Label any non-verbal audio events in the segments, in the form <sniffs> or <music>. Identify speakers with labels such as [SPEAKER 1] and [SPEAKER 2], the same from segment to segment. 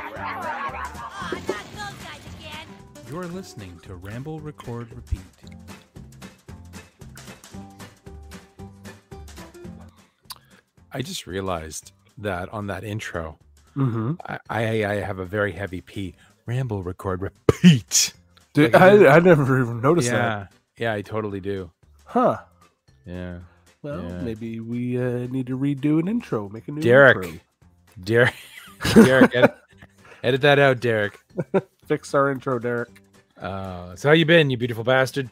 [SPEAKER 1] Aw, not those guys again.
[SPEAKER 2] You're listening to Ramble Record Repeat.
[SPEAKER 3] I just realized that on that intro,
[SPEAKER 4] Mm-hmm.
[SPEAKER 3] I, I, I have a very heavy P. Ramble, record, repeat.
[SPEAKER 4] Dude,
[SPEAKER 3] Like,
[SPEAKER 4] I, I never even noticed that.
[SPEAKER 3] yeah, yeah, I totally do.
[SPEAKER 4] Huh.
[SPEAKER 3] Yeah,
[SPEAKER 4] Well,
[SPEAKER 3] Yeah.
[SPEAKER 4] maybe we uh, need to redo an intro, make a new intro,
[SPEAKER 3] Derek, <laughs> Derek, Derek, edit, edit that out, Derek.
[SPEAKER 4] fix our intro, Derek.
[SPEAKER 3] Uh, so how you been, you beautiful bastard?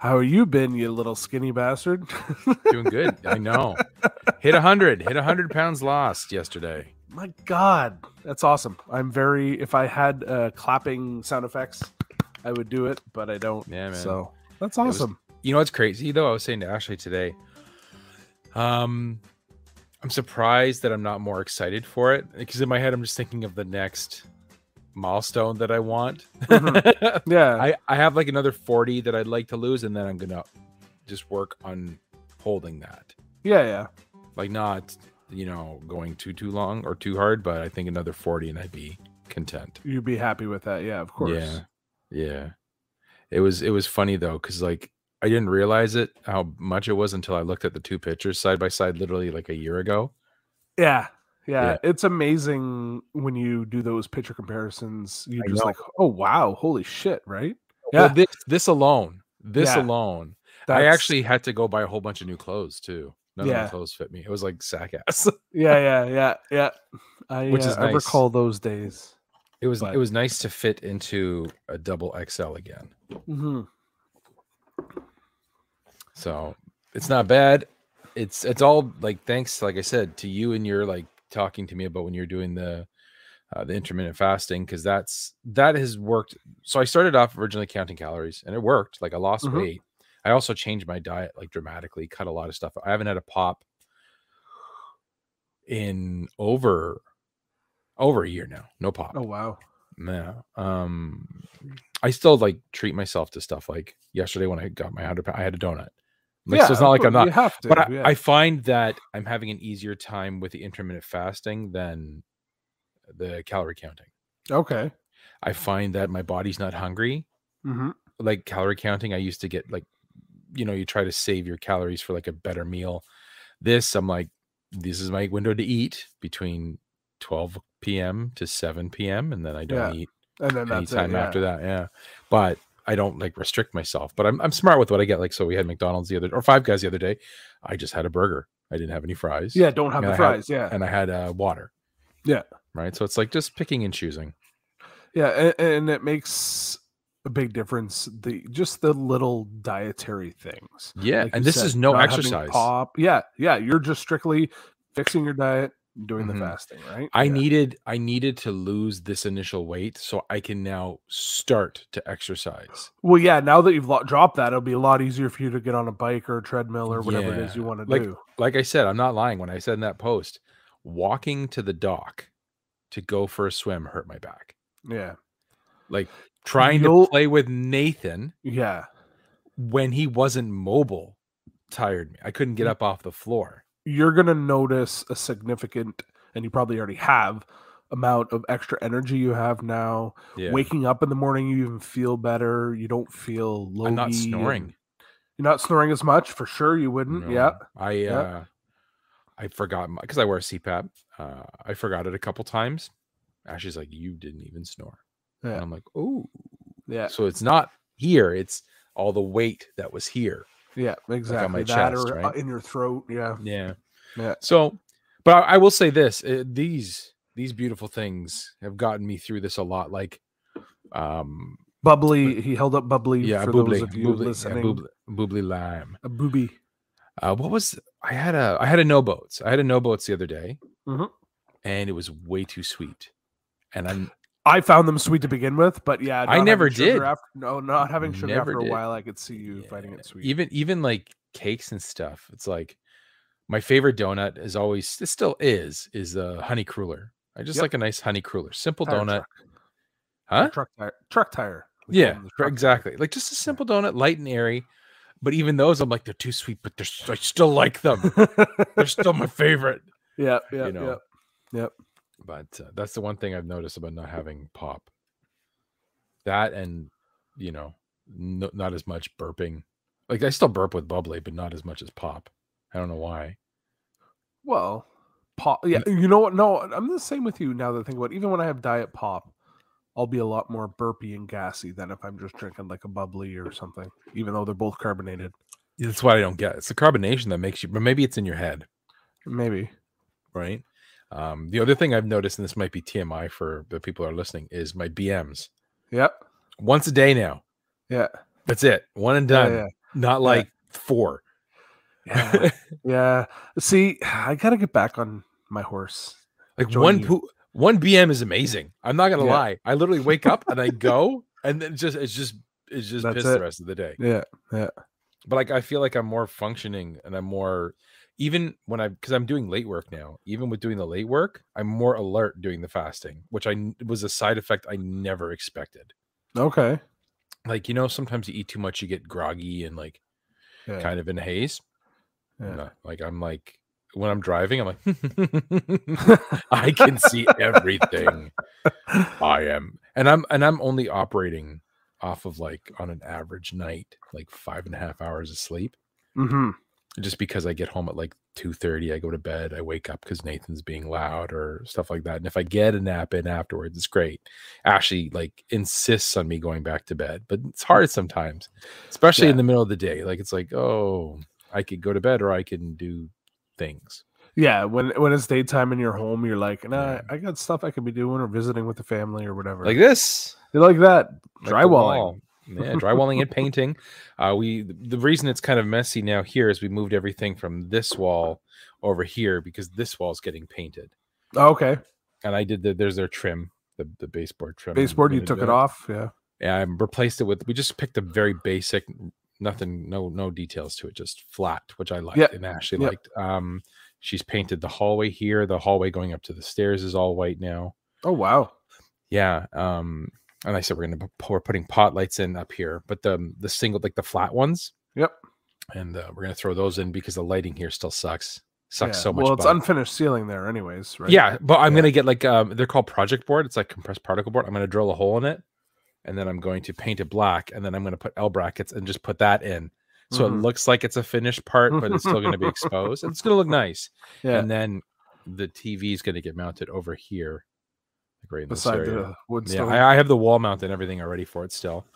[SPEAKER 4] How you been, you little skinny bastard? <laughs>
[SPEAKER 3] Doing good. I know. Hit a hundred. Hit a hundred pounds lost yesterday.
[SPEAKER 4] My God, that's awesome. I'm very. If I had uh, clapping sound effects, I would do it, but I don't.
[SPEAKER 3] Yeah, man.
[SPEAKER 4] So that's
[SPEAKER 3] was-
[SPEAKER 4] awesome.
[SPEAKER 3] You know what's crazy though? I was saying to Ashley today. Um, I'm surprised that I'm not more excited for it because in my head I'm just thinking of the next milestone that I want.
[SPEAKER 4] Mhm. yeah,
[SPEAKER 3] <laughs> I I have like another 40 that I'd like to lose, and then I'm gonna just work on holding that,
[SPEAKER 4] yeah, yeah.
[SPEAKER 3] like not you know going too too long or too hard, but I think another 40 and I'd be content.
[SPEAKER 4] You'd be happy with that. Yeah, of course.
[SPEAKER 3] Yeah. Yeah. It was it was funny though, because like I didn't realize it how much it was until I looked at the two pictures side by side literally like a year ago.
[SPEAKER 4] Yeah. Yeah,
[SPEAKER 3] Yeah.
[SPEAKER 4] it's amazing when you do those picture comparisons. You're
[SPEAKER 3] I
[SPEAKER 4] just
[SPEAKER 3] know.
[SPEAKER 4] like, oh wow, holy shit, right?
[SPEAKER 3] Well,
[SPEAKER 4] Yeah.
[SPEAKER 3] this this alone. This
[SPEAKER 4] Yeah.
[SPEAKER 3] alone. I
[SPEAKER 4] That's-
[SPEAKER 3] actually had to go buy a whole bunch of new clothes too. None of
[SPEAKER 4] Yeah.
[SPEAKER 3] my clothes fit me. It was like sack ass.
[SPEAKER 4] yeah, yeah, yeah, yeah. I,
[SPEAKER 3] Which
[SPEAKER 4] uh,
[SPEAKER 3] is
[SPEAKER 4] I
[SPEAKER 3] nice.
[SPEAKER 4] recall those days.
[SPEAKER 3] It was
[SPEAKER 4] But-
[SPEAKER 3] it was nice to fit into a double XL again.
[SPEAKER 4] hmm
[SPEAKER 3] So it's not bad. It's it's all like thanks, like I said, to you and your like talking to me about when you're doing the uh, the intermittent fasting because that's that has worked. So I started off originally counting calories and it worked. Like I lost
[SPEAKER 4] Mhm.
[SPEAKER 3] weight. I also changed my diet like dramatically, cut a lot of stuff. I haven't had a pop in over over a year now. No pop.
[SPEAKER 4] Oh wow.
[SPEAKER 3] Yeah. Um, I still like treat myself to stuff. Like yesterday when I got my hundred, I had a donut. Like, so it's not
[SPEAKER 4] of
[SPEAKER 3] like I'm
[SPEAKER 4] course,
[SPEAKER 3] not.
[SPEAKER 4] You have to.
[SPEAKER 3] but I,
[SPEAKER 4] yeah.
[SPEAKER 3] I find that I'm having an easier time with the intermittent fasting than the calorie counting.
[SPEAKER 4] okay.
[SPEAKER 3] I find that my body's not hungry.
[SPEAKER 4] hmm
[SPEAKER 3] Like calorie counting, I used to get like, you know, you try to save your calories for like a better meal. This, I'm like, this is my window to eat between 12 p.m. to 7 p.m. and then I don't
[SPEAKER 4] Yeah.
[SPEAKER 3] eat
[SPEAKER 4] And then that's
[SPEAKER 3] anytime
[SPEAKER 4] it, yeah.
[SPEAKER 3] after that. Yeah. But I don't like restrict myself, but I'm, I'm smart with what I get. Like, so we had McDonald's the other or Five Guys the other day. I just had a burger. I didn't have any fries.
[SPEAKER 4] Yeah, don't have
[SPEAKER 3] And
[SPEAKER 4] the
[SPEAKER 3] I had-
[SPEAKER 4] fries. yeah,
[SPEAKER 3] And I had uh, water.
[SPEAKER 4] Yeah.
[SPEAKER 3] Right. So it's like just picking and choosing.
[SPEAKER 4] yeah, and, and it makes a big difference. The just the little dietary things.
[SPEAKER 3] Yeah.
[SPEAKER 4] like you
[SPEAKER 3] and this
[SPEAKER 4] said,
[SPEAKER 3] is no
[SPEAKER 4] not having
[SPEAKER 3] exercise.
[SPEAKER 4] Pop. Yeah, yeah. You're just strictly fixing your diet, doing
[SPEAKER 3] Mhm.
[SPEAKER 4] the fasting, right?
[SPEAKER 3] I
[SPEAKER 4] Yeah.
[SPEAKER 3] needed I needed to lose this initial weight so I can now start to exercise.
[SPEAKER 4] Well, yeah. Now that you've lo- dropped that, it'll be a lot easier for you to get on a bike or a treadmill or whatever it is
[SPEAKER 3] Yeah,
[SPEAKER 4] you want to
[SPEAKER 3] like-
[SPEAKER 4] do.
[SPEAKER 3] Like I said, I'm not lying when I said in that post, walking to the dock to go for a swim hurt my back.
[SPEAKER 4] Yeah,
[SPEAKER 3] like trying
[SPEAKER 4] You'll-
[SPEAKER 3] to play with Nathan
[SPEAKER 4] yeah.
[SPEAKER 3] when he wasn't mobile tired me. I couldn't get
[SPEAKER 4] Mm-hmm.
[SPEAKER 3] up off the floor.
[SPEAKER 4] You're gonna notice a significant, and you probably already have, amount of extra energy you have now.
[SPEAKER 3] Yeah.
[SPEAKER 4] Waking up in the morning, you even feel better. You don't feel low.
[SPEAKER 3] I'm not snoring.
[SPEAKER 4] You're not snoring as much for sure. You wouldn't. Yeah.
[SPEAKER 3] No. I
[SPEAKER 4] Yeah.
[SPEAKER 3] uh I forgot because I wear a CPAP. Uh I forgot it a couple times. Ashley's like, you didn't even snore.
[SPEAKER 4] Yeah.
[SPEAKER 3] And I'm like, oh.
[SPEAKER 4] Yeah.
[SPEAKER 3] So it's not here, it's all the weight that was here.
[SPEAKER 4] Yeah. Exactly.
[SPEAKER 3] my
[SPEAKER 4] that
[SPEAKER 3] chest,
[SPEAKER 4] or uh,
[SPEAKER 3] right?
[SPEAKER 4] in your throat. Yeah.
[SPEAKER 3] Yeah.
[SPEAKER 4] Yeah.
[SPEAKER 3] So, but I, I will say this: uh, these these beautiful things have gotten me through this a lot. Like, um,
[SPEAKER 4] Bubbly. He held up bubbly.
[SPEAKER 3] yeah,
[SPEAKER 4] For
[SPEAKER 3] bubbly,
[SPEAKER 4] those of you
[SPEAKER 3] bubbly, yeah,
[SPEAKER 4] listening.
[SPEAKER 3] bubbly- bubbly lime.
[SPEAKER 4] A booby.
[SPEAKER 3] Uh, what was I had a I had a no boats. I had a no boats the other day,
[SPEAKER 4] Mhm.
[SPEAKER 3] and it was way too sweet. And I'm
[SPEAKER 4] I found them sweet to begin with, but yeah, not
[SPEAKER 3] I
[SPEAKER 4] having
[SPEAKER 3] never
[SPEAKER 4] sugar
[SPEAKER 3] did.
[SPEAKER 4] After, no, not having sugar
[SPEAKER 3] Never
[SPEAKER 4] after a
[SPEAKER 3] did.
[SPEAKER 4] while, I could see you finding
[SPEAKER 3] Yeah,
[SPEAKER 4] it sweet.
[SPEAKER 3] even even like cakes and stuff. It's like my favorite donut is always it still is is the honey cruller. I just
[SPEAKER 4] Yep.
[SPEAKER 3] like a nice honey cruller, simple
[SPEAKER 4] Tire
[SPEAKER 3] donut,
[SPEAKER 4] truck.
[SPEAKER 3] huh?
[SPEAKER 4] Truck tire. Truck tire. we call
[SPEAKER 3] Yeah, e,
[SPEAKER 4] them, the
[SPEAKER 3] right,
[SPEAKER 4] truck tire.
[SPEAKER 3] exactly. Like just a simple donut, light and airy. But even those, I'm like, they're too sweet, but they're s- I still like them. they're still my favorite.
[SPEAKER 4] <laughs> yeah, yeah,
[SPEAKER 3] you know.
[SPEAKER 4] yeah. Yep.
[SPEAKER 3] But uh, that's the one thing I've noticed about not having pop. That and you know, no, not as much burping. Like I still burp with bubbly, but not as much as pop. I don't know why.
[SPEAKER 4] Well, pop. Yeah, you know what? No, I'm the same with you. Now that I think about, it. even when I have diet pop, I'll be a lot more burpy and gassy than if I'm just drinking like a bubbly or something. Even though they're both carbonated,
[SPEAKER 3] That's what I don't get. It's the carbonation that makes you, but maybe it's in your head.
[SPEAKER 4] maybe.
[SPEAKER 3] right? Um, the other thing I've noticed, and this might be TMI for the people who are listening, is my BMs
[SPEAKER 4] Yep.
[SPEAKER 3] once a day now.
[SPEAKER 4] Yeah.
[SPEAKER 3] That's it, one and
[SPEAKER 4] Yeah,
[SPEAKER 3] done.
[SPEAKER 4] yeah.
[SPEAKER 3] Not
[SPEAKER 4] yeah.
[SPEAKER 3] like four. <laughs>
[SPEAKER 4] Yeah. yeah. See, I gotta get back on my horse.
[SPEAKER 3] Like
[SPEAKER 4] Join
[SPEAKER 3] one
[SPEAKER 4] you.
[SPEAKER 3] poo- one BM is amazing. I'm not gonna
[SPEAKER 4] Yeah.
[SPEAKER 3] lie. I literally wake up and I go, and then just it's just it's just
[SPEAKER 4] That's
[SPEAKER 3] pissed
[SPEAKER 4] it.
[SPEAKER 3] the rest of the day.
[SPEAKER 4] Yeah.
[SPEAKER 3] But like I feel like I'm more functioning and I'm more even when I because I'm doing late work now. Even with doing the late work, I'm more alert doing the fasting, which I n- was a side effect I never expected.
[SPEAKER 4] Okay.
[SPEAKER 3] like you know sometimes you eat too much you get groggy and like
[SPEAKER 4] Yeah.
[SPEAKER 3] kind of in a haze
[SPEAKER 4] yeah.
[SPEAKER 3] No, like i'm like when i'm driving i'm like <laughs> i can see everything i am and i'm and i'm only operating off of like on an average night like five and a half hours of sleep
[SPEAKER 4] Mm-hmm.
[SPEAKER 3] just because i get home at like 2.30 i go to bed i wake up because nathan's being loud or stuff like that and if i get a nap in afterwards it's great ashley like insists on me going back to bed but it's hard sometimes especially in
[SPEAKER 4] Yeah.
[SPEAKER 3] the middle of the day like it's like oh i could go to bed or i can do things
[SPEAKER 4] Yeah, when when it's daytime and you're home, you're like, nah,
[SPEAKER 3] Yeah.
[SPEAKER 4] I got stuff I could be doing or visiting with the family or whatever.
[SPEAKER 3] like this
[SPEAKER 4] you like that
[SPEAKER 3] like the
[SPEAKER 4] drywalling.
[SPEAKER 3] wall. <laughs> yeah drywalling and painting uh we the reason it's kind of messy now here is we moved everything from this wall over here because this wall's getting painted
[SPEAKER 4] Oh, okay,
[SPEAKER 3] and I did the there's their trim, the, the baseboard trim. I'm
[SPEAKER 4] baseboard, you
[SPEAKER 3] gonna
[SPEAKER 4] took
[SPEAKER 3] do
[SPEAKER 4] it off. Yeah,
[SPEAKER 3] Yeah, I replaced it with we just picked a very basic, nothing, no, no details to it, just flat, which I liked
[SPEAKER 4] Yep,
[SPEAKER 3] and Ashley
[SPEAKER 4] yep.
[SPEAKER 3] liked. Um, she's painted the hallway here. The hallway going up to the stairs is all white now.
[SPEAKER 4] Oh wow.
[SPEAKER 3] Yeah. Um, and I said we're gonna pu- pu- we're putting pot lights in up here, but the um, the single like the flat ones.
[SPEAKER 4] Yep.
[SPEAKER 3] And uh, we're gonna throw those in because the lighting here still sucks. Sucks
[SPEAKER 4] Yeah.
[SPEAKER 3] so much.
[SPEAKER 4] Well, it's
[SPEAKER 3] butt.
[SPEAKER 4] unfinished ceiling there, anyways, right?
[SPEAKER 3] Yeah, but I'm
[SPEAKER 4] Yeah.
[SPEAKER 3] gonna get like um, they're called project board. It's like compressed particle board. I'm gonna drill a hole in it, and then I'm going to paint it black, and then I'm gonna put L brackets and just put that in, so it
[SPEAKER 4] Mhm.
[SPEAKER 3] looks like it's a finished part, but it's still
[SPEAKER 4] <laughs>
[SPEAKER 3] gonna be exposed. It's gonna look nice,
[SPEAKER 4] yeah.
[SPEAKER 3] and then the TV is gonna get mounted over here, like right in this
[SPEAKER 4] Beside
[SPEAKER 3] area.
[SPEAKER 4] the wood
[SPEAKER 3] yeah,
[SPEAKER 4] stove.
[SPEAKER 3] I, I have the wall mount and everything already for it still,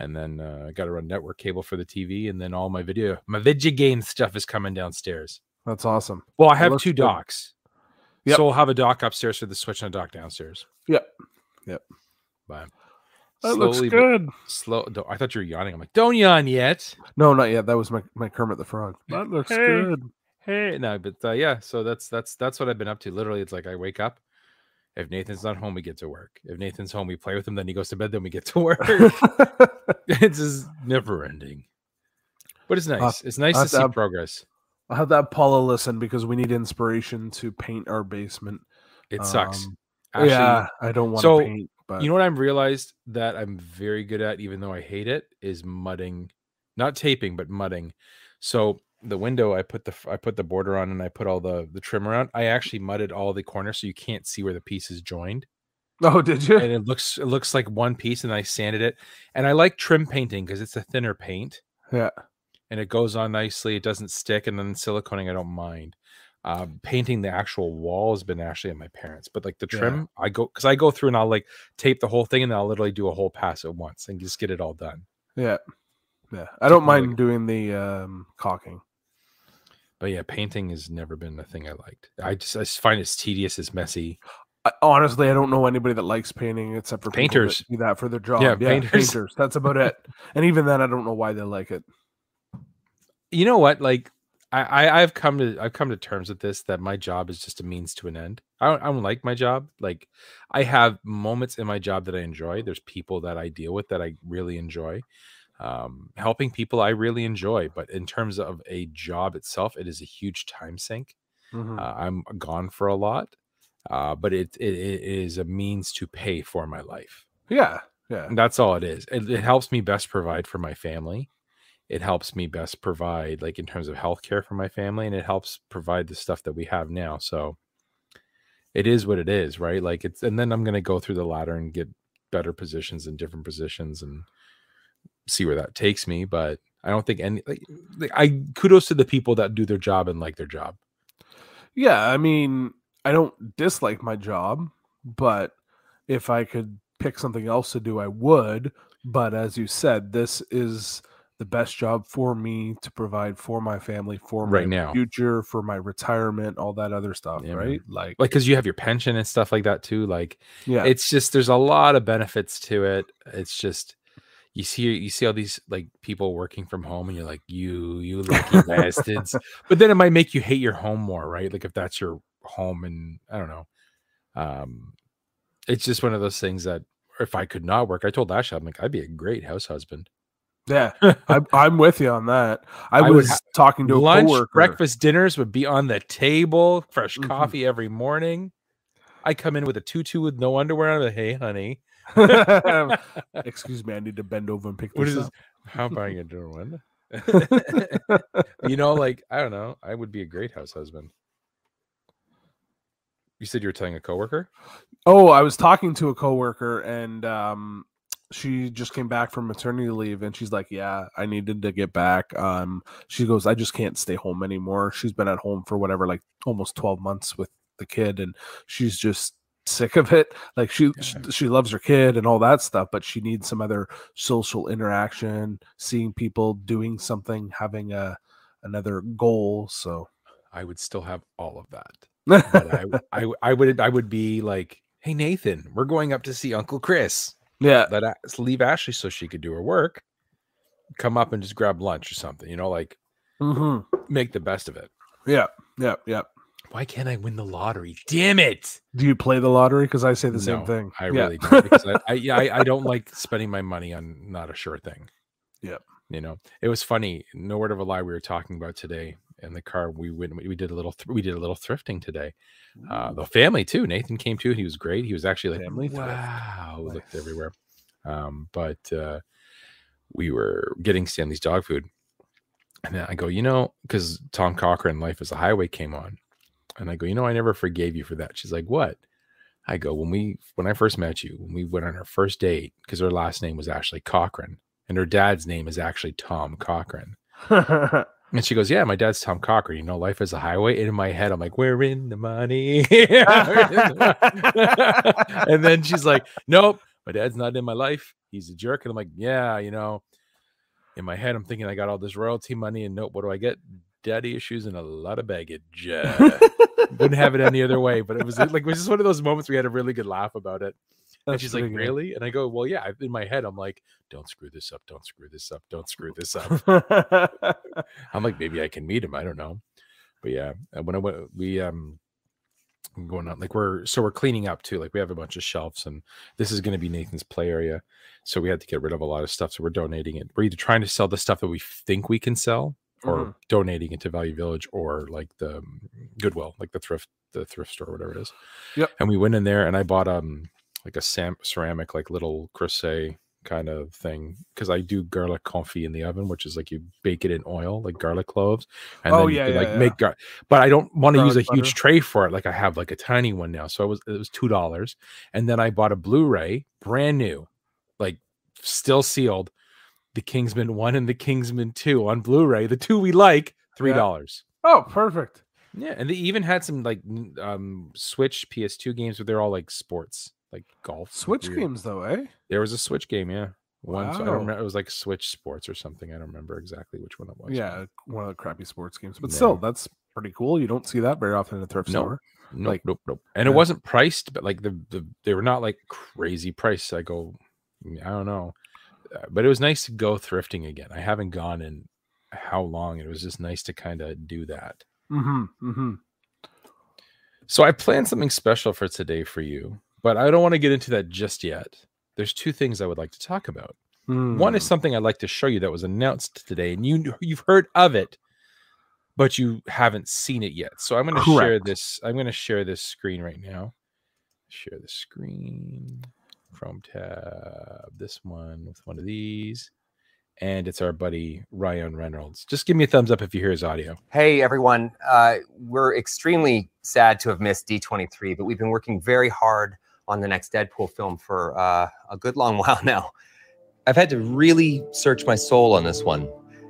[SPEAKER 3] and then uh, I got to run network cable for the TV, and then all my video, my video game stuff is coming downstairs.
[SPEAKER 4] That's awesome.
[SPEAKER 3] Well, I
[SPEAKER 4] It
[SPEAKER 3] have
[SPEAKER 4] looks
[SPEAKER 3] two
[SPEAKER 4] good.
[SPEAKER 3] docks.
[SPEAKER 4] Yep.
[SPEAKER 3] So we'll have a dock upstairs for the Switch and a dock downstairs.
[SPEAKER 4] Yep. Yep.
[SPEAKER 3] But
[SPEAKER 4] That
[SPEAKER 3] slowly
[SPEAKER 4] looks
[SPEAKER 3] but-
[SPEAKER 4] good.
[SPEAKER 3] Slow. don't- I thought you were yawning. I'm like, don't yawn yet.
[SPEAKER 4] No, not yet. That was my, my Kermit the Frog.
[SPEAKER 3] <laughs>
[SPEAKER 4] That looks
[SPEAKER 3] Hey.
[SPEAKER 4] good.
[SPEAKER 3] Hey,
[SPEAKER 4] <laughs>
[SPEAKER 3] no, but uh, yeah. So that's that's that's what I've been up to. Literally, it's like I wake up. If Nathan's not home, we get to work. If Nathan's home, we play with him. Then he goes to bed. Then we get to
[SPEAKER 4] <laughs>
[SPEAKER 3] work. it's just never ending. But it's nice. it's nice to
[SPEAKER 4] I'll have to
[SPEAKER 3] see
[SPEAKER 4] have-
[SPEAKER 3] progress.
[SPEAKER 4] I'll have that Paula listen because we need inspiration to paint our basement.
[SPEAKER 3] It sucks.
[SPEAKER 4] Um,
[SPEAKER 3] Actually,
[SPEAKER 4] yeah, I don't want to
[SPEAKER 3] so,
[SPEAKER 4] paint, but
[SPEAKER 3] You know what I've realized that I'm very good at, even though I hate it, is mudding, not taping, but mudding. So the window, I put the f- I put the border on, and I put all the the trim around. I actually mudded all the corners, so you can't see where the pieces joined,
[SPEAKER 4] Oh, did you?
[SPEAKER 3] and it looks it looks like one piece. And I sanded it, and I like trim painting because it's a thinner paint,
[SPEAKER 4] Yeah.
[SPEAKER 3] and it goes on nicely. It doesn't stick, and then siliconing I don't mind. Uh, painting the actual wall has been actually at my parents, but like the
[SPEAKER 4] Yeah.
[SPEAKER 3] trim, I go because I go through and I'll like tape the whole thing, and then I'll literally do a whole pass at once and just get it all done.
[SPEAKER 4] Yeah. Yeah. I don't
[SPEAKER 3] Really
[SPEAKER 4] mind doing the um caulking.
[SPEAKER 3] But yeah, painting has never been a thing I liked. I just I just find it's tedious, it's messy.
[SPEAKER 4] I, honestly, I don't know anybody that likes painting except for people that
[SPEAKER 3] Painters.
[SPEAKER 4] do that for their job.
[SPEAKER 3] Yeah, painters.
[SPEAKER 4] painters. That's
[SPEAKER 3] <laughs>
[SPEAKER 4] about it. And even then, I don't know why they like it.
[SPEAKER 3] You know what? Like I, I I've come to I've come to terms with this that my job is just a means to an end. I don't I don't like my job. Like I have moments in my job that I enjoy. There's people that I deal with that I really enjoy. Um, helping people I really enjoy, but in terms of a job itself, it is a huge time sink.
[SPEAKER 4] Mhm.
[SPEAKER 3] Uh, I'm gone for a lot, uh, but it, it it is a means to pay for my life.
[SPEAKER 4] yeah. Yeah.
[SPEAKER 3] And that's all it is. It, it helps me best provide for my family. it helps me best provide like in terms of healthcare for my family and it helps provide the stuff that we have now so it is what it is right like it's and then i'm going to go through the ladder and get better positions and different positions and see where that takes me but i don't think any like, like i kudos to the people that do their job and like their job
[SPEAKER 4] Yeah, I mean, I don't dislike my job, but if I could pick something else to do, I would. But as you said, this is the best job for me to provide for my family, for my
[SPEAKER 3] Right now.
[SPEAKER 4] future, for my retirement, all that other stuff,
[SPEAKER 3] Yeah, man.
[SPEAKER 4] Oh, right? Like,
[SPEAKER 3] like because you have your pension and stuff like that too like
[SPEAKER 4] yeah,
[SPEAKER 3] it's just there's a lot of benefits to it it's just you see you see all these like people working from home and you're like you you
[SPEAKER 4] <laughs>
[SPEAKER 3] lucky bastards but then it might make you hate your home more right like if that's your home and i don't know um it's just one of those things that if i could not work i told ashley i'm like i'd be a great house husband <laughs>
[SPEAKER 4] yeah. I, <laughs> I'm with you on that. I,
[SPEAKER 3] I would
[SPEAKER 4] was
[SPEAKER 3] ha-
[SPEAKER 4] talking to a
[SPEAKER 3] lunch
[SPEAKER 4] coworker.
[SPEAKER 3] breakfast dinners would be on the table fresh
[SPEAKER 4] Mhm.
[SPEAKER 3] coffee every morning i come in with a tutu with no underwear on like, hey honey
[SPEAKER 4] <laughs> Excuse me, I need to bend over and pick
[SPEAKER 3] What
[SPEAKER 4] this
[SPEAKER 3] is this?
[SPEAKER 4] up.
[SPEAKER 3] How am <laughs> I gonna do one? you know, like I don't know. I would be a great house husband. You said you were telling a coworker.
[SPEAKER 4] Oh, I was talking to a coworker and um she just came back from maternity leave and she's like, "Yeah, I needed to get back." Um she goes, "I just can't stay home anymore." She's been at home for whatever like almost 12 months with the kid and she's just sick of it. Like she she,
[SPEAKER 3] Yeah.
[SPEAKER 4] she loves her kid and all that stuff, but she needs some other social interaction, seeing people, doing something, having a another goal, so
[SPEAKER 3] I would still have all of that. But I, I, w- I would, I would be like, "Hey Nathan, we're going up to see Uncle Chris.
[SPEAKER 4] <laughs> yeah,
[SPEAKER 3] Let us leave Ashley so she could do her work. Come up and just grab lunch or something. You know, like
[SPEAKER 4] mhm.
[SPEAKER 3] make the best of it.
[SPEAKER 4] Yeah, yeah, yeah.
[SPEAKER 3] Why can't I win the lottery? Damn it!"
[SPEAKER 4] Do you play the lottery? Because I say the
[SPEAKER 3] No,
[SPEAKER 4] same thing.
[SPEAKER 3] I
[SPEAKER 4] Yeah.
[SPEAKER 3] really <laughs>
[SPEAKER 4] <laughs>
[SPEAKER 3] don't because I, I, yeah, I, I don't like spending my money on not a sure thing.
[SPEAKER 4] Yep.
[SPEAKER 3] You know, it was funny. No word of a lie. We were talking about today in the car. We went. We did a little. Th- we did a little thrifting today. Uh, the family too. Nathan came too. He was great. He was actually like,
[SPEAKER 4] Family thrift.
[SPEAKER 3] wow, looked
[SPEAKER 4] Nice.
[SPEAKER 3] everywhere. Um, but uh, we were getting Stanley's dog food, and then I go, you know, because Tom Cochran, Life is a Highway came on, and I go, you know, I never forgave you for that. She's like, what? I go, when we when I first met you, when we went on our first date, because her last name was Ashley Cochran, and her dad's name is actually Tom Cochran. And she goes, Yeah, my dad's Tom Cochran. You know, life is a highway. And in my head, I'm like, We're in the money. <laughs> and then she's like, Nope, my dad's not in my life. He's a jerk. And I'm like, Yeah, you know, in my head, I'm thinking I got all this royalty money. And nope, what do I get? Daddy issues and a lot of baggage. Uh,
[SPEAKER 4] <laughs>
[SPEAKER 3] wouldn't have it any other way. But it was like, it was just one of those moments we had a really good laugh about it. and
[SPEAKER 4] That's
[SPEAKER 3] she's like,
[SPEAKER 4] pretty good.
[SPEAKER 3] Really? And I go, Well, yeah, in my head, I'm like, Don't screw this up. Don't screw this up. Don't screw this up. I'm like, maybe I can meet him. I don't know. But yeah, uh, when I went, we um I'm going on like we're so we're cleaning up too. Like we have a bunch of shelves, and this is going to be Nathan's play area. So we had to get rid of a lot of stuff. So we're donating it. We're either trying to sell the stuff that we think we can sell, or
[SPEAKER 4] Mhm.
[SPEAKER 3] donating it to Value Village, or like the um, Goodwill, like the thrift, the thrift store, whatever it is.
[SPEAKER 4] Yep.
[SPEAKER 3] And we went in there, and I bought um like a sam- ceramic, like little crusade kind of thing because I do garlic confit in the oven, which is like you bake it in oil, like garlic cloves, and
[SPEAKER 4] Oh,
[SPEAKER 3] then you
[SPEAKER 4] yeah,
[SPEAKER 3] could,
[SPEAKER 4] yeah,
[SPEAKER 3] like
[SPEAKER 4] yeah.
[SPEAKER 3] make gar- But I don't want to use a
[SPEAKER 4] Garlic
[SPEAKER 3] huge
[SPEAKER 4] butter.
[SPEAKER 3] tray for it. Like I have like a tiny one now, so it was it was two dollars, and then I bought a Blu-ray, brand new, like still sealed, the Kingsman one and the Kingsman two on Blu-ray, the two we like, three dollars.
[SPEAKER 4] <laughs> oh, perfect.
[SPEAKER 3] Yeah, and they even had some like n- um Switch PS2 games, but they're all like sports, like golf. like
[SPEAKER 4] Switch
[SPEAKER 3] weird-
[SPEAKER 4] games, though, eh?
[SPEAKER 3] there was a Switch game, yeah. One, so I don't
[SPEAKER 4] Wow.
[SPEAKER 3] remember. It was like Switch Sports or something. I don't remember exactly which one it was.
[SPEAKER 4] Yeah, one of the crappy sports games, but
[SPEAKER 3] Yeah.
[SPEAKER 4] still, that's pretty cool. You don't see that very often in a thrift
[SPEAKER 3] No.
[SPEAKER 4] store.
[SPEAKER 3] nope,
[SPEAKER 4] like-
[SPEAKER 3] nope, nope. And it
[SPEAKER 4] yeah.
[SPEAKER 3] wasn't priced, but like the, the they were not like crazy price. I go, "Mm, I don't know, Uh, but it was nice to go thrifting again. I haven't gone in how long. It was just nice to kind of do that.
[SPEAKER 4] Mm-hmm, mm-hmm.
[SPEAKER 3] So I planned something special for today for you, but I don't want to get into that just yet. There's two things I would like to talk about.
[SPEAKER 4] mm.
[SPEAKER 3] One is something I'd like to show you that was announced today, and you you've heard of it, but you haven't seen it yet. So I'm going to share
[SPEAKER 4] Correct.
[SPEAKER 3] this. I'm going to share this screen right now. Share the screen. Chrome tab. This one with one of these, and it's our buddy Ryan Reynolds. Just give me a thumbs up if you hear his audio.
[SPEAKER 5] Hey everyone, uh, we're extremely sad to have missed D23, but we've been working very hard on the next Deadpool film for uh, a good long <laughs> while now. I've had to really search my soul on this one.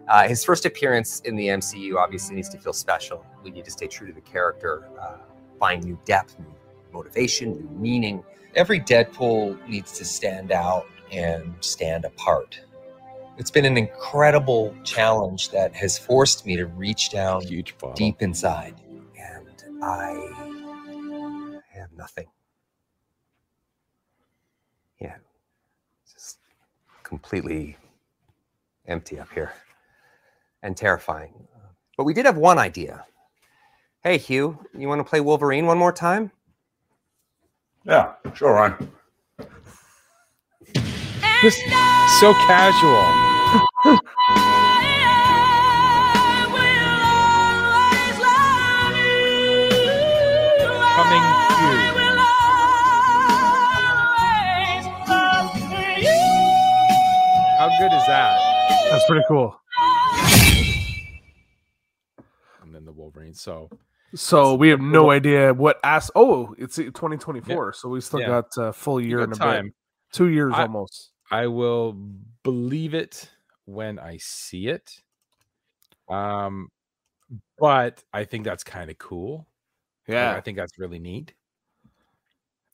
[SPEAKER 5] Uh, his first appearance in the MCU obviously needs to feel special. We need to stay true to the character, uh, find new depth, new motivation, new meaning. Every Deadpool needs to stand out and stand apart. It's been an incredible challenge that has forced me to reach down
[SPEAKER 3] Huge bottle.
[SPEAKER 5] Um, deep inside, and I have nothing. Yeah, it's just completely empty up here and terrifying. But we did have one idea. Hey, Hugh, you want to play Wolverine one more time?
[SPEAKER 6] Yeah, sure, Ryan.
[SPEAKER 3] Just so casual. Coming through. How good is that?
[SPEAKER 4] That's pretty cool.
[SPEAKER 3] And then the Wolverine. So
[SPEAKER 4] So we have no idea what ass. Oh, it's 2024, so we still
[SPEAKER 3] Yeah.
[SPEAKER 4] got a full year
[SPEAKER 3] got
[SPEAKER 4] and a
[SPEAKER 3] time.
[SPEAKER 4] bit. Two years
[SPEAKER 3] I-
[SPEAKER 4] almost.
[SPEAKER 3] I will believe it when I see it. Um, but I think that's kind of cool. Like, I
[SPEAKER 4] Yeah,
[SPEAKER 3] think that's really neat.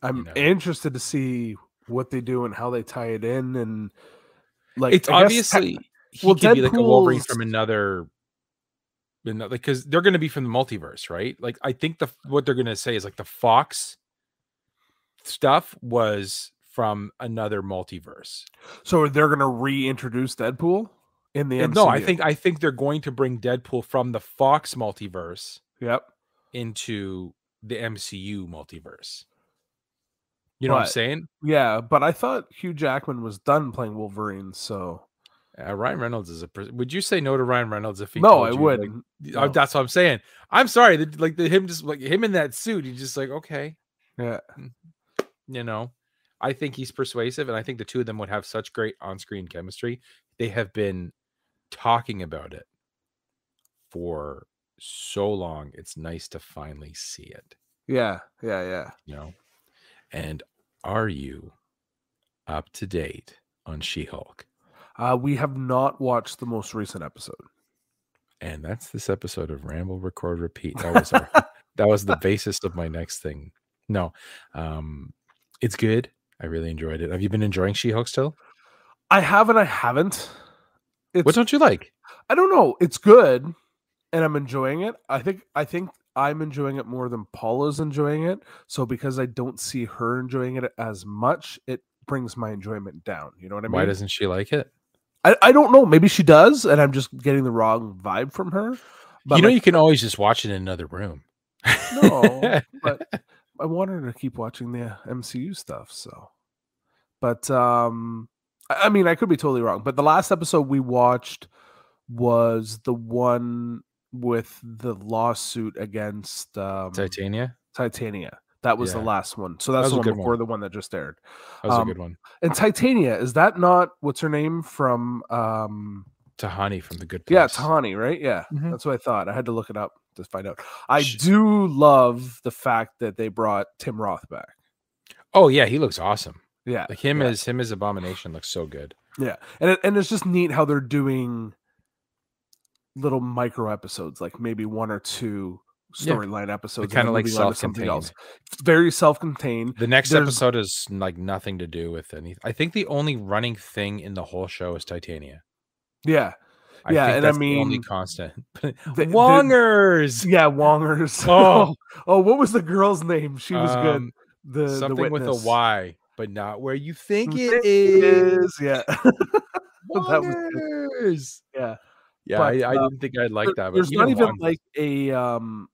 [SPEAKER 4] I'm
[SPEAKER 3] know.
[SPEAKER 4] interested to see what they do and how they tie it in, and like
[SPEAKER 3] it's
[SPEAKER 4] I guess
[SPEAKER 3] obviously he
[SPEAKER 4] well,
[SPEAKER 3] could be like a Wolverine
[SPEAKER 4] Deadpool's-
[SPEAKER 3] from another another because they're going to be from the multiverse, right? Like I think the what they're going to say is like the Fox stuff was from another multiverse.
[SPEAKER 4] tech- so they're gonna reintroduce Deadpool in the
[SPEAKER 3] And
[SPEAKER 4] MCU.
[SPEAKER 3] Uh, no, I think I think they're going to bring Deadpool from the Fox multiverse
[SPEAKER 4] yep.
[SPEAKER 3] into the MCU multiverse. You know what I'm
[SPEAKER 4] But-
[SPEAKER 3] saying?
[SPEAKER 4] Yeah, but I thought Hugh Jackman was done playing Wolverine, so
[SPEAKER 3] Uh, Ryan Reynolds is a. pres- Would you say no to Ryan Reynolds if he?
[SPEAKER 4] no,
[SPEAKER 3] told
[SPEAKER 4] I
[SPEAKER 3] you, like,
[SPEAKER 4] wouldn't.
[SPEAKER 3] Y-
[SPEAKER 4] No.
[SPEAKER 3] uh, That's what I'm saying. I'm sorry. That, like the, him, just like him in that suit. He's just like, okay, Mm,
[SPEAKER 4] Yeah.
[SPEAKER 3] you know. I think he's persuasive, and I think the two of them would have such great on-screen chemistry. They have been talking about it for so long. It's nice to finally see it.
[SPEAKER 4] Yeah, yeah, yeah.
[SPEAKER 3] You know. And are you up to date on She-Hulk?
[SPEAKER 4] Uh, we have not watched the most recent episode.
[SPEAKER 3] And that's this episode of Ramble Record Repeat. That was
[SPEAKER 4] <laughs>
[SPEAKER 3] our, that was the basis of my next thing. No, um, it's good. I really enjoyed it. Have you been enjoying She-Hulk still?
[SPEAKER 4] I have and I haven't. It's
[SPEAKER 3] What don't you like?
[SPEAKER 4] I don't know. It's good, and I'm enjoying it. I think I think I'm enjoying it more than Paula's enjoying it. So because I don't see her enjoying it as much, it brings my enjoyment down. You know what I mean?
[SPEAKER 3] Why doesn't she like it?
[SPEAKER 4] I, I don't know. Maybe she does, and I'm just getting the wrong vibe from her. But
[SPEAKER 3] you know,
[SPEAKER 4] like,
[SPEAKER 3] you can always just watch it in another room. <laughs>
[SPEAKER 4] No, um, but I want her to keep watching the uh, MCU stuff. So, but um, I I mean, I could be totally wrong. But the last episode we watched was the one with the lawsuit against um,
[SPEAKER 3] Titania.
[SPEAKER 4] Titania. That was
[SPEAKER 3] Yeah.
[SPEAKER 4] the last one. So that's
[SPEAKER 3] was
[SPEAKER 4] the
[SPEAKER 3] a
[SPEAKER 4] one
[SPEAKER 3] good
[SPEAKER 4] before
[SPEAKER 3] one.
[SPEAKER 4] the one that just aired.
[SPEAKER 3] That was
[SPEAKER 4] um,
[SPEAKER 3] a good one.
[SPEAKER 4] And Titania is that not what's her name from? um
[SPEAKER 3] Tahani from the Good Place.
[SPEAKER 4] Yeah, Tahani, right? Yeah,
[SPEAKER 3] Mhm.
[SPEAKER 4] that's what I thought. I had to look it up to find out. I
[SPEAKER 3] Sh-
[SPEAKER 4] do love the fact that they brought Tim Roth back.
[SPEAKER 3] Oh yeah, he looks awesome.
[SPEAKER 4] Yeah,
[SPEAKER 3] Like him
[SPEAKER 4] yeah.
[SPEAKER 3] as him as Abomination looks so good.
[SPEAKER 4] yeah, and it, and it's just neat how they're doing little micro episodes, like maybe one or two
[SPEAKER 3] Yeah.
[SPEAKER 4] storyline episodes, and
[SPEAKER 3] kinda
[SPEAKER 4] then
[SPEAKER 3] like
[SPEAKER 4] moving on to something
[SPEAKER 3] self-contained.
[SPEAKER 4] else. It's very self-contained.
[SPEAKER 3] The next
[SPEAKER 4] There's-
[SPEAKER 3] episode is like nothing to do with anything. I think the only running thing in the whole show is Titania.
[SPEAKER 4] Yeah,
[SPEAKER 3] I
[SPEAKER 4] Yeah,
[SPEAKER 3] think
[SPEAKER 4] and I
[SPEAKER 3] that's the only
[SPEAKER 4] mean,
[SPEAKER 3] constant.
[SPEAKER 4] the- <laughs>
[SPEAKER 3] Wongers.
[SPEAKER 4] yeah, Wongers. <laughs>
[SPEAKER 3] Oh.
[SPEAKER 4] oh, what was the girl's name? She was
[SPEAKER 3] Um,
[SPEAKER 4] good. The the
[SPEAKER 3] Something with a
[SPEAKER 4] witness.
[SPEAKER 3] Y, but not where you think
[SPEAKER 4] It
[SPEAKER 3] it is.
[SPEAKER 4] is, <laughs> Yeah, That was good.
[SPEAKER 3] Wongers.
[SPEAKER 4] yeah.
[SPEAKER 3] Yeah,
[SPEAKER 4] But,
[SPEAKER 3] I, I
[SPEAKER 4] uh,
[SPEAKER 3] didn't think I'd like
[SPEAKER 4] There-
[SPEAKER 3] that. But
[SPEAKER 4] there's not even
[SPEAKER 3] Wongers-
[SPEAKER 4] like a um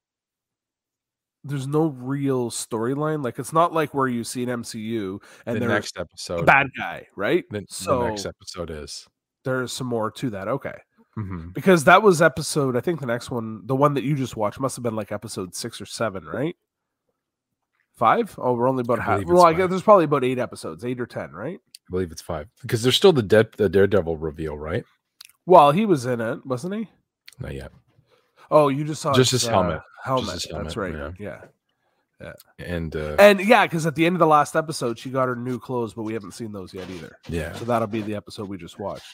[SPEAKER 4] there's no real storyline like it's not like where you see an mcu and
[SPEAKER 3] the
[SPEAKER 4] there's
[SPEAKER 3] next
[SPEAKER 4] a
[SPEAKER 3] episode.
[SPEAKER 4] bad guy right
[SPEAKER 3] the,
[SPEAKER 4] so
[SPEAKER 3] the next episode is.
[SPEAKER 4] there's some more to that okay
[SPEAKER 3] Mhm.
[SPEAKER 4] because that was episode i think the next one the one that you just watched must have been like episode six or seven right five oh we're only about
[SPEAKER 3] I
[SPEAKER 4] half
[SPEAKER 3] believe
[SPEAKER 4] well
[SPEAKER 3] it's
[SPEAKER 4] i guess
[SPEAKER 3] five.
[SPEAKER 4] there's probably about eight episodes eight or ten right
[SPEAKER 3] I believe it's five because there's still the, dead the Daredevil reveal, right?
[SPEAKER 4] Well, he was in it, wasn't he?
[SPEAKER 3] Not yet.
[SPEAKER 4] Oh, you just saw
[SPEAKER 3] Just his helmet.
[SPEAKER 4] Helmet.
[SPEAKER 3] his
[SPEAKER 4] That's
[SPEAKER 3] helmet,
[SPEAKER 4] right.
[SPEAKER 3] yeah.
[SPEAKER 4] yeah.
[SPEAKER 3] And uh,
[SPEAKER 4] And yeah, because at the end of the last episode, she got her new clothes, but we haven't seen those yet either.
[SPEAKER 3] yeah,
[SPEAKER 4] So that'll be the episode we
[SPEAKER 3] <laughs>
[SPEAKER 4] just watched.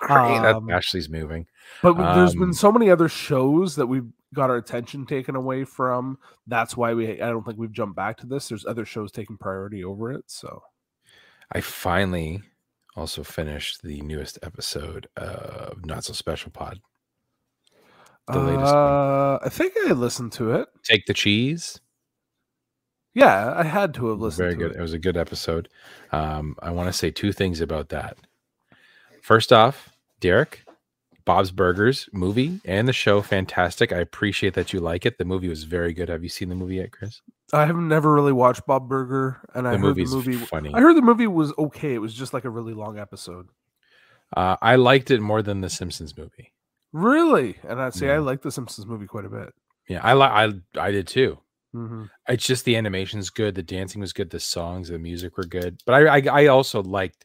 [SPEAKER 3] Great, that
[SPEAKER 4] Um,
[SPEAKER 3] Ashley's moving.
[SPEAKER 4] but w- there's
[SPEAKER 3] Um,
[SPEAKER 4] been so many other shows that we've got our attention taken away from. That's why we I don't think we've jumped back to this. There's other shows taking priority over it. So
[SPEAKER 3] I finally also finished the newest episode of Not So Special Pod. The latest one.
[SPEAKER 4] uh, I think I listened to it.
[SPEAKER 3] Take the cheese.
[SPEAKER 4] Yeah, I had to have listened
[SPEAKER 3] Very
[SPEAKER 4] to
[SPEAKER 3] good.
[SPEAKER 4] it.
[SPEAKER 3] It was a good episode. Um, I want to say two things about that. First off, Derek, Bob's Burgers movie and the show fantastic. I appreciate that you like it. The movie was very good. Have you seen the movie yet, Chris?
[SPEAKER 4] I have never really watched Bob Burger, and I
[SPEAKER 3] the
[SPEAKER 4] heard the
[SPEAKER 3] movie's
[SPEAKER 4] movie.
[SPEAKER 3] funny.
[SPEAKER 4] I heard the movie was okay. It was just like a really long episode.
[SPEAKER 3] Uh, I liked it more than the Simpsons movie.
[SPEAKER 4] Really? And I say I
[SPEAKER 3] Yeah.
[SPEAKER 4] like the Simpsons movie quite a bit.
[SPEAKER 3] Yeah, I li- I I did too.
[SPEAKER 4] Mhm.
[SPEAKER 3] It's just the animation's good, the dancing was good, the songs, the music were good. But I I, I also liked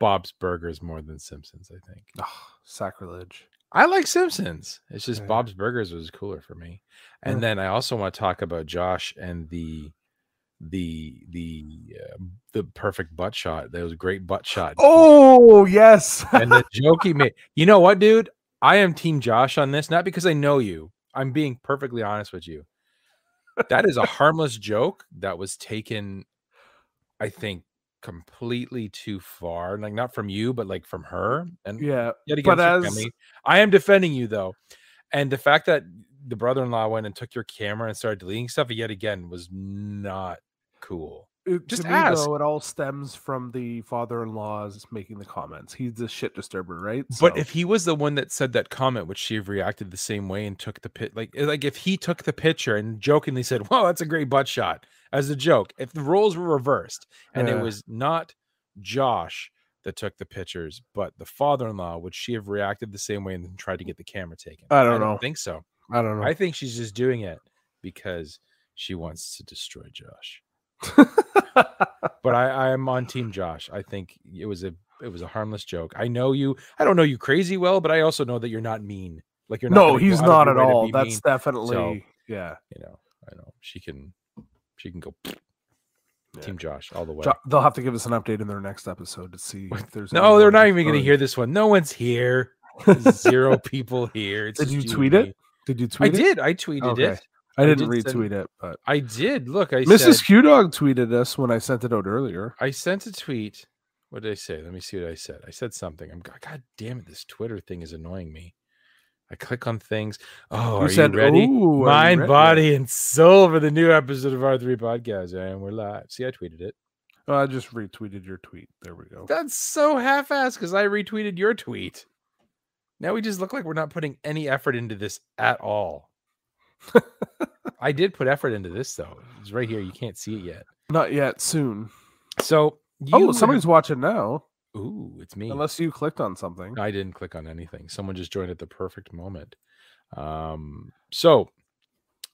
[SPEAKER 3] Bob's Burgers more than Simpsons. I think
[SPEAKER 4] Ugh, sacrilege.
[SPEAKER 3] I like Simpsons. It's just
[SPEAKER 4] Yeah.
[SPEAKER 3] Bob's Burgers was cooler for me. And
[SPEAKER 4] Yeah.
[SPEAKER 3] then I also want to talk about Josh and the the the uh, the perfect butt shot. That was a great butt shot.
[SPEAKER 4] <laughs> Oh yes.
[SPEAKER 3] and the joke he made. You know what, dude? I am Team Josh on this, not because I know you. I'm being perfectly honest with you. That is a harmless joke that was taken, I think, completely too far. Like not from you, but like from her. And
[SPEAKER 4] yeah.
[SPEAKER 3] yet again,
[SPEAKER 4] But
[SPEAKER 3] she
[SPEAKER 4] as
[SPEAKER 3] found me. I am defending you though, and the fact that the brother-in-law went and took your camera and started deleting stuff yet again was not cool.
[SPEAKER 4] it,
[SPEAKER 3] Just
[SPEAKER 4] to me,
[SPEAKER 3] ask.
[SPEAKER 4] though, it all stems from the father-in-law's making the comments. He's the shit disturber, right?
[SPEAKER 3] But
[SPEAKER 4] So-
[SPEAKER 3] if he was the one that said that comment, would she have reacted the same way and took the pit? Like, eh, like if he took the picture and jokingly said, "Wow, that's a great butt shot," as a joke. If the roles were reversed and
[SPEAKER 4] Yeah.
[SPEAKER 3] it was not Josh that took the pictures, but the father-in-law, would she have reacted the same way and then tried to get the camera taken?
[SPEAKER 4] I don't know.
[SPEAKER 3] think so.
[SPEAKER 4] I don't <laughs> know.
[SPEAKER 3] I think she's just doing it because she wants to destroy Josh. But I, I am on Team Josh. I think it was a it was a harmless joke. I know you. I don't know you crazy well, but I also know that you're not mean. Like you're not
[SPEAKER 4] no,
[SPEAKER 3] gonna go
[SPEAKER 4] he's
[SPEAKER 3] out of
[SPEAKER 4] not
[SPEAKER 3] your
[SPEAKER 4] at
[SPEAKER 3] way to
[SPEAKER 4] all.
[SPEAKER 3] be
[SPEAKER 4] That's
[SPEAKER 3] mean.
[SPEAKER 4] definitely yeah.
[SPEAKER 3] you know. I know she can. She can go. <sniffs> Team
[SPEAKER 4] Yeah.
[SPEAKER 3] Josh all the way.
[SPEAKER 4] Jo- they'll have to give us an update in their next episode to see if there's
[SPEAKER 3] no, they're
[SPEAKER 4] anyone
[SPEAKER 3] not
[SPEAKER 4] who's
[SPEAKER 3] even going to
[SPEAKER 4] voted.
[SPEAKER 3] hear this one. No one's
[SPEAKER 4] <laughs>
[SPEAKER 3] here. Zero people here. It's
[SPEAKER 4] Did
[SPEAKER 3] just
[SPEAKER 4] you
[SPEAKER 3] and
[SPEAKER 4] tweet it?
[SPEAKER 3] me.
[SPEAKER 4] Did you
[SPEAKER 3] I
[SPEAKER 4] tweet it?
[SPEAKER 3] did. I tweeted
[SPEAKER 4] Okay.
[SPEAKER 3] it.
[SPEAKER 4] I
[SPEAKER 3] I
[SPEAKER 4] didn't
[SPEAKER 3] did send-
[SPEAKER 4] retweet it, but
[SPEAKER 3] I did. Look, I said,
[SPEAKER 4] Mrs. Q Dog tweeted us when I sent it out earlier.
[SPEAKER 3] I sent a tweet. What did I say? Let me see what I said. I said something. I'm go- god damn it, this Twitter thing is annoying me. I click on things. Oh, are you ready?
[SPEAKER 4] "Ooh, are you
[SPEAKER 3] Mind,
[SPEAKER 4] ready?"
[SPEAKER 3] body, and soul for the new episode of R3 Podcast, and we're live. See, I tweeted it.
[SPEAKER 4] Oh, I just retweeted your tweet. There we go.
[SPEAKER 3] That's so half-assed because I retweeted your tweet. Now we just look like we're not putting any effort into this at <laughs> all. I did put effort into this though. It's right here. You can't see it yet.
[SPEAKER 4] Not yet. Soon.
[SPEAKER 3] So
[SPEAKER 4] Oh,
[SPEAKER 3] you
[SPEAKER 4] somebody's watching now.
[SPEAKER 3] have- ooh, it's me.
[SPEAKER 4] Unless you clicked on something.
[SPEAKER 3] I didn't click on anything. Someone just joined at the perfect moment. Um, so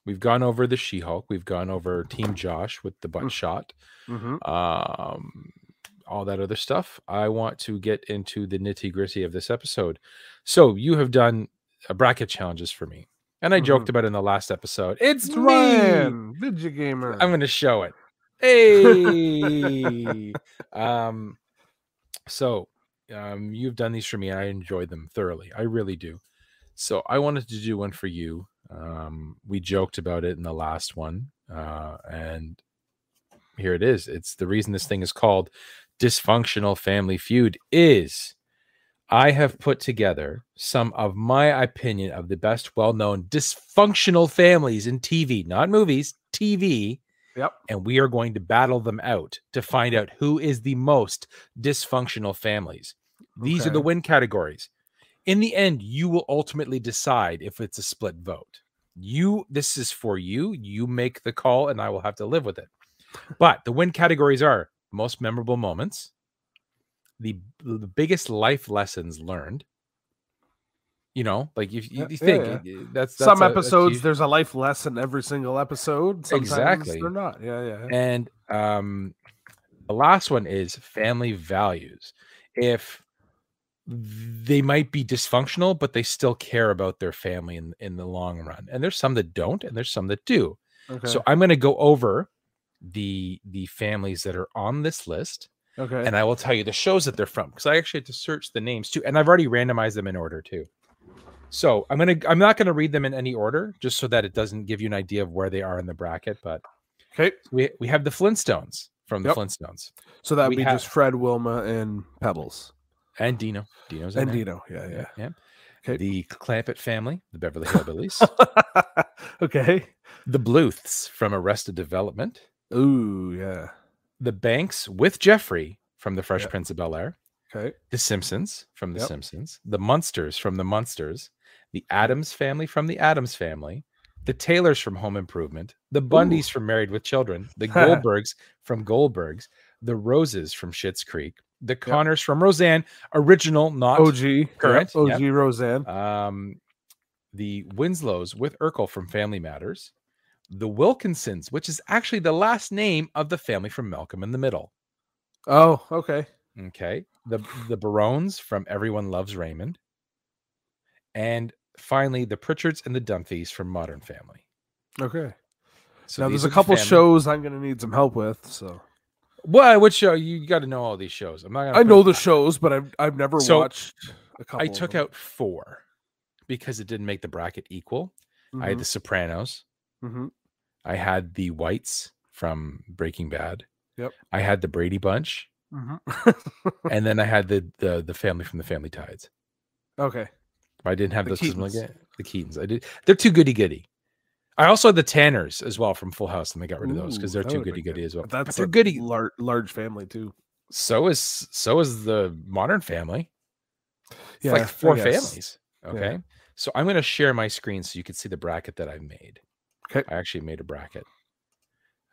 [SPEAKER 3] we've gone over the She-Hulk. We've gone over Team Josh with the butt
[SPEAKER 4] Mm.
[SPEAKER 3] shot.
[SPEAKER 4] Mm-hmm.
[SPEAKER 3] Um, all that other stuff. I want to get into the nitty gritty of this episode. So you have done uh, bracket challenges for me, and I
[SPEAKER 4] Mhm.
[SPEAKER 3] joked about it in the last episode. It's
[SPEAKER 4] It's
[SPEAKER 3] me.
[SPEAKER 4] Ryan, Digigamer.
[SPEAKER 3] I'm going to show it. Hey. <laughs> um so um you've done these for me and I enjoy them thoroughly. I really do. So I wanted to do one for you. Um we joked about it in the last one. Uh and here it is. It's the reason this thing is called Dysfunctional Family Feud is I have put together some of my opinion of the best well-known dysfunctional families in TV, not movies, TV,
[SPEAKER 4] Yep.
[SPEAKER 3] and we are going to battle them out to find out who is the most dysfunctional families. These are the
[SPEAKER 4] Okay.
[SPEAKER 3] win categories. In the end, you will ultimately decide if it's a split vote. You, this is for you. You make the call, and I will have to live with it. But the win categories are most memorable moments, the, the biggest life lessons learned. You know, like if you,
[SPEAKER 4] Yeah,
[SPEAKER 3] you
[SPEAKER 4] yeah,
[SPEAKER 3] think
[SPEAKER 4] yeah.
[SPEAKER 3] it- it- that's, that's
[SPEAKER 4] Some
[SPEAKER 3] a- that's
[SPEAKER 4] episodes
[SPEAKER 3] usu-
[SPEAKER 4] there's a life lesson every single episode. Sometimes
[SPEAKER 3] Exactly.
[SPEAKER 4] They're not. Yeah, yeah. yeah.
[SPEAKER 3] And um, the last one is family values. If they might be dysfunctional, but they still care about their family in in the long run. And there's some that don't, and there's some that do.
[SPEAKER 4] Okay.
[SPEAKER 3] So I'm going to go over the the families that are on this list,
[SPEAKER 4] okay.
[SPEAKER 3] and I will tell you the shows that they're from because I actually had to search the names too, and I've already randomized them in order too. So I'm gonna I'm not gonna read them in any order, just so that it doesn't give you an idea of where they are in the bracket. But
[SPEAKER 4] okay.
[SPEAKER 3] we we have the Flintstones from the
[SPEAKER 4] Yep.
[SPEAKER 3] Flintstones
[SPEAKER 4] So that
[SPEAKER 3] we
[SPEAKER 4] would be
[SPEAKER 3] have-
[SPEAKER 4] just Fred, Wilma, and Pebbles.
[SPEAKER 3] and Dino. Dino's in
[SPEAKER 4] And
[SPEAKER 3] there.
[SPEAKER 4] Dino. Yeah, yeah.
[SPEAKER 3] yeah.
[SPEAKER 4] Okay.
[SPEAKER 3] The Clampett family, the
[SPEAKER 4] <laughs>
[SPEAKER 3] Beverly Hillbillies, <laughs>
[SPEAKER 4] okay.
[SPEAKER 3] the Bluths from Arrested Development,
[SPEAKER 4] Ooh, yeah.
[SPEAKER 3] the Banks with Jeffrey from The Fresh
[SPEAKER 4] Yeah.
[SPEAKER 3] Prince of Bel Air,
[SPEAKER 4] Okay.
[SPEAKER 3] the Simpsons from The
[SPEAKER 4] Yep.
[SPEAKER 3] Simpsons, the Munsters from The Munsters, the Adams family from The Adams family, the Taylors from Home Improvement, the Bundys from Married with Children,
[SPEAKER 4] <laughs>
[SPEAKER 3] the Goldbergs from Goldbergs, the Roses from Schitt's Creek, the Connors from Roseanne, original, not
[SPEAKER 4] OG. yep,
[SPEAKER 3] current,
[SPEAKER 4] OG
[SPEAKER 3] yep.
[SPEAKER 4] Roseanne.
[SPEAKER 3] um, the Winslows with Urkel from Family Matters, the Wilkinsons, which is actually the last name of the family from Malcolm in the Middle.
[SPEAKER 4] Oh, okay.
[SPEAKER 3] Okay, the the Barones from Everyone Loves Raymond, and finally the Pritchards and the Dunphys from Modern Family.
[SPEAKER 4] Okay.
[SPEAKER 3] So
[SPEAKER 4] now
[SPEAKER 3] these
[SPEAKER 4] there's
[SPEAKER 3] are
[SPEAKER 4] a
[SPEAKER 3] the
[SPEAKER 4] couple
[SPEAKER 3] family-
[SPEAKER 4] shows I'm gonna need some help with. So
[SPEAKER 3] Well, which show you got to know all these shows? I'm not. Gonna
[SPEAKER 4] I
[SPEAKER 3] put
[SPEAKER 4] know
[SPEAKER 3] it-
[SPEAKER 4] the shows, but I've I've never
[SPEAKER 3] So,
[SPEAKER 4] watched a couple.
[SPEAKER 3] I
[SPEAKER 4] of
[SPEAKER 3] took
[SPEAKER 4] them.
[SPEAKER 3] out four because it didn't make the bracket equal. I had
[SPEAKER 4] Mhm,
[SPEAKER 3] the Sopranos.
[SPEAKER 4] mhm.
[SPEAKER 3] I had the Whites from Breaking Bad.
[SPEAKER 4] Yep.
[SPEAKER 3] I had the Brady
[SPEAKER 4] <laughs>
[SPEAKER 3] Bunch,
[SPEAKER 4] Mhm.
[SPEAKER 3] and then I had the the the family from the Family Tides.
[SPEAKER 4] okay.
[SPEAKER 3] If I didn't have
[SPEAKER 4] The
[SPEAKER 3] those, 'cause I'm like,
[SPEAKER 4] Keatons.
[SPEAKER 3] "Eh, the Keatons. I did. They're too goody goody. I also had the Tanners as well from Full House, and they got rid of those because
[SPEAKER 4] Ooh,
[SPEAKER 3] they're
[SPEAKER 4] that
[SPEAKER 3] too
[SPEAKER 4] would've been
[SPEAKER 3] goody goody
[SPEAKER 4] good.
[SPEAKER 3] as well.
[SPEAKER 4] But
[SPEAKER 3] But
[SPEAKER 4] That's
[SPEAKER 3] they're
[SPEAKER 4] a
[SPEAKER 3] goody.
[SPEAKER 4] lar- large family too.
[SPEAKER 3] So is so is the Modern Family. It's
[SPEAKER 4] I
[SPEAKER 3] like four
[SPEAKER 4] guess.
[SPEAKER 3] families. Okay. So I'm going to share my screen so you can see the bracket that I made.
[SPEAKER 4] 'Kay.
[SPEAKER 3] I actually made a bracket.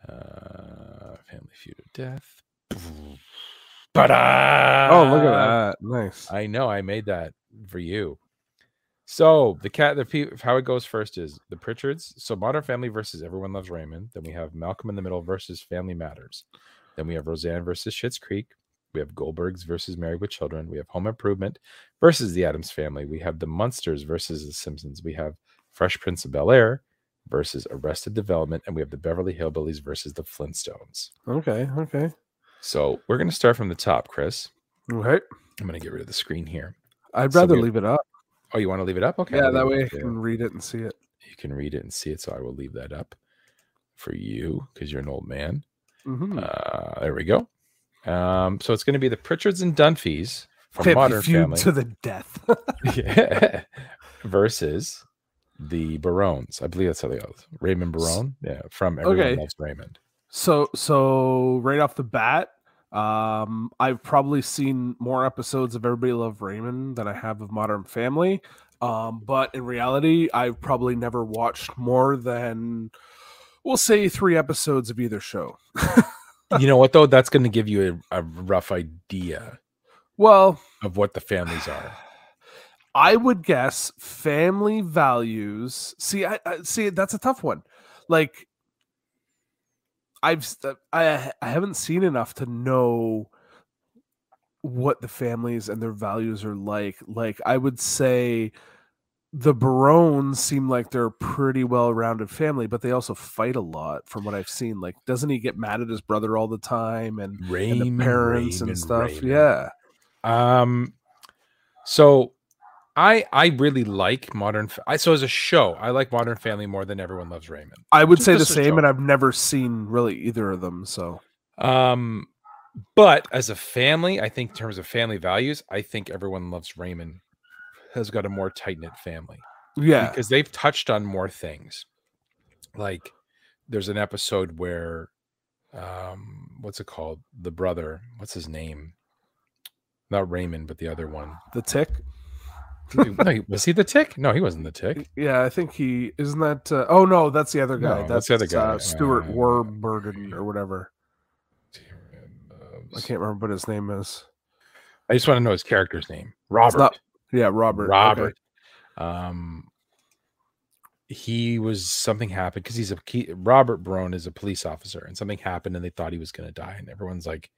[SPEAKER 3] Uh, family feud of death. But
[SPEAKER 4] Oh, look at
[SPEAKER 3] Uh,
[SPEAKER 4] that! Nice.
[SPEAKER 3] I know I made that for you. So the cat, the pe- how it goes first is the Pritchards. So Modern Family versus Everyone Loves Raymond. Then we have Malcolm in the Middle versus Family Matters. Then we have Roseanne versus Schitt's Creek. We have Goldbergs versus Married with Children. We have Home Improvement versus The Adams Family. We have The Munsters versus The Simpsons. We have Fresh Prince of Bel Air versus Arrested Development, and we have the Beverly Hillbillies versus the Flintstones.
[SPEAKER 4] Okay. Okay.
[SPEAKER 3] So we're gonna start from the top, Chris.
[SPEAKER 4] Okay.
[SPEAKER 3] I'm gonna get rid of the screen here.
[SPEAKER 4] I'd
[SPEAKER 3] So
[SPEAKER 4] rather
[SPEAKER 3] we-
[SPEAKER 4] leave it up.
[SPEAKER 3] Oh, you want to leave it up? Okay.
[SPEAKER 4] yeah,
[SPEAKER 3] I'll
[SPEAKER 4] that
[SPEAKER 3] leave
[SPEAKER 4] way
[SPEAKER 3] it
[SPEAKER 4] I
[SPEAKER 3] up there.
[SPEAKER 4] can read it and see it.
[SPEAKER 3] you can read it and see it. So I will leave that up for you because you're an old man.
[SPEAKER 4] Mhm.
[SPEAKER 3] Uh, there we go. Um, so it's going to be the Pritchards and
[SPEAKER 4] <laughs>
[SPEAKER 3] Dunphys from
[SPEAKER 4] Family
[SPEAKER 3] Modern
[SPEAKER 4] feud
[SPEAKER 3] Family
[SPEAKER 4] to the death. <laughs>
[SPEAKER 3] Yeah. <laughs> versus the Barones. I believe that's how they go. Raymond Barone, yeah, from Everyone
[SPEAKER 4] Okay.
[SPEAKER 3] Loves Raymond.
[SPEAKER 4] <laughs> So so right off the bat, um, I've probably seen more episodes of Everybody Love Raymond than I have of Modern Family. Um, but in reality, I've probably never watched more than we'll say three episodes of either show.
[SPEAKER 3] you know what though? That's going to give you a, a rough idea
[SPEAKER 4] Well,
[SPEAKER 3] of what the families are.
[SPEAKER 4] I would guess family values. See, I, I see that's a tough one. Like I've st- I I haven't seen enough to know what the families and their values are like. Like I would say the Barones seem like they're a pretty well-rounded family, but they also fight a lot from what I've seen. Like doesn't he get mad at his brother all the time and, and
[SPEAKER 3] Raymond,
[SPEAKER 4] the parents
[SPEAKER 3] Raymond,
[SPEAKER 4] and stuff?
[SPEAKER 3] Raymond.
[SPEAKER 4] Yeah.
[SPEAKER 3] Um, so I I really like modern. F- I so as a show, I like Modern Family more than Everyone Loves Raymond.
[SPEAKER 4] I would
[SPEAKER 3] Just-
[SPEAKER 4] say the
[SPEAKER 3] just a
[SPEAKER 4] same,
[SPEAKER 3] joke.
[SPEAKER 4] and I've never seen really either of them. So
[SPEAKER 3] Um, but as a family, I think in terms of family values, I think Everyone Loves Raymond has got a more tight knit family
[SPEAKER 4] yeah,
[SPEAKER 3] because they've touched on more things. Like there's an episode where, um, what's it called? The brother, what's his name? Not Raymond, but the other one.
[SPEAKER 4] the tick.
[SPEAKER 3] no, he- was he the tick? No, he wasn't the tick.
[SPEAKER 4] Yeah, I think he isn't that. Uh, oh no, that's the other
[SPEAKER 3] No,
[SPEAKER 4] guy.
[SPEAKER 3] that's
[SPEAKER 4] that's,
[SPEAKER 3] the other guy.
[SPEAKER 4] Uh, Stuart
[SPEAKER 3] Uh,
[SPEAKER 4] Warburton or whatever. I can't remember what his name is.
[SPEAKER 3] um, I just want to know his character's name. Robert.
[SPEAKER 4] not- Yeah, Robert. okay.
[SPEAKER 3] Robert. Um, he was something happened because he's a key, Robert Brown is a police officer, and something happened, and they thought he was going to die, and everyone's like,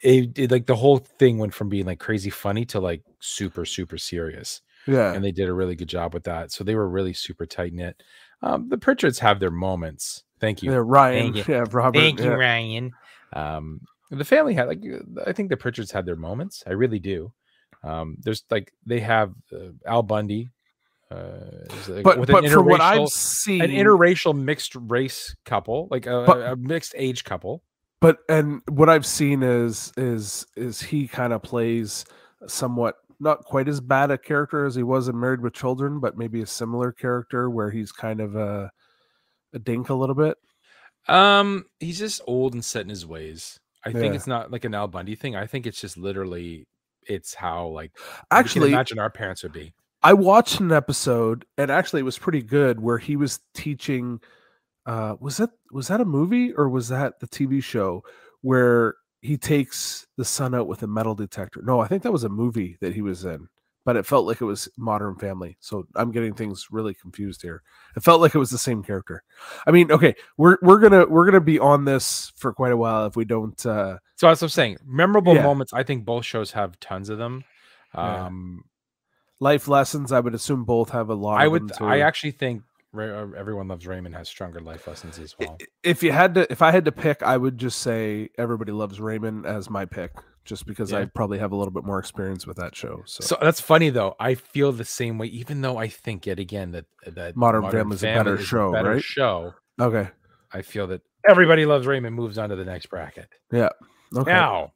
[SPEAKER 3] it, it like the whole thing went from being like crazy funny to like super super serious
[SPEAKER 4] Yeah.
[SPEAKER 3] and they did a really good job with that so they were really super tight knit um the pritchards have their moments thank you
[SPEAKER 4] Yeah, Ryan.
[SPEAKER 3] Thank
[SPEAKER 4] Yeah, Robert.
[SPEAKER 3] Thank you,
[SPEAKER 4] yeah.
[SPEAKER 3] Ryan. Um, the family had like uh, I think the Pritchards had their moments. I really do. Um, there's like they have uh, Al Bundy, uh, is, like,
[SPEAKER 4] But
[SPEAKER 3] with
[SPEAKER 4] but from what
[SPEAKER 3] interracial-
[SPEAKER 4] I've seen,
[SPEAKER 3] an interracial mixed race couple, like a,
[SPEAKER 4] But-
[SPEAKER 3] a mixed age couple.
[SPEAKER 4] but and what I've seen is is is he kind of plays somewhat not quite as bad a character as he was in Married with Children, but maybe a similar character where he's kind of a a dink a little bit.
[SPEAKER 3] Um, he's just old and set in his ways. I think
[SPEAKER 4] Yeah.
[SPEAKER 3] it's not like an Al Bundy thing. I think it's just literally it's how like we can
[SPEAKER 4] Actually,
[SPEAKER 3] imagine our parents would be.
[SPEAKER 4] I watched an episode, and actually it was pretty good, where he was teaching. Uh, was that was that a movie or was that the TV show where he takes the sun out with a metal detector? No, I think that was a movie that he was in, but it felt like it was Modern Family. So I'm getting things really confused here. It felt like it was the same character. I mean, okay, we're we're gonna we're gonna be on this for quite a while if we don't. Uh,
[SPEAKER 3] So that's what I'm saying. Memorable
[SPEAKER 4] Yeah.
[SPEAKER 3] moments. I think both shows have tons of them.
[SPEAKER 4] Yeah.
[SPEAKER 3] Um,
[SPEAKER 4] life lessons, I would assume both have a lot.
[SPEAKER 3] I
[SPEAKER 4] of
[SPEAKER 3] would.
[SPEAKER 4] them,
[SPEAKER 3] I
[SPEAKER 4] too.
[SPEAKER 3] actually think Ra- uh, everyone loves Raymond has stronger life lessons as
[SPEAKER 4] I-
[SPEAKER 3] well.
[SPEAKER 4] if you had to if i had to pick i would just say everybody loves raymond as my pick just because i
[SPEAKER 3] Yeah.
[SPEAKER 4] probably have a little bit more experience with that show so,
[SPEAKER 3] So that's funny though. I feel the same way, even though I think yet again that that
[SPEAKER 4] Modern Family's a better show, right?
[SPEAKER 3] Show.
[SPEAKER 4] okay
[SPEAKER 3] I feel that everybody loves Raymond moves on to the next bracket.
[SPEAKER 4] okay
[SPEAKER 3] Now,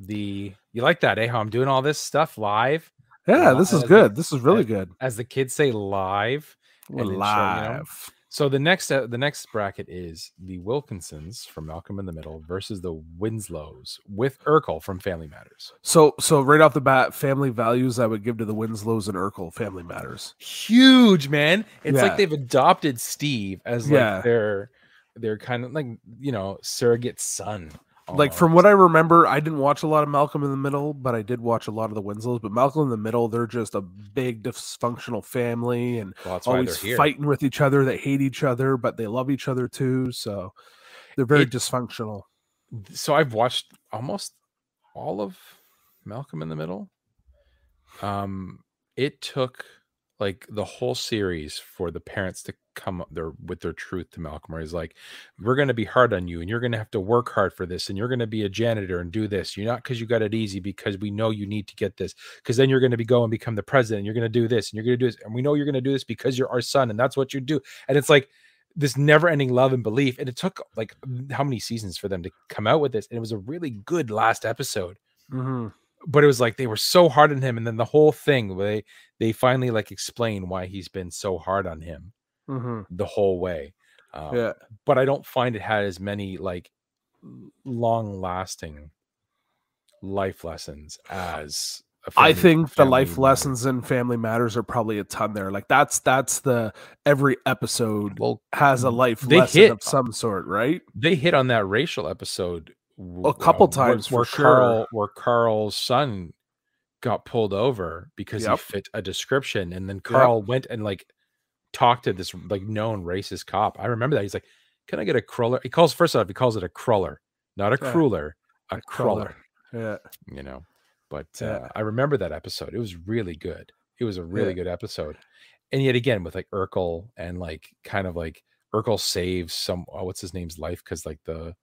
[SPEAKER 3] the you like that, eh? How I'm doing all this stuff live,
[SPEAKER 4] yeah this is
[SPEAKER 3] uh,
[SPEAKER 4] good this is really good
[SPEAKER 3] as the kids say, live.
[SPEAKER 4] We're
[SPEAKER 3] and then show, you know,
[SPEAKER 4] live
[SPEAKER 3] So the next uh, the next bracket is the Wilkinsons from Malcolm in the Middle versus the Winslows with Urkel from Family Matters.
[SPEAKER 4] so so right off the bat family values i would give to the winslows and urkel family matters
[SPEAKER 3] huge man it's
[SPEAKER 4] Yeah.
[SPEAKER 3] like they've adopted steve as like
[SPEAKER 4] Yeah.
[SPEAKER 3] their their kind of like you know surrogate son
[SPEAKER 4] like from
[SPEAKER 3] almost.
[SPEAKER 4] what i remember i didn't watch a lot of malcolm in the middle but i did watch a lot of the winslows but malcolm in the middle they're just a big dysfunctional family and
[SPEAKER 3] well, that's why they're
[SPEAKER 4] always
[SPEAKER 3] here
[SPEAKER 4] fighting with each other. They hate each other, but they love each other too. So they're very
[SPEAKER 3] It-
[SPEAKER 4] dysfunctional.
[SPEAKER 3] so i've watched almost all of malcolm in the middle um it took like the whole series for the parents to come up there with their truth to malcolm where he's like we're going to be hard on you and you're going to have to work hard for this and you're going to be a janitor and do this you're not because you got it easy because we know you need to get this because then you're going to be go and become the president and you're going to do this and you're going to do this and we know you're going to do this because you're our son and that's what you do and it's like this never-ending love and belief and it took like how many seasons for them to come out with this and it was a really good last episode
[SPEAKER 4] Mm-hmm.
[SPEAKER 3] but it was like they were so hard on him and then the whole thing where they they finally like explain why he's been so hard on him
[SPEAKER 4] Mm-hmm.
[SPEAKER 3] the whole way um,
[SPEAKER 4] Yeah.
[SPEAKER 3] but i don't find it had as many like long lasting life lessons as a
[SPEAKER 4] I
[SPEAKER 3] Family-
[SPEAKER 4] think the
[SPEAKER 3] Family
[SPEAKER 4] life
[SPEAKER 3] Matters.
[SPEAKER 4] lessons and family matters are probably a ton there. Like that's that's the every episode
[SPEAKER 3] well
[SPEAKER 4] has a life
[SPEAKER 3] Mm-hmm. They
[SPEAKER 4] lesson
[SPEAKER 3] hit-
[SPEAKER 4] of some sort, right?
[SPEAKER 3] they hit on that racial episode w- um,
[SPEAKER 4] A couple
[SPEAKER 3] where-
[SPEAKER 4] times for
[SPEAKER 3] where,
[SPEAKER 4] sure.
[SPEAKER 3] Carl where Carl's son got pulled over because
[SPEAKER 4] Yep.
[SPEAKER 3] he fit a description, and then Carl went and like talked to this like known racist cop. I remember that he's like, "Can I get a crawler?" He calls first off, he calls it a crawler, not a
[SPEAKER 4] Yeah.
[SPEAKER 3] cruller, a,
[SPEAKER 4] A cruller.
[SPEAKER 3] crawler.
[SPEAKER 4] Yeah.
[SPEAKER 3] You know, but
[SPEAKER 4] Yeah.
[SPEAKER 3] uh, I remember that episode. It was really good. It was a really
[SPEAKER 4] Yeah.
[SPEAKER 3] good episode, and yet again with like Urkel and like kind of like Urkel saves some oh, what's his name's life because like the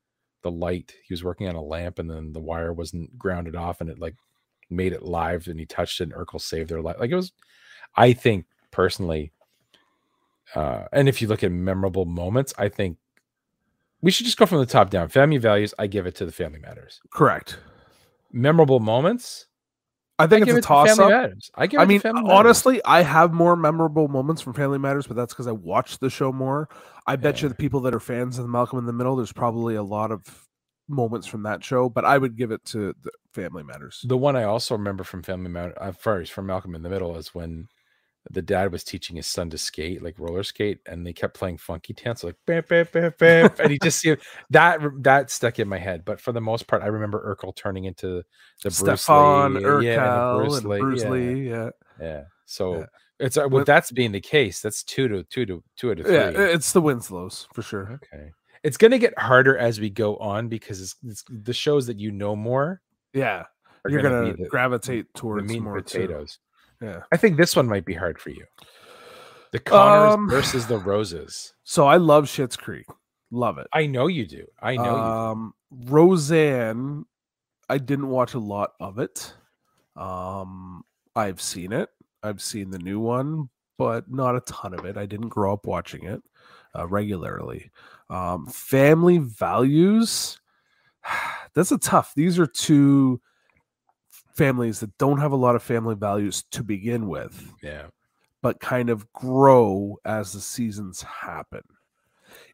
[SPEAKER 3] the light he was working on a lamp and then the wire wasn't grounded off and it like made it live and he touched it and Urkel saved their life. Like it was, I think personally, uh, and if you look at memorable moments, I think we should just go from the top down. Family values, I give it to the Family Matters.
[SPEAKER 4] Correct.
[SPEAKER 3] Memorable moments,
[SPEAKER 4] I think
[SPEAKER 3] give
[SPEAKER 4] it's
[SPEAKER 3] it to
[SPEAKER 4] a toss
[SPEAKER 3] Family
[SPEAKER 4] up.
[SPEAKER 3] Matters. I give it
[SPEAKER 4] I mean,
[SPEAKER 3] to Family Matters.
[SPEAKER 4] honestly, I have more memorable moments from Family Matters, but that's because I watched the show more. I bet
[SPEAKER 3] Yeah.
[SPEAKER 4] you the people that are fans of Malcolm in the Middle, there's probably a lot of moments from that show, but I would give it to the Family Matters.
[SPEAKER 3] The one I also remember from Family Matters, uh, first from Malcolm in the Middle, is when the dad was teaching his son to skate, like roller skate, and they kept playing funky dance, like bam, bam, bam, bam, and he just <laughs> seemed that that stuck in my head. But for the most part, I remember Urkel turning into the Bruce
[SPEAKER 4] Stefan
[SPEAKER 3] Lee,
[SPEAKER 4] Urkel
[SPEAKER 3] yeah, the
[SPEAKER 4] and Bruce
[SPEAKER 3] yeah,
[SPEAKER 4] Lee, yeah.
[SPEAKER 3] yeah. So
[SPEAKER 4] Yeah.
[SPEAKER 3] it's uh,
[SPEAKER 4] With-
[SPEAKER 3] with that's being the case, that's two to two to two out of three.
[SPEAKER 4] Yeah, it's the Winslows for sure.
[SPEAKER 3] Okay. It's going to get harder as we go on because it's, it's the shows that you know more
[SPEAKER 4] Yeah,
[SPEAKER 3] are
[SPEAKER 4] you're
[SPEAKER 3] gonna
[SPEAKER 4] gonna,
[SPEAKER 3] be the-
[SPEAKER 4] gravitate
[SPEAKER 3] the
[SPEAKER 4] towards
[SPEAKER 3] meat and
[SPEAKER 4] more too.
[SPEAKER 3] potatoes.
[SPEAKER 4] Yeah.
[SPEAKER 3] I think this one might be hard for you. The Connors
[SPEAKER 4] Um,
[SPEAKER 3] versus the Roses.
[SPEAKER 4] So I love Shit's Creek. Love it.
[SPEAKER 3] I know you do. I know you.
[SPEAKER 4] um, Roseanne, I didn't watch a lot of it. Um, I've seen it. I've seen the new one, but not a ton of it. I didn't grow up watching it uh, regularly. Um, family values. <sighs> That's a tough. These are two families that don't have a lot of family values to begin with
[SPEAKER 3] do. Yeah.
[SPEAKER 4] but kind of grow as the seasons happen.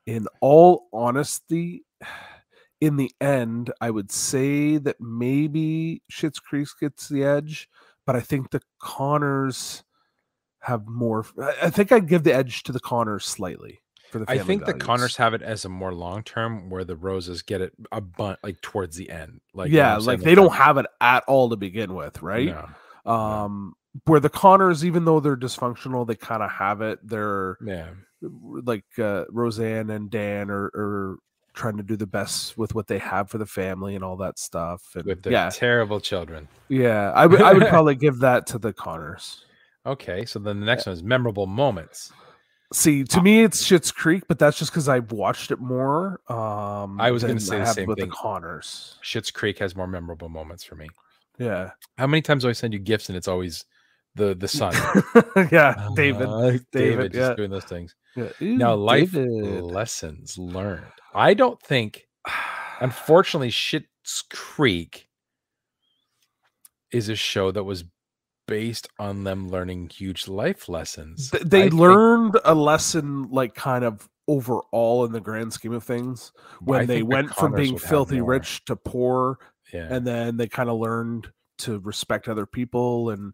[SPEAKER 4] In all honesty, <sighs> in the end, I would say that maybe Schitt's Creek gets the edge, but I think the Connors have more. I- I think I'd give the edge to the Connors slightly for the.
[SPEAKER 3] I
[SPEAKER 4] family
[SPEAKER 3] think the
[SPEAKER 4] values.
[SPEAKER 3] Connors have it as a more long term, where the Roses get it a bunch like towards the end. Like you know what
[SPEAKER 4] yeah,
[SPEAKER 3] I'm saying?
[SPEAKER 4] like they don't have it at all to begin with, right?
[SPEAKER 3] No.
[SPEAKER 4] Um, where the Connors, even though they're dysfunctional, they kind of have it. They're
[SPEAKER 3] Yeah.
[SPEAKER 4] r- like uh, Roseanne and Dan are, are trying to do the best with what they have for the family and all that stuff. And
[SPEAKER 3] With the
[SPEAKER 4] yeah,
[SPEAKER 3] terrible children.
[SPEAKER 4] yeah, I would
[SPEAKER 3] <laughs>
[SPEAKER 4] I would probably give that to the Connors.
[SPEAKER 3] Okay. So then the next one is memorable moments.
[SPEAKER 4] See, to me, it's Shit's Creek, but that's just because I've watched it more. Um,
[SPEAKER 3] I was gonna
[SPEAKER 4] than
[SPEAKER 3] say the
[SPEAKER 4] have
[SPEAKER 3] same
[SPEAKER 4] with
[SPEAKER 3] thing.
[SPEAKER 4] the Connors.
[SPEAKER 3] Shits Creek has more memorable moments for me.
[SPEAKER 4] Yeah, <laughs>
[SPEAKER 3] How many times do I send you gifts and it's always the the son?
[SPEAKER 4] yeah, <laughs> David.
[SPEAKER 3] Uh, David,
[SPEAKER 4] David,
[SPEAKER 3] just
[SPEAKER 4] yeah.
[SPEAKER 3] doing those things.
[SPEAKER 4] Yeah.
[SPEAKER 3] Now,
[SPEAKER 4] Ooh,
[SPEAKER 3] life
[SPEAKER 4] Mm, David.
[SPEAKER 3] lessons learned. I don't think, unfortunately, Shit's Creek is a show that was based on them learning huge life lessons. <sighs>
[SPEAKER 4] Th- they
[SPEAKER 3] I think-
[SPEAKER 4] learned a lesson, like kind of overall in the grand scheme of things,
[SPEAKER 3] I
[SPEAKER 4] when they
[SPEAKER 3] think the
[SPEAKER 4] went from
[SPEAKER 3] Conners
[SPEAKER 4] being
[SPEAKER 3] would have
[SPEAKER 4] filthy
[SPEAKER 3] more.
[SPEAKER 4] rich to poor
[SPEAKER 3] Yeah.
[SPEAKER 4] and then they kind of learned to respect other people and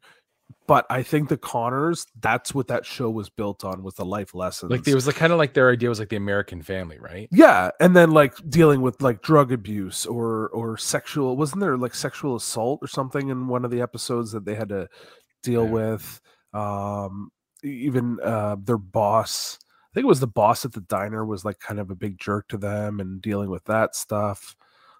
[SPEAKER 4] but i think the connors that's what that show was built on was the life lessons
[SPEAKER 3] like it was like, kind of like their idea was like the American family, right?
[SPEAKER 4] yeah and then like dealing with like drug abuse or or sexual wasn't there like sexual assault or something in one of the episodes that they had to deal
[SPEAKER 3] Yeah.
[SPEAKER 4] with um e- even uh their boss i think it was the boss at the diner was like kind of a big jerk to them and dealing with that stuff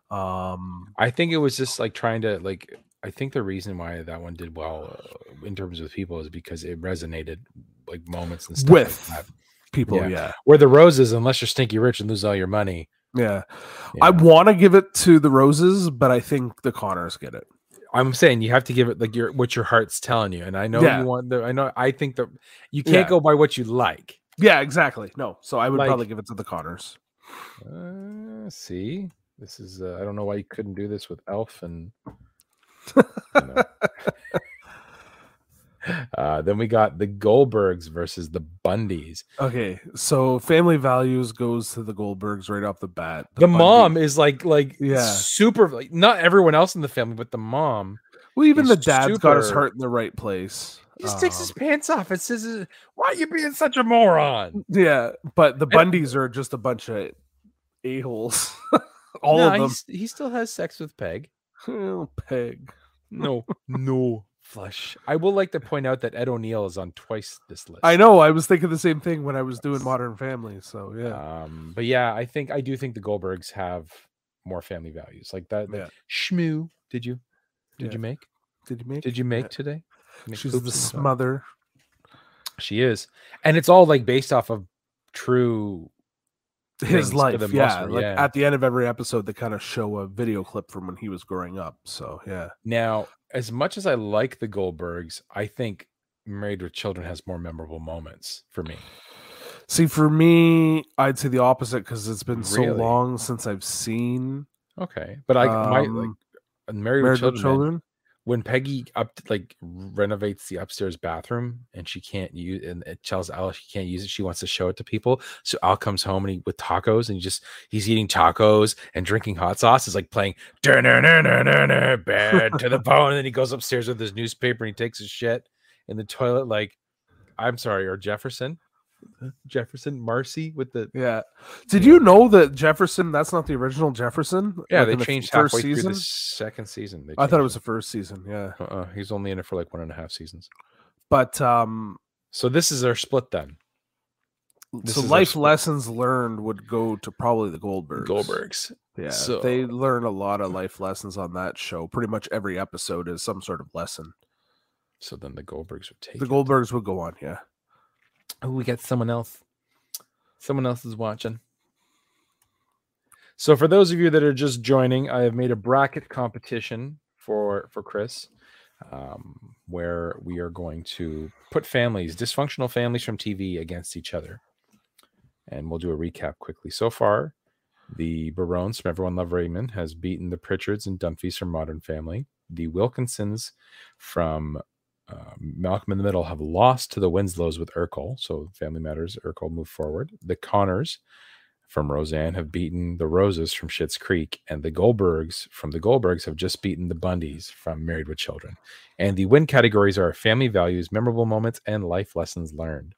[SPEAKER 4] um
[SPEAKER 3] I think it was just like trying to like. I think the reason why that one did well uh, in terms of people is because it resonated like moments and stuff like
[SPEAKER 4] With
[SPEAKER 3] that.
[SPEAKER 4] people
[SPEAKER 3] Yeah.
[SPEAKER 4] yeah.
[SPEAKER 3] Where the roses, unless you're stinky rich and lose all your money,
[SPEAKER 4] Yeah. I
[SPEAKER 3] Yeah.
[SPEAKER 4] want to give it to the Roses, but I think the Connors get it.
[SPEAKER 3] I'm saying you have to give it like your what your heart's telling you. And I know
[SPEAKER 4] Yeah.
[SPEAKER 3] you want the I know I think that you
[SPEAKER 4] Yeah.
[SPEAKER 3] can't go by what you like.
[SPEAKER 4] Yeah, exactly. No, so I would
[SPEAKER 3] Like-
[SPEAKER 4] probably give it to the Connors.
[SPEAKER 3] Uh, see, this is uh, I don't know why you couldn't do this with Elf and. <laughs> uh, then we got the Goldbergs versus the Bundys.
[SPEAKER 4] Okay, so family values goes to the Goldbergs right off the bat.
[SPEAKER 3] The,
[SPEAKER 4] Bundy-
[SPEAKER 3] mom is like like
[SPEAKER 4] Yeah.
[SPEAKER 3] super like, not everyone else in the family, but the mom
[SPEAKER 4] well, even the
[SPEAKER 3] is
[SPEAKER 4] dad's got his
[SPEAKER 3] super-
[SPEAKER 4] heart in the right place.
[SPEAKER 3] He just takes
[SPEAKER 4] Um,
[SPEAKER 3] his pants off and says, "Why are you being such a moron?"
[SPEAKER 4] Um, yeah, but the Bundys are just a bunch of a holes. <laughs> All
[SPEAKER 3] Nah,
[SPEAKER 4] of them.
[SPEAKER 3] he's- He still has sex with Peg.
[SPEAKER 4] <laughs> Oh, Peg. <laughs>
[SPEAKER 3] No, no flush. I will like to point out that Ed O'Neill is on twice this list.
[SPEAKER 4] I know. I was thinking the same thing when I was doing Modern Family. So yeah,
[SPEAKER 3] Um, but yeah, I think I do think the Goldbergs have more family values like that. that
[SPEAKER 4] Yeah.
[SPEAKER 3] Shmoo, did you? Did
[SPEAKER 4] Yeah.
[SPEAKER 3] you make?
[SPEAKER 4] did you make?
[SPEAKER 3] Did you make today? Make
[SPEAKER 4] She's
[SPEAKER 3] poops
[SPEAKER 4] the
[SPEAKER 3] and stuff?
[SPEAKER 4] smother.
[SPEAKER 3] She is, and it's all like based off of true. things
[SPEAKER 4] his
[SPEAKER 3] for
[SPEAKER 4] life
[SPEAKER 3] the most
[SPEAKER 4] yeah
[SPEAKER 3] part,
[SPEAKER 4] like
[SPEAKER 3] yeah.
[SPEAKER 4] at the end of every episode they kind of show a video clip from when he was growing up so yeah
[SPEAKER 3] Now, as much as I like the Goldbergs, I think Married with Children has more memorable moments for me.
[SPEAKER 4] see for me i'd say the opposite because it's been so
[SPEAKER 3] Really?
[SPEAKER 4] long since i've seen
[SPEAKER 3] Okay, but I my like
[SPEAKER 4] um,
[SPEAKER 3] Married,
[SPEAKER 4] married
[SPEAKER 3] with Children.
[SPEAKER 4] with
[SPEAKER 3] man,
[SPEAKER 4] children
[SPEAKER 3] when Peggy up like renovates the upstairs bathroom and she can't use and it tells Al she can't use it, she wants to show it to people. So Al comes home and he with tacos and he just he's eating tacos and drinking hot sauce is like playing "Dun-dun-dun-dun-dun-dun, bad <laughs> to the bone. And then he goes upstairs with his newspaper and he takes his shit in the toilet, like I'm sorry, or Jefferson. Jefferson Marcy with the
[SPEAKER 4] yeah did you know that jefferson that's not the original jefferson
[SPEAKER 3] yeah
[SPEAKER 4] Like,
[SPEAKER 3] they
[SPEAKER 4] in the f-
[SPEAKER 3] changed
[SPEAKER 4] first
[SPEAKER 3] halfway
[SPEAKER 4] season
[SPEAKER 3] through the second season. They
[SPEAKER 4] i thought
[SPEAKER 3] changed
[SPEAKER 4] it was the first season yeah
[SPEAKER 3] Uh-uh, he's only in it for like one and a half seasons.
[SPEAKER 4] but um
[SPEAKER 3] So this is our split then. This
[SPEAKER 4] so
[SPEAKER 3] is our
[SPEAKER 4] life
[SPEAKER 3] sport.
[SPEAKER 4] lessons learned would go to probably the Goldbergs.
[SPEAKER 3] Goldbergs.
[SPEAKER 4] Yeah.
[SPEAKER 3] So-
[SPEAKER 4] They learn a lot of life lessons on that show. Pretty much every episode is some sort of lesson.
[SPEAKER 3] So then the Goldbergs would take
[SPEAKER 4] The
[SPEAKER 3] it.
[SPEAKER 4] Goldbergs would go on, yeah.
[SPEAKER 3] Oh, we got someone else. Someone else is watching. So for those of you that are just joining, I have made a bracket competition for for Chris, um, where we are going to put families, dysfunctional families from TV, against each other, and we'll do a recap quickly. So far, the Barones from Everyone Love Raymond has beaten the Pritchards and Dunphys from Modern Family. The Wilkinsons from uh, Malcolm in the Middle have lost to the Winslows with Urkel. So Family Matters, Urkel move forward. The Connors from Roseanne have beaten the Roses from Schitt's Creek, and the Goldbergs from the Goldbergs have just beaten the Bundys from Married with Children. And the win categories are family values, memorable moments, and life lessons learned.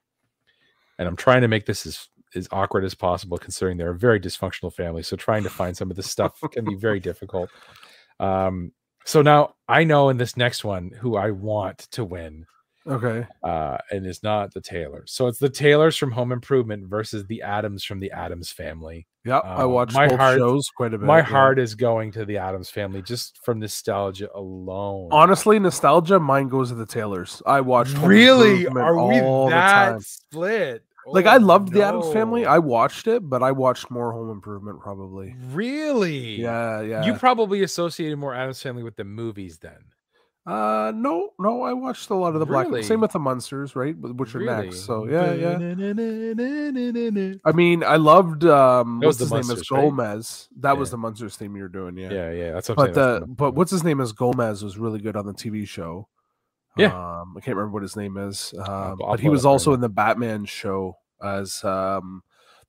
[SPEAKER 3] And I'm trying to make this as as awkward as possible, considering they're a very dysfunctional family. So trying to find some of this stuff can be very difficult. Um, so now I know in this next one who I want to win
[SPEAKER 4] Okay.
[SPEAKER 3] uh, and it's not the Taylors. So it's the Taylors from Home Improvement versus the Adams from the Adams Family.
[SPEAKER 4] Yeah. I
[SPEAKER 3] Uh,
[SPEAKER 4] watched
[SPEAKER 3] my
[SPEAKER 4] both
[SPEAKER 3] heart-
[SPEAKER 4] shows quite a bit.
[SPEAKER 3] My
[SPEAKER 4] yeah.
[SPEAKER 3] heart is going to the Adams Family just from nostalgia alone.
[SPEAKER 4] Honestly, nostalgia, mine goes to the Taylors. I watched Home
[SPEAKER 3] really,
[SPEAKER 4] Improvement
[SPEAKER 3] are
[SPEAKER 4] all
[SPEAKER 3] we
[SPEAKER 4] the
[SPEAKER 3] that
[SPEAKER 4] time.
[SPEAKER 3] split?
[SPEAKER 4] Like
[SPEAKER 3] Oh,
[SPEAKER 4] I loved the Adams Family.
[SPEAKER 3] no.
[SPEAKER 4] I watched it, but I watched more Home Improvement probably.
[SPEAKER 3] really,
[SPEAKER 4] Yeah, yeah.
[SPEAKER 3] You probably associated more Adams Family with the movies then.
[SPEAKER 4] uh, no, no. I watched a lot of the black.
[SPEAKER 3] Really?
[SPEAKER 4] Same with the Munsters, right? Wh- Which are
[SPEAKER 3] Really?
[SPEAKER 4] next. So yeah, yeah.
[SPEAKER 3] yeah.
[SPEAKER 4] I mean, I loved um,
[SPEAKER 3] That was
[SPEAKER 4] what's
[SPEAKER 3] the
[SPEAKER 4] his name
[SPEAKER 3] Munsters,
[SPEAKER 4] is
[SPEAKER 3] right?
[SPEAKER 4] Gomez. That was
[SPEAKER 3] Yeah.
[SPEAKER 4] the Munsters theme you were doing, yeah.
[SPEAKER 3] Yeah, yeah, that's what I'm
[SPEAKER 4] But
[SPEAKER 3] saying. that's
[SPEAKER 4] the
[SPEAKER 3] the-
[SPEAKER 4] but what's his name is Gomez was really good on the TV show.
[SPEAKER 3] Yeah.
[SPEAKER 4] um, I can't remember what his name is. Um,
[SPEAKER 3] I'll
[SPEAKER 4] but he
[SPEAKER 3] pull it
[SPEAKER 4] was
[SPEAKER 3] up right
[SPEAKER 4] also
[SPEAKER 3] now.
[SPEAKER 4] in the Batman show as um,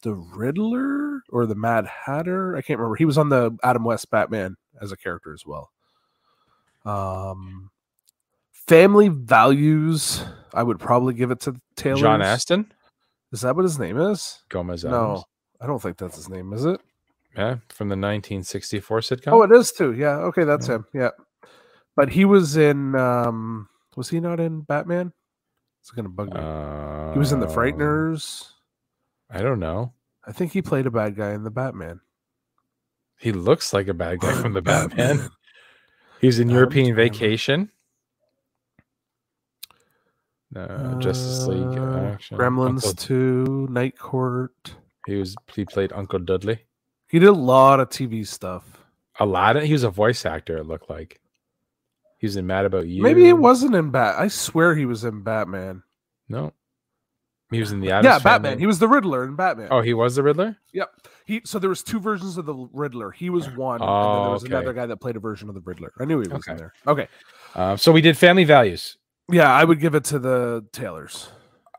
[SPEAKER 4] the Riddler or the Mad Hatter. I can't remember. He was on the Adam West Batman as a character as well. Um, family values. I would probably give it to the Taylor.
[SPEAKER 3] John Aston
[SPEAKER 4] Is that what his name is?
[SPEAKER 3] Gomez Adams.
[SPEAKER 4] No, I don't think that's his name. Is it?
[SPEAKER 3] Yeah, from the 1964 sitcom.
[SPEAKER 4] Oh, it is too. Yeah. Okay, that's him. Yeah. But he was in um was he not in Batman? It's gonna bug me.
[SPEAKER 3] Uh,
[SPEAKER 4] he was in The Frighteners.
[SPEAKER 3] I don't know.
[SPEAKER 4] I think he played a bad guy in the Batman.
[SPEAKER 3] He looks like a bad guy
[SPEAKER 4] I'm
[SPEAKER 3] from the Batman.
[SPEAKER 4] <laughs> Batman.
[SPEAKER 3] He's in
[SPEAKER 4] I'm
[SPEAKER 3] European
[SPEAKER 4] Batman.
[SPEAKER 3] Vacation. Uh, Justice League
[SPEAKER 4] Uh,
[SPEAKER 3] action.
[SPEAKER 4] Gremlins
[SPEAKER 3] Uncle-
[SPEAKER 4] two, Night Court.
[SPEAKER 3] he was he played Uncle Dudley.
[SPEAKER 4] He did a lot of TV stuff.
[SPEAKER 3] Aladdin. He was a voice actor. It looked like he was in Mad About You.
[SPEAKER 4] Maybe he wasn't in Bat. I swear he was in Batman.
[SPEAKER 3] No, he was in the
[SPEAKER 4] yeah,
[SPEAKER 3] Addams
[SPEAKER 4] Batman.
[SPEAKER 3] Family.
[SPEAKER 4] He was the Riddler in Batman.
[SPEAKER 3] oh, he was the Riddler.
[SPEAKER 4] Yep. He so there was two versions of the Riddler. He was one, and then
[SPEAKER 3] Oh,
[SPEAKER 4] there was
[SPEAKER 3] okay.
[SPEAKER 4] another guy that played a version of the Riddler. I knew he was in
[SPEAKER 3] Okay.
[SPEAKER 4] there. Okay.
[SPEAKER 3] Uh, so we did Family Values.
[SPEAKER 4] Yeah, I would give it to the Taylors.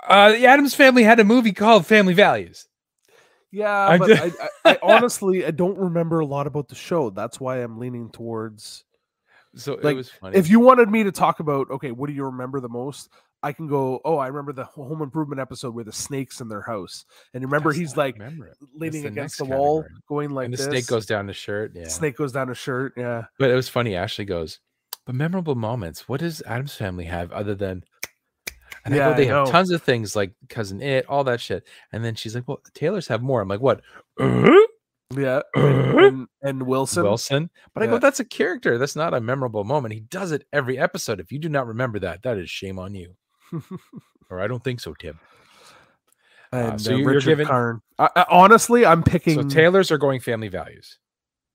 [SPEAKER 3] Uh, the Adams Family had a movie called Family Values.
[SPEAKER 4] Yeah,
[SPEAKER 3] I'm
[SPEAKER 4] but
[SPEAKER 3] just-
[SPEAKER 4] I, I,
[SPEAKER 3] <laughs>
[SPEAKER 4] I honestly I don't remember a lot about the show. That's why I'm leaning towards.
[SPEAKER 3] So it
[SPEAKER 4] Like,
[SPEAKER 3] was funny.
[SPEAKER 4] If you wanted me to talk about, okay, what do you remember the most? I can go. Oh, I remember the Home Improvement episode where the snakes in their house, and remember
[SPEAKER 3] That's
[SPEAKER 4] he's
[SPEAKER 3] not- I
[SPEAKER 4] like
[SPEAKER 3] remember it.
[SPEAKER 4] leaning
[SPEAKER 3] the next
[SPEAKER 4] against the wall,
[SPEAKER 3] category.
[SPEAKER 4] going like
[SPEAKER 3] and the
[SPEAKER 4] this.
[SPEAKER 3] snake goes down the shirt. Yeah.
[SPEAKER 4] Snake goes down his shirt. Yeah.
[SPEAKER 3] But it was funny. Ashley goes, but memorable moments. What does Adam's family have other than? And I
[SPEAKER 4] Yeah,
[SPEAKER 3] go, they
[SPEAKER 4] I
[SPEAKER 3] have
[SPEAKER 4] know.
[SPEAKER 3] tons of things like cousin it, all that shit. And then she's like, well, Taylor's have more. I'm like, what? "Uh-huh, <laughs>
[SPEAKER 4] Yeah.
[SPEAKER 3] Uh-huh.
[SPEAKER 4] And, and, and Wilson.
[SPEAKER 3] Wilson. But I go,
[SPEAKER 4] Yeah.
[SPEAKER 3] that's a character. That's not a memorable moment. He does it every episode. If you do not remember that, that is shame on you.
[SPEAKER 4] <laughs>
[SPEAKER 3] Or I don't think so, Tim.
[SPEAKER 4] and
[SPEAKER 3] so
[SPEAKER 4] uh,
[SPEAKER 3] you- you're
[SPEAKER 4] Richard
[SPEAKER 3] giving-
[SPEAKER 4] Karn. I, I, honestly, I'm picking.
[SPEAKER 3] So Taylor's are going family values,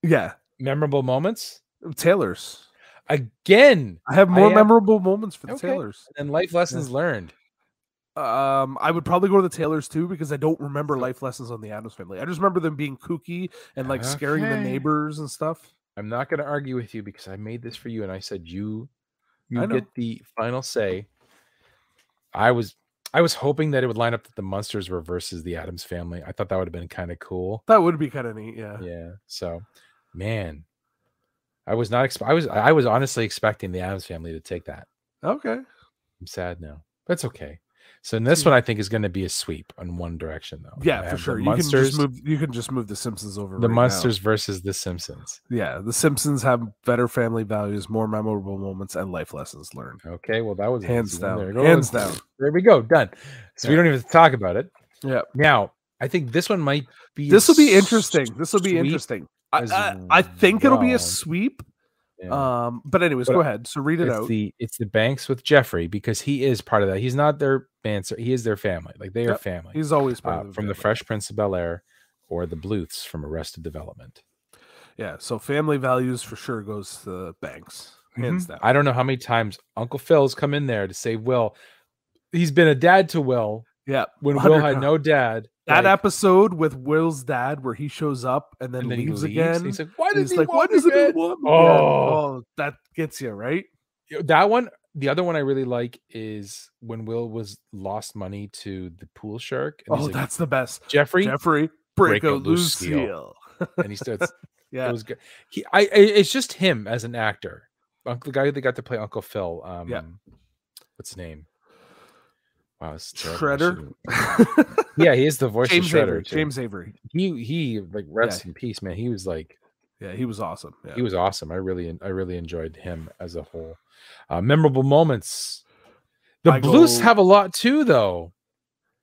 [SPEAKER 4] Yeah.
[SPEAKER 3] memorable moments
[SPEAKER 4] Taylors.
[SPEAKER 3] again,
[SPEAKER 4] I have
[SPEAKER 3] I
[SPEAKER 4] more
[SPEAKER 3] am-
[SPEAKER 4] memorable moments for the
[SPEAKER 3] Okay.
[SPEAKER 4] Taylors.
[SPEAKER 3] and life lessons learned.
[SPEAKER 4] Um, I would probably go to the Taylors too because I don't remember life lessons on the Adams family. I just remember them being kooky and like scaring the
[SPEAKER 3] Okay.
[SPEAKER 4] neighbors and stuff.
[SPEAKER 3] I'm not going to argue with you because I made this for you, and I said you
[SPEAKER 4] I
[SPEAKER 3] you
[SPEAKER 4] know.
[SPEAKER 3] get the final say. I was I was hoping that it would line up that the Munsters were versus the Adams family. I thought that would have been kind of cool.
[SPEAKER 4] That would be kind of neat, yeah.
[SPEAKER 3] Yeah. So, man, I was not. Exp- I was I was honestly expecting the Adams family to take that.
[SPEAKER 4] Okay.
[SPEAKER 3] Oh, I'm sad now. That's okay. So and this one I think is going to be a sweep on one direction though. I
[SPEAKER 4] Hmm. Yeah,
[SPEAKER 3] have
[SPEAKER 4] for
[SPEAKER 3] the
[SPEAKER 4] sure. You can
[SPEAKER 3] Munsters,
[SPEAKER 4] just move. You can just move the Simpsons over.
[SPEAKER 3] the
[SPEAKER 4] right now.
[SPEAKER 3] Munsters versus the Simpsons.
[SPEAKER 4] Yeah, the Simpsons have better family values, more memorable moments, and life lessons learned.
[SPEAKER 3] Okay, well that was an
[SPEAKER 4] Hands
[SPEAKER 3] easy one. There <sniffs>
[SPEAKER 4] down.
[SPEAKER 3] you go.
[SPEAKER 4] Hands down.
[SPEAKER 3] There we go. Done. So we don't even have to talk about it.
[SPEAKER 4] Yeah.
[SPEAKER 3] Now, I think this one might be. a
[SPEAKER 4] This will be
[SPEAKER 3] s-
[SPEAKER 4] interesting. This will be
[SPEAKER 3] sweep
[SPEAKER 4] interesting. I,
[SPEAKER 3] as
[SPEAKER 4] I, I think it'll be
[SPEAKER 3] well.
[SPEAKER 4] a sweep.
[SPEAKER 3] Yeah.
[SPEAKER 4] Um, but anyways,
[SPEAKER 3] But
[SPEAKER 4] go ahead. So read it
[SPEAKER 3] it's
[SPEAKER 4] out.
[SPEAKER 3] the it's the banks with Jeffrey because he is part of that. He's not their man, sir. He is their family. Like they are
[SPEAKER 4] Yep.
[SPEAKER 3] family
[SPEAKER 4] He's always part
[SPEAKER 3] uh,
[SPEAKER 4] of
[SPEAKER 3] from the
[SPEAKER 4] family.
[SPEAKER 3] Fresh Prince of Bel Air or the Bluths from Arrested Development.
[SPEAKER 4] Yeah. So family values for sure goes to the banks. Hands down.
[SPEAKER 3] Mm-hmm. I don't know how many times Uncle Phil's come in there to save Will. He's been a dad to Will
[SPEAKER 4] yeah.
[SPEAKER 3] when
[SPEAKER 4] 100
[SPEAKER 3] Will had no dad.
[SPEAKER 4] That
[SPEAKER 3] like,
[SPEAKER 4] episode with Will's dad where he shows up and then,
[SPEAKER 3] and then he
[SPEAKER 4] leaves,
[SPEAKER 3] leaves
[SPEAKER 4] again.
[SPEAKER 3] and He's like, "Why
[SPEAKER 4] and
[SPEAKER 3] does
[SPEAKER 4] he's
[SPEAKER 3] he
[SPEAKER 4] like,
[SPEAKER 3] want
[SPEAKER 4] what does
[SPEAKER 3] me
[SPEAKER 4] it
[SPEAKER 3] again?"
[SPEAKER 4] want? me?" Yeah,
[SPEAKER 3] Oh.
[SPEAKER 4] oh, that gets you, right?
[SPEAKER 3] Yeah, that one the other one i really like is when will was lost money to the pool shark and
[SPEAKER 4] Oh,
[SPEAKER 3] he's like,
[SPEAKER 4] that's the best.
[SPEAKER 3] jeffrey
[SPEAKER 4] Jeffrey, break, a loose seal.
[SPEAKER 3] and he starts
[SPEAKER 4] <laughs> Yeah.
[SPEAKER 3] it was good he i i- it's just him as an actor Uncle, the guy that got to play uncle phil um what's his name wow it's terrible. I
[SPEAKER 4] Shredder.
[SPEAKER 3] shouldn't- yeah he is the voice
[SPEAKER 4] James
[SPEAKER 3] of shredder
[SPEAKER 4] Avery.
[SPEAKER 3] too.
[SPEAKER 4] James Avery.
[SPEAKER 3] he he like rest in peace man he was like
[SPEAKER 4] Yeah, he was awesome. Yeah.
[SPEAKER 3] he was awesome. I really, en- I really enjoyed him as a whole. Uh, memorable moments. The
[SPEAKER 4] I
[SPEAKER 3] Blues
[SPEAKER 4] go-
[SPEAKER 3] have a lot too, though.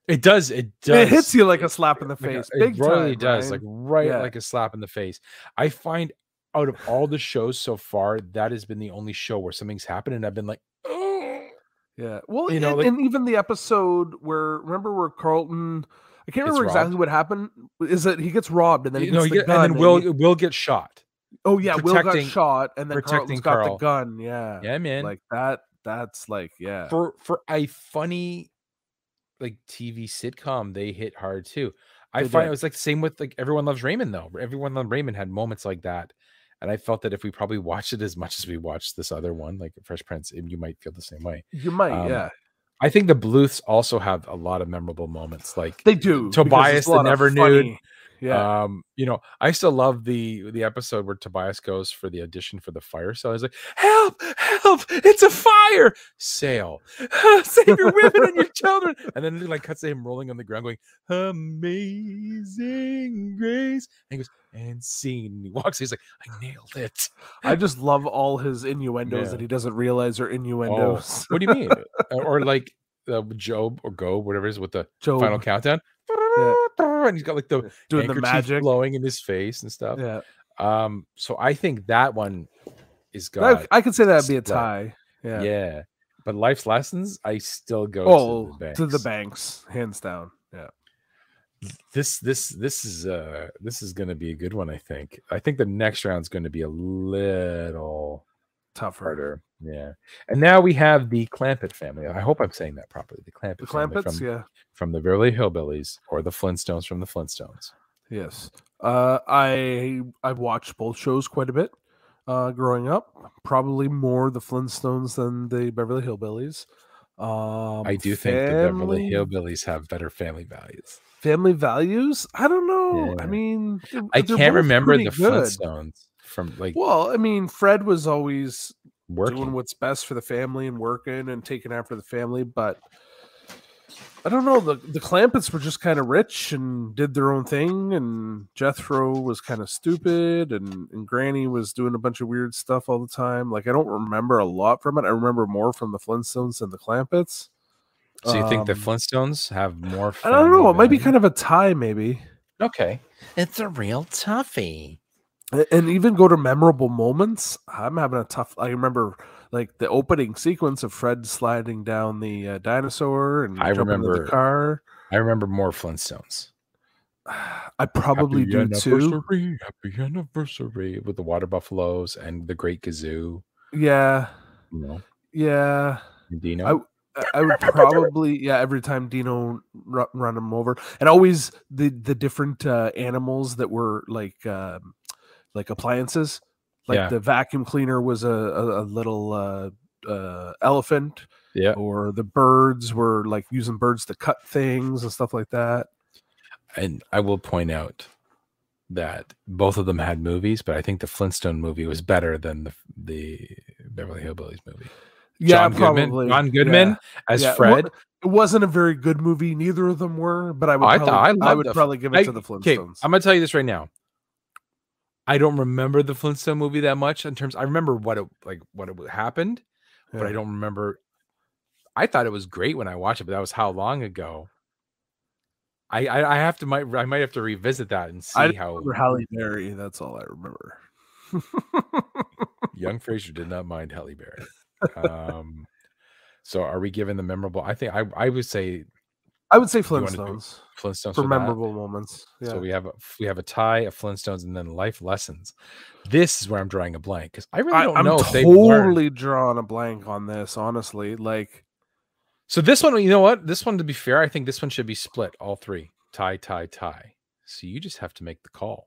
[SPEAKER 3] It does. It does.
[SPEAKER 4] it hits you like a slap in the
[SPEAKER 3] like a-
[SPEAKER 4] face.
[SPEAKER 3] it
[SPEAKER 4] Big
[SPEAKER 3] really
[SPEAKER 4] time,
[SPEAKER 3] does.
[SPEAKER 4] Ryan.
[SPEAKER 3] Like right,
[SPEAKER 4] Yeah.
[SPEAKER 3] like a slap in the face. I find out of all the shows so far, that has been the only show where something's happened, and I've been like, oh,
[SPEAKER 4] Yeah. Well,
[SPEAKER 3] You know,
[SPEAKER 4] and,
[SPEAKER 3] like-
[SPEAKER 4] and even the episode where remember where Carlton, I can't
[SPEAKER 3] Gets
[SPEAKER 4] remember exactly
[SPEAKER 3] robbed?
[SPEAKER 4] what happened. Is that he gets robbed and then he
[SPEAKER 3] you
[SPEAKER 4] gets
[SPEAKER 3] know,
[SPEAKER 4] the
[SPEAKER 3] you get-
[SPEAKER 4] gun
[SPEAKER 3] and then Will
[SPEAKER 4] he-
[SPEAKER 3] Will get shot.
[SPEAKER 4] oh yeah, Will got
[SPEAKER 3] protecting-
[SPEAKER 4] shot and then
[SPEAKER 3] protecting
[SPEAKER 4] Carlton's got
[SPEAKER 3] Carl.
[SPEAKER 4] the gun. Yeah.
[SPEAKER 3] Yeah, man.
[SPEAKER 4] Like that. That's like yeah.
[SPEAKER 3] for for a funny like TV sitcom, they hit hard too. I
[SPEAKER 4] They
[SPEAKER 3] find
[SPEAKER 4] did.
[SPEAKER 3] it was like same with like everyone loves Raymond though. Everyone loves Raymond had moments like that, and I felt that if we probably watched it as much as we watched this other one, like Fresh Prince, it- you might feel the same way.
[SPEAKER 4] you might.
[SPEAKER 3] um,
[SPEAKER 4] yeah.
[SPEAKER 3] I think the Bluths also have a lot of memorable moments, like
[SPEAKER 4] They do. because
[SPEAKER 3] Tobias
[SPEAKER 4] there's a
[SPEAKER 3] that
[SPEAKER 4] lot of
[SPEAKER 3] never knew.
[SPEAKER 4] funny- Yeah.
[SPEAKER 3] um, you know, I still love the the episode where Tobias goes for the audition for the fire sale. He's like, "Help! Help! It's a fire sale! <laughs> Save your women and your children!" And then it like cuts to him rolling on the ground, going, "Amazing grace!" And he goes, "And scene." He walks. He's like, "I nailed it."
[SPEAKER 4] I just love all his innuendos
[SPEAKER 3] Yeah. Oh,
[SPEAKER 4] that he doesn't realize are innuendos. <laughs>
[SPEAKER 3] What do you mean? or like uh, Job or Go, whatever it is, with the
[SPEAKER 4] Joe
[SPEAKER 3] final countdown. And he's got like the
[SPEAKER 4] doing the
[SPEAKER 3] handkerchief
[SPEAKER 4] magic.
[SPEAKER 3] blowing in his face and stuff.
[SPEAKER 4] Yeah.
[SPEAKER 3] Um, so I think that one is God.
[SPEAKER 4] I, I could say that'd be a
[SPEAKER 3] Split.
[SPEAKER 4] tie.
[SPEAKER 3] yeah.
[SPEAKER 4] Yeah.
[SPEAKER 3] But life's lessons, I still go
[SPEAKER 4] Oh,
[SPEAKER 3] to, the
[SPEAKER 4] to the
[SPEAKER 3] banks.
[SPEAKER 4] banks, hands down. Yeah.
[SPEAKER 3] This this this is uh this is gonna be a good one, I think. I think the next round's gonna be a little
[SPEAKER 4] Tougher.
[SPEAKER 3] harder. Yeah. And now we have the Clampett family. I hope I'm saying that properly. The Clampett
[SPEAKER 4] The
[SPEAKER 3] family
[SPEAKER 4] Clampets,
[SPEAKER 3] from,
[SPEAKER 4] yeah.
[SPEAKER 3] from the Beverly Hillbillies or the Flintstones from the Flintstones.
[SPEAKER 4] Yes. Uh, I I watched both shows quite a bit uh, growing up. Probably more the Flintstones than the Beverly Hillbillies. Um,
[SPEAKER 3] I do think the Beverly Hillbillies have better family values.
[SPEAKER 4] family values. I don't know.
[SPEAKER 3] Yeah.
[SPEAKER 4] I mean, they're-
[SPEAKER 3] I
[SPEAKER 4] they're
[SPEAKER 3] can't
[SPEAKER 4] both
[SPEAKER 3] remember the
[SPEAKER 4] pretty good.
[SPEAKER 3] Flintstones from like
[SPEAKER 4] Well, I mean, Fred was always doing
[SPEAKER 3] working.
[SPEAKER 4] what's best for the family and working and taking after the family, but I don't know. The the Clampets were just kind of rich and did their own thing, and Jethro was kind of stupid, and, and Granny was doing a bunch of weird stuff all the time. Like I don't remember a lot from it. I remember more from the Flintstones than the Clampets.
[SPEAKER 3] So you think the
[SPEAKER 4] Um,
[SPEAKER 3] Flintstones have more?
[SPEAKER 4] I don't know. It might be kind of a tie, maybe.
[SPEAKER 3] of okay. It's a real toughie.
[SPEAKER 4] A- and even go to memorable moments i'm having a tough i remember like the opening sequence of fred sliding down the uh, dinosaur and
[SPEAKER 3] I
[SPEAKER 4] jumping into
[SPEAKER 3] remember-
[SPEAKER 4] the car
[SPEAKER 3] I remember more Flintstones.
[SPEAKER 4] i probably
[SPEAKER 3] Happy
[SPEAKER 4] do too
[SPEAKER 3] anniversary, Happy anniversary with the water buffaloes and the Great Kazoo.
[SPEAKER 4] yeah
[SPEAKER 3] You know,
[SPEAKER 4] yeah
[SPEAKER 3] and Dino.
[SPEAKER 4] w-
[SPEAKER 3] <laughs>
[SPEAKER 4] I- I would probably yeah every time Dino run, run him over and always the the different uh, animals that were like um, like appliances like
[SPEAKER 3] Yeah.
[SPEAKER 4] the vacuum cleaner was a a, a little uh, uh, elephant
[SPEAKER 3] Yeah.
[SPEAKER 4] or the birds were like using birds to cut things and stuff like that
[SPEAKER 3] and I will point out that both of them had movies, but I think the Flintstone movie was better than the the Beverly Hillbillies movie.
[SPEAKER 4] yeah
[SPEAKER 3] John
[SPEAKER 4] probably
[SPEAKER 3] Goodman, John
[SPEAKER 4] Yeah,
[SPEAKER 3] Goodman as
[SPEAKER 4] yeah. It wa-
[SPEAKER 3] Fred.
[SPEAKER 4] it wasn't a very good movie neither of them were but I would
[SPEAKER 3] Oh, I thought-
[SPEAKER 4] probably,
[SPEAKER 3] I
[SPEAKER 4] I
[SPEAKER 3] loved
[SPEAKER 4] would
[SPEAKER 3] the-
[SPEAKER 4] probably give it
[SPEAKER 3] I-
[SPEAKER 4] to the
[SPEAKER 3] Okay,
[SPEAKER 4] Flintstones
[SPEAKER 3] I'm gonna tell you this right now. I don't remember the Flintstone movie that much in terms. I remember what it like what it happened, but I
[SPEAKER 4] Yeah.
[SPEAKER 3] don't remember. I thought it was great when I watched it, but that was how long ago. I, I I have to might I might have to revisit that and
[SPEAKER 4] I
[SPEAKER 3] see
[SPEAKER 4] just
[SPEAKER 3] how
[SPEAKER 4] remember Halle Berry. That's all I remember. <laughs>
[SPEAKER 3] young Fraser did not mind Halle Berry. Um, so are we given the memorable? I think I I would say
[SPEAKER 4] I would say
[SPEAKER 3] wanna do
[SPEAKER 4] Flintstones
[SPEAKER 3] Flintstones
[SPEAKER 4] for
[SPEAKER 3] that.
[SPEAKER 4] memorable moments. Yeah.
[SPEAKER 3] So we have a, we have a tie of Flintstones and then life lessons. This is where I'm drawing a blank because I really
[SPEAKER 4] I,
[SPEAKER 3] don't
[SPEAKER 4] am
[SPEAKER 3] know if they learned.
[SPEAKER 4] totally drawn a blank on this. Honestly, like
[SPEAKER 3] So this one, you know what? This one, to be fair, I think this one should be split. All three tie, tie, tie. So you just have to make the call.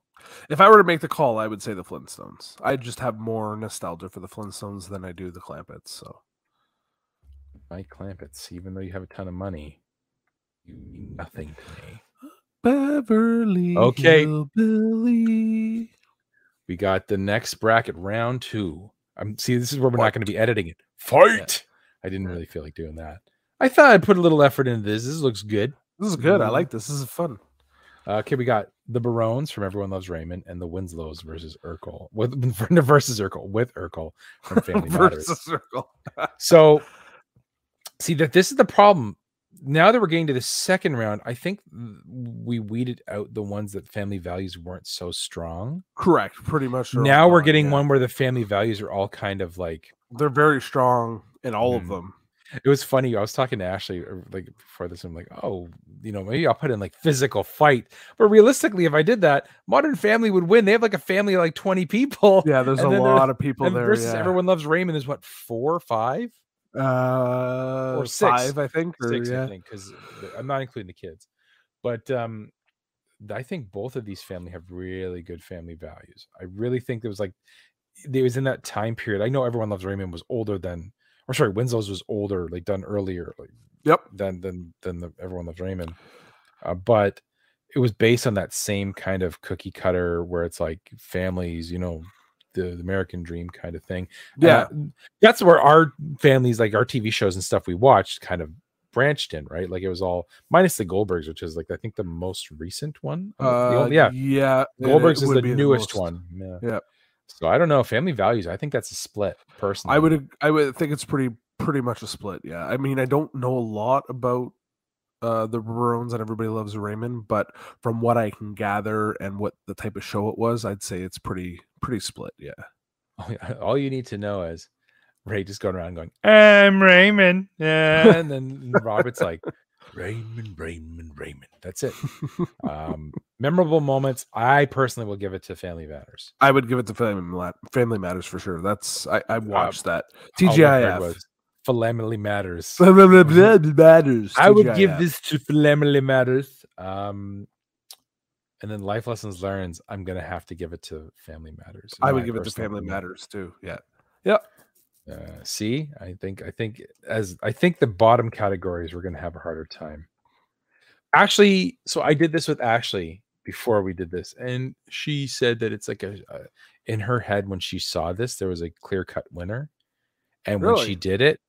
[SPEAKER 4] if I were to make the call, I would say the Flintstones. I just have more nostalgia for the Flintstones than I do the Clampets. So
[SPEAKER 3] Mike Clampets, even though you have a ton of money, you mean nothing to me.
[SPEAKER 4] Beverly,
[SPEAKER 3] Okay.
[SPEAKER 4] Hillbilly.
[SPEAKER 3] We got the next bracket, round two. I'm see, this is where we're not going to be editing it. Fight. I didn't really feel like doing that. I thought I'd put a little effort into this. This looks good.
[SPEAKER 4] This is good. I like this. This is fun.
[SPEAKER 3] Uh, okay, we got the Barones from Everyone Loves Raymond and the Winslows versus Urkel with <laughs> versus Urkel with Urkel
[SPEAKER 4] <laughs>
[SPEAKER 3] from Family
[SPEAKER 4] Versus
[SPEAKER 3] Matters.
[SPEAKER 4] circle.
[SPEAKER 3] So, see that this is the problem. Now that we're getting to the second round, I think we weeded out the ones that family values weren't so strong.
[SPEAKER 4] Correct. Pretty much. they're all
[SPEAKER 3] now we're
[SPEAKER 4] gone,
[SPEAKER 3] getting
[SPEAKER 4] yeah.
[SPEAKER 3] one where the family values are all kind of like
[SPEAKER 4] They're very strong in all
[SPEAKER 3] Mhm.
[SPEAKER 4] of them.
[SPEAKER 3] it was funny. I was talking to Ashley er, like before this. I'm like, oh, you know, maybe I'll put in like physical fight. But realistically, if I did that, Modern Family would win. They have like a family of like 20 people.
[SPEAKER 4] Yeah, there's
[SPEAKER 3] And
[SPEAKER 4] a
[SPEAKER 3] then there-
[SPEAKER 4] lot of people
[SPEAKER 3] and
[SPEAKER 4] there.
[SPEAKER 3] versus
[SPEAKER 4] yeah.
[SPEAKER 3] Everyone Loves Raymond is what four, five,
[SPEAKER 4] uh,
[SPEAKER 3] or six.
[SPEAKER 4] five, I think. Or,
[SPEAKER 3] six,
[SPEAKER 4] yeah.
[SPEAKER 3] I think, because I'm not including the kids. But um, th- I think both of these family have really good family values. I really think it was like it was in that time period. I know everyone loves Raymond was older than, or sorry, Winslow's was older, like done earlier, like
[SPEAKER 4] Yep.
[SPEAKER 3] than than than the, everyone loves Raymond. Uh, but it was based on that same kind of cookie cutter where it's like families, you know, the, the American dream kind of thing. And
[SPEAKER 4] Yeah.
[SPEAKER 3] that- that's where our families, like our TV shows and stuff we watched, kind of branched in, right? Like it was all minus the Goldbergs, which is like I think the most recent one. Um, the
[SPEAKER 4] Uh,
[SPEAKER 3] only- yeah,
[SPEAKER 4] Yeah. it-
[SPEAKER 3] Goldbergs
[SPEAKER 4] it
[SPEAKER 3] is
[SPEAKER 4] would
[SPEAKER 3] the
[SPEAKER 4] be
[SPEAKER 3] newest
[SPEAKER 4] most-
[SPEAKER 3] one. Yeah.
[SPEAKER 4] Yeah.
[SPEAKER 3] So I don't know. Family values. I think that's a split. Personally,
[SPEAKER 4] I would ag- I would think it's pretty pretty much a split. Yeah. I mean, I don't know a lot about uh the Barones and Everybody Loves Raymond, but from what I can gather and what the type of show it was, I'd say it's pretty pretty split.
[SPEAKER 3] <laughs>
[SPEAKER 4] Yeah.
[SPEAKER 3] all you need to know is Ray just going around going, I'm Raymond. Yeah. And then Robert's like, Raymond, Raymond, Raymond. That's it. Um, memorable moments. I personally will give it to Family Matters.
[SPEAKER 4] I would give it to Family Mat- Family Matters for sure. That's I, I watched that.
[SPEAKER 3] Uh, All I've heard
[SPEAKER 4] TGIF. <laughs>
[SPEAKER 3] was Family Matters.
[SPEAKER 4] Blah, blah, blah, blah, blah, Matters.
[SPEAKER 3] I would give
[SPEAKER 4] TGIF.
[SPEAKER 3] this to Family Matters. Um, and then Life Lessons Learns. I'm going to have to give it to Family Matters. in
[SPEAKER 4] I would
[SPEAKER 3] my
[SPEAKER 4] give it to
[SPEAKER 3] personal
[SPEAKER 4] Family
[SPEAKER 3] opinion.
[SPEAKER 4] Matters too. Yeah.
[SPEAKER 3] Uh, see, I think I think as I think the bottom categories we're going to have a harder time. Actually, so I did this with Ashley before we did this, and she said that it's like a, a in her head when she saw this there was a clear cut winner, and when
[SPEAKER 4] Really?
[SPEAKER 3] she did it,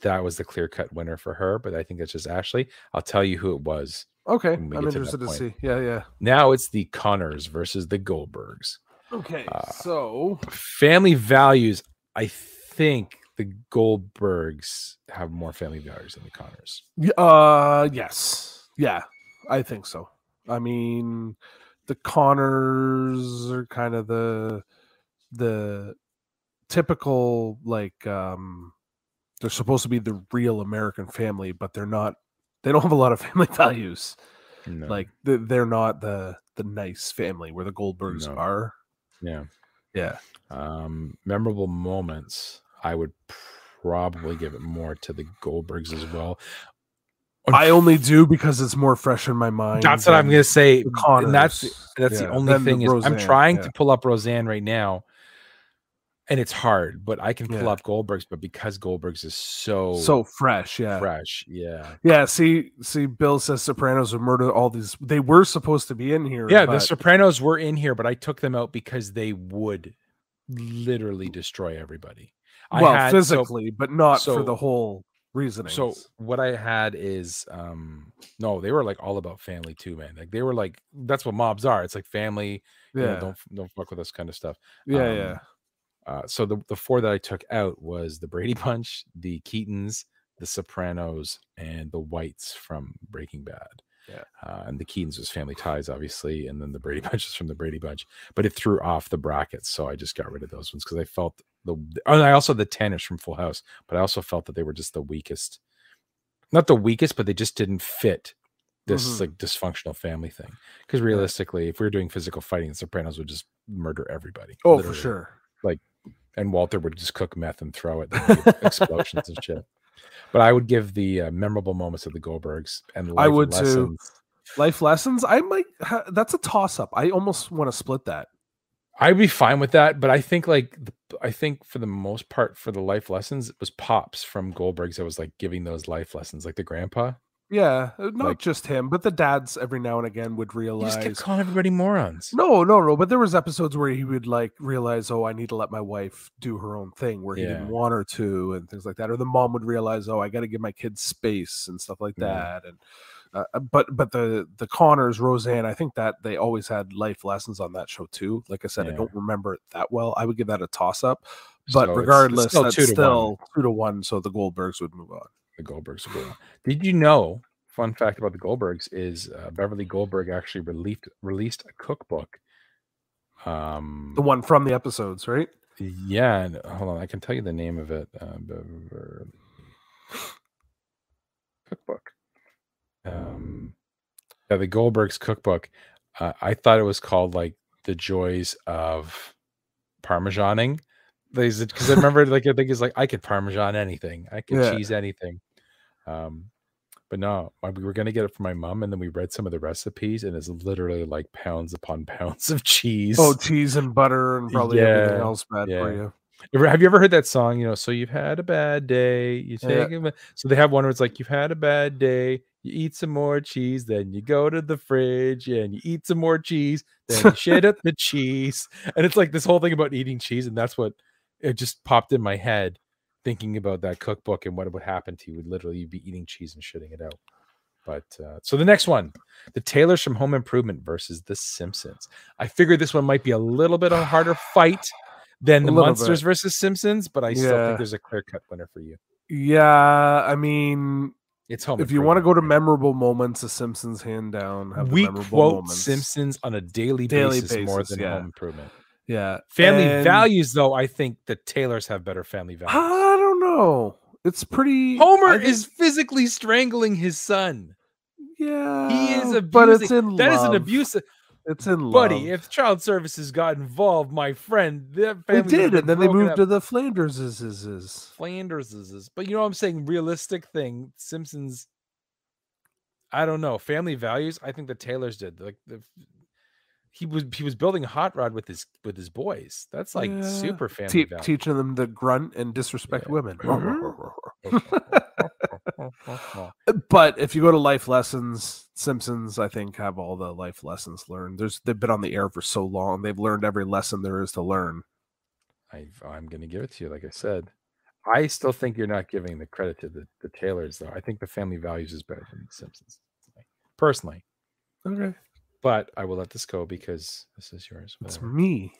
[SPEAKER 3] that was the clear cut winner for her. But I think that's just Ashley. I'll tell you who it was.
[SPEAKER 4] Okay.
[SPEAKER 3] When
[SPEAKER 4] I'm
[SPEAKER 3] we get to that
[SPEAKER 4] interested to,
[SPEAKER 3] point.
[SPEAKER 4] see. Yeah, yeah.
[SPEAKER 3] Now it's the Connors versus the Goldbergs.
[SPEAKER 4] Okay.
[SPEAKER 3] Uh,
[SPEAKER 4] so
[SPEAKER 3] Family values. I think the Goldbergs have more family values than the Connors.
[SPEAKER 4] Y- Uh, yes, yeah, I think so. I mean, the Connors are kind of the the typical like um they're supposed to be the real American family, but they're not. They don't have a lot of <laughs> family values.
[SPEAKER 3] No.
[SPEAKER 4] Like they- they're not the the nice family where the Goldbergs
[SPEAKER 3] No.
[SPEAKER 4] are.
[SPEAKER 3] yeah.
[SPEAKER 4] Yeah,
[SPEAKER 3] Um, memorable moments. I would probably give it more to the Goldbergs as well.
[SPEAKER 4] I only do because it's more fresh in my mind.
[SPEAKER 3] That's what I'm
[SPEAKER 4] than
[SPEAKER 3] gonna say.
[SPEAKER 4] the
[SPEAKER 3] and that's the-
[SPEAKER 4] Connors.
[SPEAKER 3] that's the
[SPEAKER 4] Yeah,
[SPEAKER 3] only
[SPEAKER 4] than
[SPEAKER 3] thing is I'm
[SPEAKER 4] Roseanne,
[SPEAKER 3] trying
[SPEAKER 4] yeah.
[SPEAKER 3] to pull up Roseanne right now, and it's hard. But I can pull
[SPEAKER 4] Yeah.
[SPEAKER 3] up Goldbergs, but because Goldbergs is so
[SPEAKER 4] so fresh. Yeah,
[SPEAKER 3] fresh, yeah,
[SPEAKER 4] Yeah, see, see, Bill says Sopranos would murder all these. They were supposed to be in here.
[SPEAKER 3] yeah. The
[SPEAKER 4] but-
[SPEAKER 3] Sopranos were in here, but I took them out because they would literally destroy everybody.
[SPEAKER 4] well,
[SPEAKER 3] I had, so-
[SPEAKER 4] physically, but not for
[SPEAKER 3] so-
[SPEAKER 4] the whole reasoning.
[SPEAKER 3] So what I had is um no, they were like all about family too, man. Like they were like that's what mobs are. It's like family,
[SPEAKER 4] yeah,
[SPEAKER 3] you know, don't f- don't fuck with us kind of stuff.
[SPEAKER 4] yeah,
[SPEAKER 3] um,
[SPEAKER 4] yeah.
[SPEAKER 3] Uh so the, the four that I took out was the Brady <laughs> Bunch, the Keatons, the Sopranos, and the Whites from Breaking Bad.
[SPEAKER 4] Yeah.
[SPEAKER 3] Uh, and the Keatons was Family Ties, obviously, and then the Brady <laughs> Bunch was from the Brady Bunch, but it threw off the brackets, so I just got rid of those ones because I felt the. oh, And I also the ten is from Full House, but I also felt that they were just the weakest, not the weakest, but they just didn't fit this
[SPEAKER 4] Mhm.
[SPEAKER 3] like dysfunctional family thing. Because realistically, if we were doing physical fighting, the Sopranos would just murder everybody.
[SPEAKER 4] Oh,
[SPEAKER 3] literally.
[SPEAKER 4] for sure.
[SPEAKER 3] And Walter would just cook meth and throw it,
[SPEAKER 4] <laughs>
[SPEAKER 3] there'd be explosions and shit. But I would give the uh, memorable moments of the Goldbergs and
[SPEAKER 4] I
[SPEAKER 3] life
[SPEAKER 4] would too.
[SPEAKER 3] lessons.
[SPEAKER 4] Life lessons. I might. Ha- that's a toss up. I almost want to split that.
[SPEAKER 3] I'd be fine with that, but I think like the, I think for the most part for the life lessons it was pops from Goldberg's that was like giving those life lessons, like the grandpa.
[SPEAKER 4] Yeah, uh, not
[SPEAKER 3] Like-
[SPEAKER 4] just him, but the dads every now and again would
[SPEAKER 3] He just kept
[SPEAKER 4] realize.
[SPEAKER 3] calling everybody morons.
[SPEAKER 4] <laughs> No, no, no. But there was episodes where he would like realize, oh, I need to let my wife do her own thing, where he
[SPEAKER 3] Yeah.
[SPEAKER 4] didn't want her to, and things like that. Or the mom would realize, oh, I got to give my kids space and stuff like
[SPEAKER 3] Yeah.
[SPEAKER 4] that. And uh, uh, but but the the Connors, Roseanne, I think that they always had life lessons on that show too. Like I said, I
[SPEAKER 3] Yeah.
[SPEAKER 4] don't remember it that well. I would give that a toss up. But
[SPEAKER 3] So it's- it's
[SPEAKER 4] regardless,
[SPEAKER 3] still
[SPEAKER 4] that's
[SPEAKER 3] two to one.
[SPEAKER 4] still two to one. So the Goldbergs would move on.
[SPEAKER 3] the Goldbergs were. Did you know? Fun fact about the Goldbergs is uh, Beverly Goldberg actually released released a cookbook. Um,
[SPEAKER 4] The one from the episodes, right?
[SPEAKER 3] yeah, and- uh, hold on, I can tell you the name of it. Uh, Beverly cookbook. Um, yeah, the Goldbergs cookbook. Uh, I thought it was called like the joys of parmesaning. Because I remember, like, I think it's like I could parmesan anything, I could
[SPEAKER 4] Yeah.
[SPEAKER 3] cheese anything. Um, but no, I- we were gonna get it from my mom, and then we read some of the recipes, and it's literally like pounds upon <laughs> pounds of cheese.
[SPEAKER 4] Oh, cheese and butter and probably everything
[SPEAKER 3] Yeah,
[SPEAKER 4] else bad
[SPEAKER 3] yeah.
[SPEAKER 4] for you.
[SPEAKER 3] Ever- Have you ever heard that song? You know, so you've had a bad day. You
[SPEAKER 4] Yeah.
[SPEAKER 3] take a ba-" so they have one where it's like you've had a bad day. You eat some more cheese, then you go to the fridge and you eat some more cheese, then you shit up the cheese. And it's like this whole thing about eating cheese, and that's what it just popped in my head, thinking about that cookbook and what would happen to you. Would literally you'd be eating cheese and shitting it out. But uh, so the next one, the Taylors from Home Improvement versus the Simpsons. I figured this one might be a little bit of a harder fight than
[SPEAKER 4] A
[SPEAKER 3] the
[SPEAKER 4] little
[SPEAKER 3] Monsters versus Simpsons, but I still
[SPEAKER 4] Yeah.
[SPEAKER 3] think there's a clear cut winner for you.
[SPEAKER 4] Yeah, I mean,
[SPEAKER 3] It's Home.
[SPEAKER 4] if you want to go to
[SPEAKER 3] Improvement,
[SPEAKER 4] memorable moments, The Simpsons hand down
[SPEAKER 3] right?
[SPEAKER 4] have the
[SPEAKER 3] we
[SPEAKER 4] memorable
[SPEAKER 3] quote
[SPEAKER 4] moments.
[SPEAKER 3] Simpsons on a daily,
[SPEAKER 4] Daily
[SPEAKER 3] basis, more
[SPEAKER 4] basis,
[SPEAKER 3] than
[SPEAKER 4] yeah.
[SPEAKER 3] Home Improvement.
[SPEAKER 4] Yeah,
[SPEAKER 3] Family
[SPEAKER 4] and
[SPEAKER 3] values, though, I think the Taylors have better family values.
[SPEAKER 4] I don't know. It's pretty. I
[SPEAKER 3] Homer
[SPEAKER 4] think-
[SPEAKER 3] is physically strangling his son.
[SPEAKER 4] Yeah,
[SPEAKER 3] is
[SPEAKER 4] but it's
[SPEAKER 3] abusing-
[SPEAKER 4] in
[SPEAKER 3] That is an
[SPEAKER 4] love.
[SPEAKER 3] abuse,
[SPEAKER 4] It's in love,
[SPEAKER 3] buddy. If Child Services got involved, my friend, that
[SPEAKER 4] they
[SPEAKER 3] family would've
[SPEAKER 4] did,
[SPEAKER 3] been
[SPEAKER 4] and then they
[SPEAKER 3] broken
[SPEAKER 4] moved
[SPEAKER 3] up.
[SPEAKER 4] to the Flanders. Is is is.
[SPEAKER 3] Flanders is this, but you know what I'm saying? Realistic thing. Simpsons. I don't know. Family values. I think the Taylors did. Like the, he was he was building a hot rod with his with his boys. That's like
[SPEAKER 4] Yeah.
[SPEAKER 3] super family
[SPEAKER 4] Te-
[SPEAKER 3] value.
[SPEAKER 4] teaching them to grunt and disrespect
[SPEAKER 3] Yeah. Mm-hmm.
[SPEAKER 4] women.
[SPEAKER 3] Well,
[SPEAKER 4] <laughs> but if you go to life lessons simpsons i think have all the life lessons learned there's they've been on the air for so long they've learned every lesson there is to learn
[SPEAKER 3] I, I'm gonna give it to you. Like I said, I still think you're not giving the credit to the, the Taylors though. I think the family values is better than the Simpsons, personally.
[SPEAKER 4] okay
[SPEAKER 3] But I will let this go because this is yours.
[SPEAKER 4] it's
[SPEAKER 3] whatever.
[SPEAKER 4] me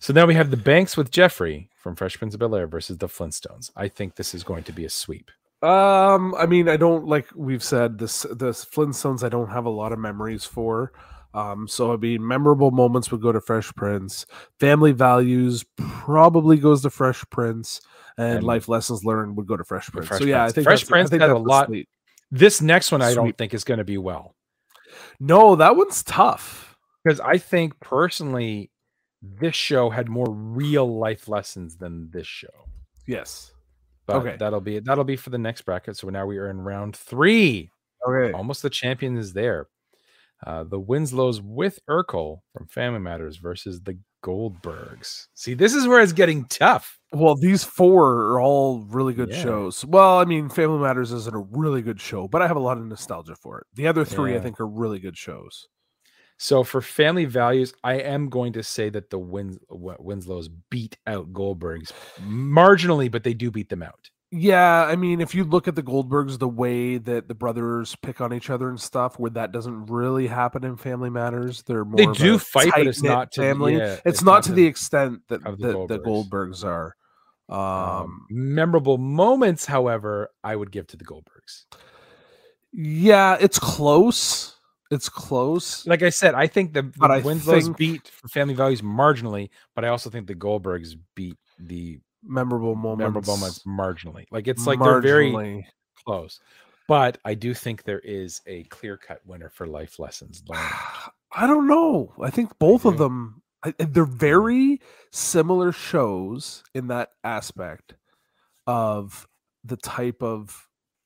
[SPEAKER 3] So now we have the Banks with Jeffrey from Fresh Prince of Bel Air versus the Flintstones. I think this is going to be a sweep.
[SPEAKER 4] um i mean i don't like we've said this the flintstones i don't have a lot of memories for um so i mean memorable moments would go to fresh prince family values probably goes to fresh prince and,
[SPEAKER 3] And-
[SPEAKER 4] life lessons learned would go to fresh prince
[SPEAKER 3] Fresh
[SPEAKER 4] so yeah
[SPEAKER 3] Prince.
[SPEAKER 4] i think
[SPEAKER 3] Fresh
[SPEAKER 4] that's- I
[SPEAKER 3] Prince
[SPEAKER 4] think
[SPEAKER 3] had a
[SPEAKER 4] that's the
[SPEAKER 3] lot-
[SPEAKER 4] slate.
[SPEAKER 3] This next one, I don't
[SPEAKER 4] Sweep.
[SPEAKER 3] think is going to be well
[SPEAKER 4] no that one's tough
[SPEAKER 3] because I think personally, this show had more real life lessons than this show.
[SPEAKER 4] yes
[SPEAKER 3] But
[SPEAKER 4] Okay.
[SPEAKER 3] that'll be it. That'll be for the next bracket. So now we are in round three.
[SPEAKER 4] okay
[SPEAKER 3] Almost the champion is there. Uh, the Winslows with Urkel from Family Matters versus the Goldbergs. See, this is where it's getting tough.
[SPEAKER 4] Well, these four are all really good
[SPEAKER 3] Yeah.
[SPEAKER 4] shows. Well, I mean, Family Matters isn't a really good show, but I have a lot of nostalgia for it. The other three, I
[SPEAKER 3] Yeah.
[SPEAKER 4] think, are really good shows.
[SPEAKER 3] So for family values, I am going to say that the Wins- Wi- Winslows beat out Goldbergs marginally, but they do beat them out.
[SPEAKER 4] Yeah, I mean, if you look at the Goldbergs, the way that the brothers pick on each other and stuff, where that doesn't really happen in Family Matters, they're more
[SPEAKER 3] They
[SPEAKER 4] of
[SPEAKER 3] do
[SPEAKER 4] a
[SPEAKER 3] fight, but it's
[SPEAKER 4] tight-knit
[SPEAKER 3] not to the-
[SPEAKER 4] family.
[SPEAKER 3] yeah,
[SPEAKER 4] it's, not to the
[SPEAKER 3] the-
[SPEAKER 4] extent that the,
[SPEAKER 3] of the
[SPEAKER 4] the Goldbergs are.
[SPEAKER 3] um,
[SPEAKER 4] Um,
[SPEAKER 3] memorable moments, however, I would give to the Goldbergs.
[SPEAKER 4] Yeah, it's close. It's close.
[SPEAKER 3] Like I said, I think the,
[SPEAKER 4] But
[SPEAKER 3] the
[SPEAKER 4] I
[SPEAKER 3] Winslow's
[SPEAKER 4] think-
[SPEAKER 3] beat for family values marginally, but I also think the Goldbergs beat the
[SPEAKER 4] Memorable moments.
[SPEAKER 3] memorable moments marginally. Like it's like they're very
[SPEAKER 4] marginally.
[SPEAKER 3] close. But I do think there is a clear cut winner for life lessons learned.
[SPEAKER 4] <sighs> I don't know. I think both of
[SPEAKER 3] do.
[SPEAKER 4] them I, I- they're very similar shows in that aspect of the type of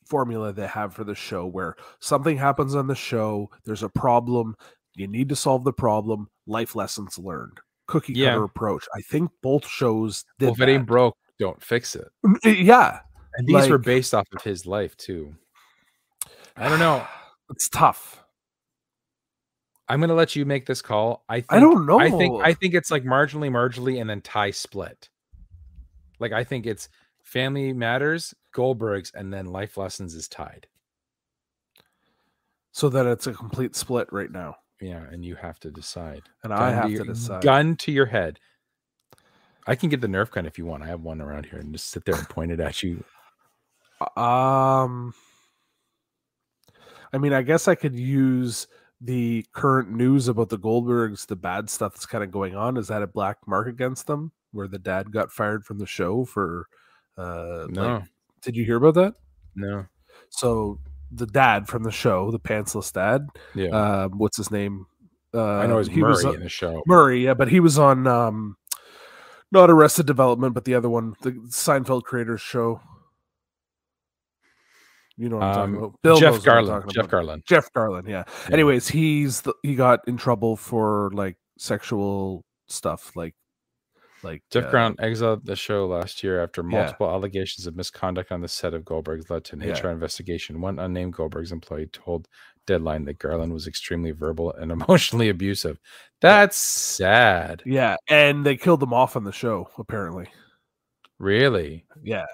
[SPEAKER 4] formula they have for the show where something happens on the show, there's a problem, you need to solve the problem, life lessons learned. Cookie cutter
[SPEAKER 3] Yeah.
[SPEAKER 4] approach. I think both shows did
[SPEAKER 3] Well, if it ain't
[SPEAKER 4] that.
[SPEAKER 3] broke, don't fix it.
[SPEAKER 4] N- uh, Yeah,
[SPEAKER 3] And these were
[SPEAKER 4] Like-
[SPEAKER 3] based off of his life too. I don't know.
[SPEAKER 4] <sighs> it's tough.
[SPEAKER 3] I'm gonna let you make this call. I think,
[SPEAKER 4] I don't know.
[SPEAKER 3] I think I think it's like marginally, marginally, and then tie split. Like I think it's Family Matters, Goldberg's, and then Life Lessons is tied.
[SPEAKER 4] so that it's a complete split right now,
[SPEAKER 3] Yeah, and you have to decide.
[SPEAKER 4] and I
[SPEAKER 3] Gun
[SPEAKER 4] have
[SPEAKER 3] your-
[SPEAKER 4] to decide.
[SPEAKER 3] Gun to your head. I can get the Nerf gun if you want. I have one around here and just sit there and point it at you.
[SPEAKER 4] Um, I mean, I guess I could use the current news about the Goldbergs, the bad stuff that's kind of going on. Is that a black mark against them, where the dad got fired from the show for? Uh, <laughs> like-
[SPEAKER 3] No,
[SPEAKER 4] did you hear about that?
[SPEAKER 3] no.
[SPEAKER 4] So the dad from the show, the pantsless dad,
[SPEAKER 3] Yeah.
[SPEAKER 4] um, what's his name? Uh,
[SPEAKER 3] I know it's
[SPEAKER 4] he was
[SPEAKER 3] Murray
[SPEAKER 4] on-
[SPEAKER 3] in the show.
[SPEAKER 4] Murray, yeah, but he was on um, not Arrested Development, but the other one, the Seinfeld creators show. You know what I'm talking
[SPEAKER 3] Um,
[SPEAKER 4] about? Bill knows
[SPEAKER 3] Jeff
[SPEAKER 4] what I'm
[SPEAKER 3] Garland.
[SPEAKER 4] talking
[SPEAKER 3] Jeff
[SPEAKER 4] about.
[SPEAKER 3] Garland.
[SPEAKER 4] Jeff Garland. Yeah.
[SPEAKER 3] Yeah.
[SPEAKER 4] Anyways, he's the, he got in trouble for like sexual stuff, like like
[SPEAKER 3] Jeff
[SPEAKER 4] uh,
[SPEAKER 3] Crown exiled the show last year after
[SPEAKER 4] Yeah.
[SPEAKER 3] multiple allegations of misconduct on the set of Goldberg's led to an
[SPEAKER 4] Yeah.
[SPEAKER 3] HR investigation. One unnamed Goldberg's employee told Deadline that Garland was extremely verbal and <laughs> emotionally abusive. That's sad.
[SPEAKER 4] Yeah, and they killed him off on the show apparently.
[SPEAKER 3] Really?
[SPEAKER 4] Yeah.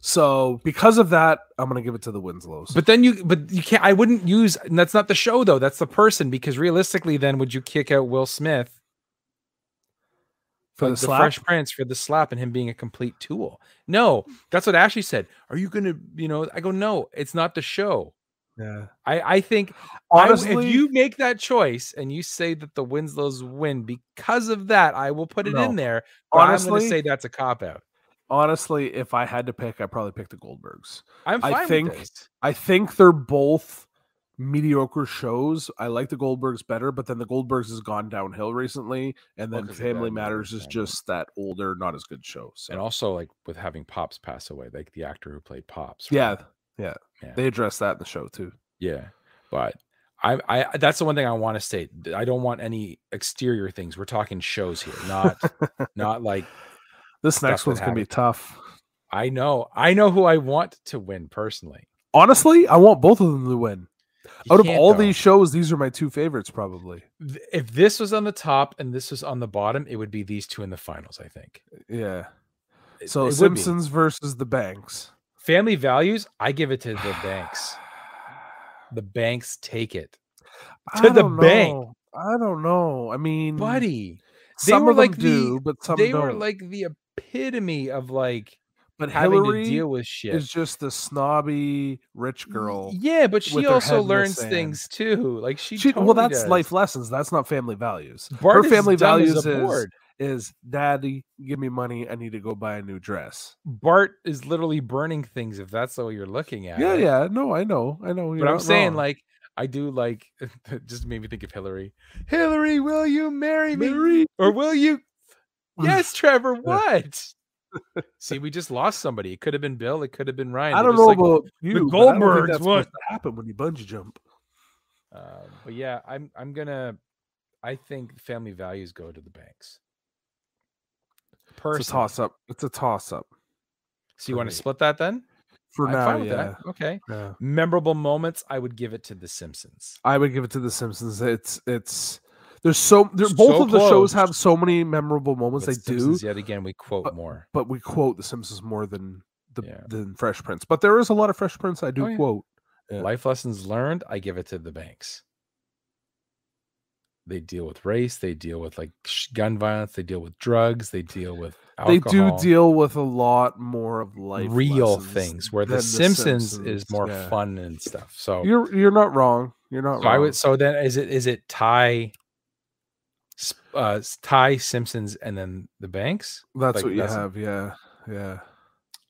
[SPEAKER 4] So because of that, I'm gonna give it to the Winslows.
[SPEAKER 3] But then you but you can't I wouldn't use and that's not the show though. That's the person because realistically then would you kick out Will Smith
[SPEAKER 4] for
[SPEAKER 3] like
[SPEAKER 4] the slap,
[SPEAKER 3] uh, Fresh Prince for the slap and him being a complete tool? No. That's what Ashley said. Are you going to, you know, I go no, it's not the show.
[SPEAKER 4] yeah.
[SPEAKER 3] I, I think I w-
[SPEAKER 4] Honestly,
[SPEAKER 3] if you make that choice and you say that the Winslows win because of that, I will put it
[SPEAKER 4] No.
[SPEAKER 3] in there. But I'm going
[SPEAKER 4] Honestly-
[SPEAKER 3] to say that's a cop out.
[SPEAKER 4] honestly, if I had to pick, I probably pick the Goldbergs.
[SPEAKER 3] I'm
[SPEAKER 4] I
[SPEAKER 3] fine
[SPEAKER 4] think-
[SPEAKER 3] with this.
[SPEAKER 4] I think they're both mediocre shows. I like the Goldbergs better, but then the Goldbergs has gone downhill recently, and
[SPEAKER 3] Well,
[SPEAKER 4] then
[SPEAKER 3] Oh, 'cause the
[SPEAKER 4] Family
[SPEAKER 3] dad moved
[SPEAKER 4] Matters
[SPEAKER 3] on,
[SPEAKER 4] is
[SPEAKER 3] yeah.
[SPEAKER 4] just that older, not as good show. So
[SPEAKER 3] And also, like with having Pops pass away, like the actor who played Pops. right?
[SPEAKER 4] yeah, yeah,
[SPEAKER 3] Yeah.
[SPEAKER 4] they address that in the show too.
[SPEAKER 3] Yeah. But I, I, that's the one thing I want to say. I don't want any exterior things. We're talking shows here, <laughs> not, not like
[SPEAKER 4] This next
[SPEAKER 3] that
[SPEAKER 4] one's gonna be
[SPEAKER 3] happened.
[SPEAKER 4] tough.
[SPEAKER 3] I know, I know who I want to win personally.
[SPEAKER 4] Honestly, I want both of them to win.
[SPEAKER 3] You
[SPEAKER 4] Out of
[SPEAKER 3] can't,
[SPEAKER 4] all
[SPEAKER 3] though.
[SPEAKER 4] these shows, these are my two favorites, probably.
[SPEAKER 3] Th- if this was on the top and this was on the bottom, it would be these two in the finals, I think.
[SPEAKER 4] Yeah.
[SPEAKER 3] It-
[SPEAKER 4] So
[SPEAKER 3] it would be.
[SPEAKER 4] Simpsons versus the Banks.
[SPEAKER 3] family values, I give it to the banks. The banks take it, To
[SPEAKER 4] I
[SPEAKER 3] the
[SPEAKER 4] don't
[SPEAKER 3] bank.
[SPEAKER 4] know. I don't know. I mean,
[SPEAKER 3] buddy. They
[SPEAKER 4] some
[SPEAKER 3] were
[SPEAKER 4] of them
[SPEAKER 3] like the-
[SPEAKER 4] do, but Mm, some
[SPEAKER 3] they
[SPEAKER 4] don't.
[SPEAKER 3] were like the epitome of like
[SPEAKER 4] but
[SPEAKER 3] having
[SPEAKER 4] Hillary
[SPEAKER 3] to deal with shit.
[SPEAKER 4] is just the snobby rich girl.
[SPEAKER 3] yeah, but
[SPEAKER 4] with
[SPEAKER 3] she
[SPEAKER 4] her head
[SPEAKER 3] also
[SPEAKER 4] in the
[SPEAKER 3] learns
[SPEAKER 4] sand.
[SPEAKER 3] things too. Like she,
[SPEAKER 4] She- well,
[SPEAKER 3] totally
[SPEAKER 4] that's
[SPEAKER 3] does. Mm.
[SPEAKER 4] life lessons. That's not family values.
[SPEAKER 3] Bart
[SPEAKER 4] Her
[SPEAKER 3] is
[SPEAKER 4] family
[SPEAKER 3] dumb as
[SPEAKER 4] values
[SPEAKER 3] a
[SPEAKER 4] is,
[SPEAKER 3] board.
[SPEAKER 4] is daddy, give me money. I need to go buy a new dress.
[SPEAKER 3] Bart is literally burning things. If that's the way you're looking at
[SPEAKER 4] Yeah,
[SPEAKER 3] it,
[SPEAKER 4] yeah. No, I know. I know.
[SPEAKER 3] But I'm saying, like, I do like. <laughs> it just made me think of Hillary. Hillary, will you marry me?
[SPEAKER 4] <laughs>
[SPEAKER 3] Or will you? <laughs> Yes, Trevor. What? <laughs> See, we just lost somebody. It could have been Bill. It could have been Ryan.
[SPEAKER 4] I
[SPEAKER 3] They're
[SPEAKER 4] don't
[SPEAKER 3] just
[SPEAKER 4] know
[SPEAKER 3] like-
[SPEAKER 4] about you. but I don't think
[SPEAKER 3] Goldbergs,
[SPEAKER 4] that's
[SPEAKER 3] what?
[SPEAKER 4] supposed to happen when you bungee jump?
[SPEAKER 3] Uh, but yeah, I'm. I'm gonna. I think family values go to the banks. Personally.
[SPEAKER 4] It's a toss up. It's a toss up
[SPEAKER 3] So you want
[SPEAKER 4] me.
[SPEAKER 3] to split that then?
[SPEAKER 4] for
[SPEAKER 3] I'm
[SPEAKER 4] now.
[SPEAKER 3] fine with
[SPEAKER 4] yeah.
[SPEAKER 3] that. Okay.
[SPEAKER 4] yeah.
[SPEAKER 3] Memorable moments. I would give it to The Simpsons.
[SPEAKER 4] I would give it to The Simpsons. It's it's there's so they're,
[SPEAKER 3] So
[SPEAKER 4] both of the shows
[SPEAKER 3] close.
[SPEAKER 4] have so many memorable moments.
[SPEAKER 3] But
[SPEAKER 4] they
[SPEAKER 3] Simpsons,
[SPEAKER 4] do, uh,
[SPEAKER 3] Yet again, we quote more.
[SPEAKER 4] but we quote The Simpsons more than the
[SPEAKER 3] Yeah.
[SPEAKER 4] than Fresh Prince. But there is a lot of Fresh Prince I do
[SPEAKER 3] Oh, yeah.
[SPEAKER 4] quote. Yeah.
[SPEAKER 3] Life lessons learned. I give it to the banks. They deal with race. They deal with like sh- gun violence. They deal with drugs. They deal with
[SPEAKER 4] They
[SPEAKER 3] alcohol.
[SPEAKER 4] do deal with a lot more of life
[SPEAKER 3] real
[SPEAKER 4] lessons
[SPEAKER 3] things where the,
[SPEAKER 4] than
[SPEAKER 3] Simpsons, is more
[SPEAKER 4] yeah.
[SPEAKER 3] fun and stuff. So
[SPEAKER 4] You're you're not wrong. You're not
[SPEAKER 3] So
[SPEAKER 4] wrong.
[SPEAKER 3] I would. So then, is it is it Ty, Sp- uh, s- Ty Simpsons, and then the Banks?
[SPEAKER 4] that's
[SPEAKER 3] like,
[SPEAKER 4] what you
[SPEAKER 3] that's-
[SPEAKER 4] have. Yeah, yeah.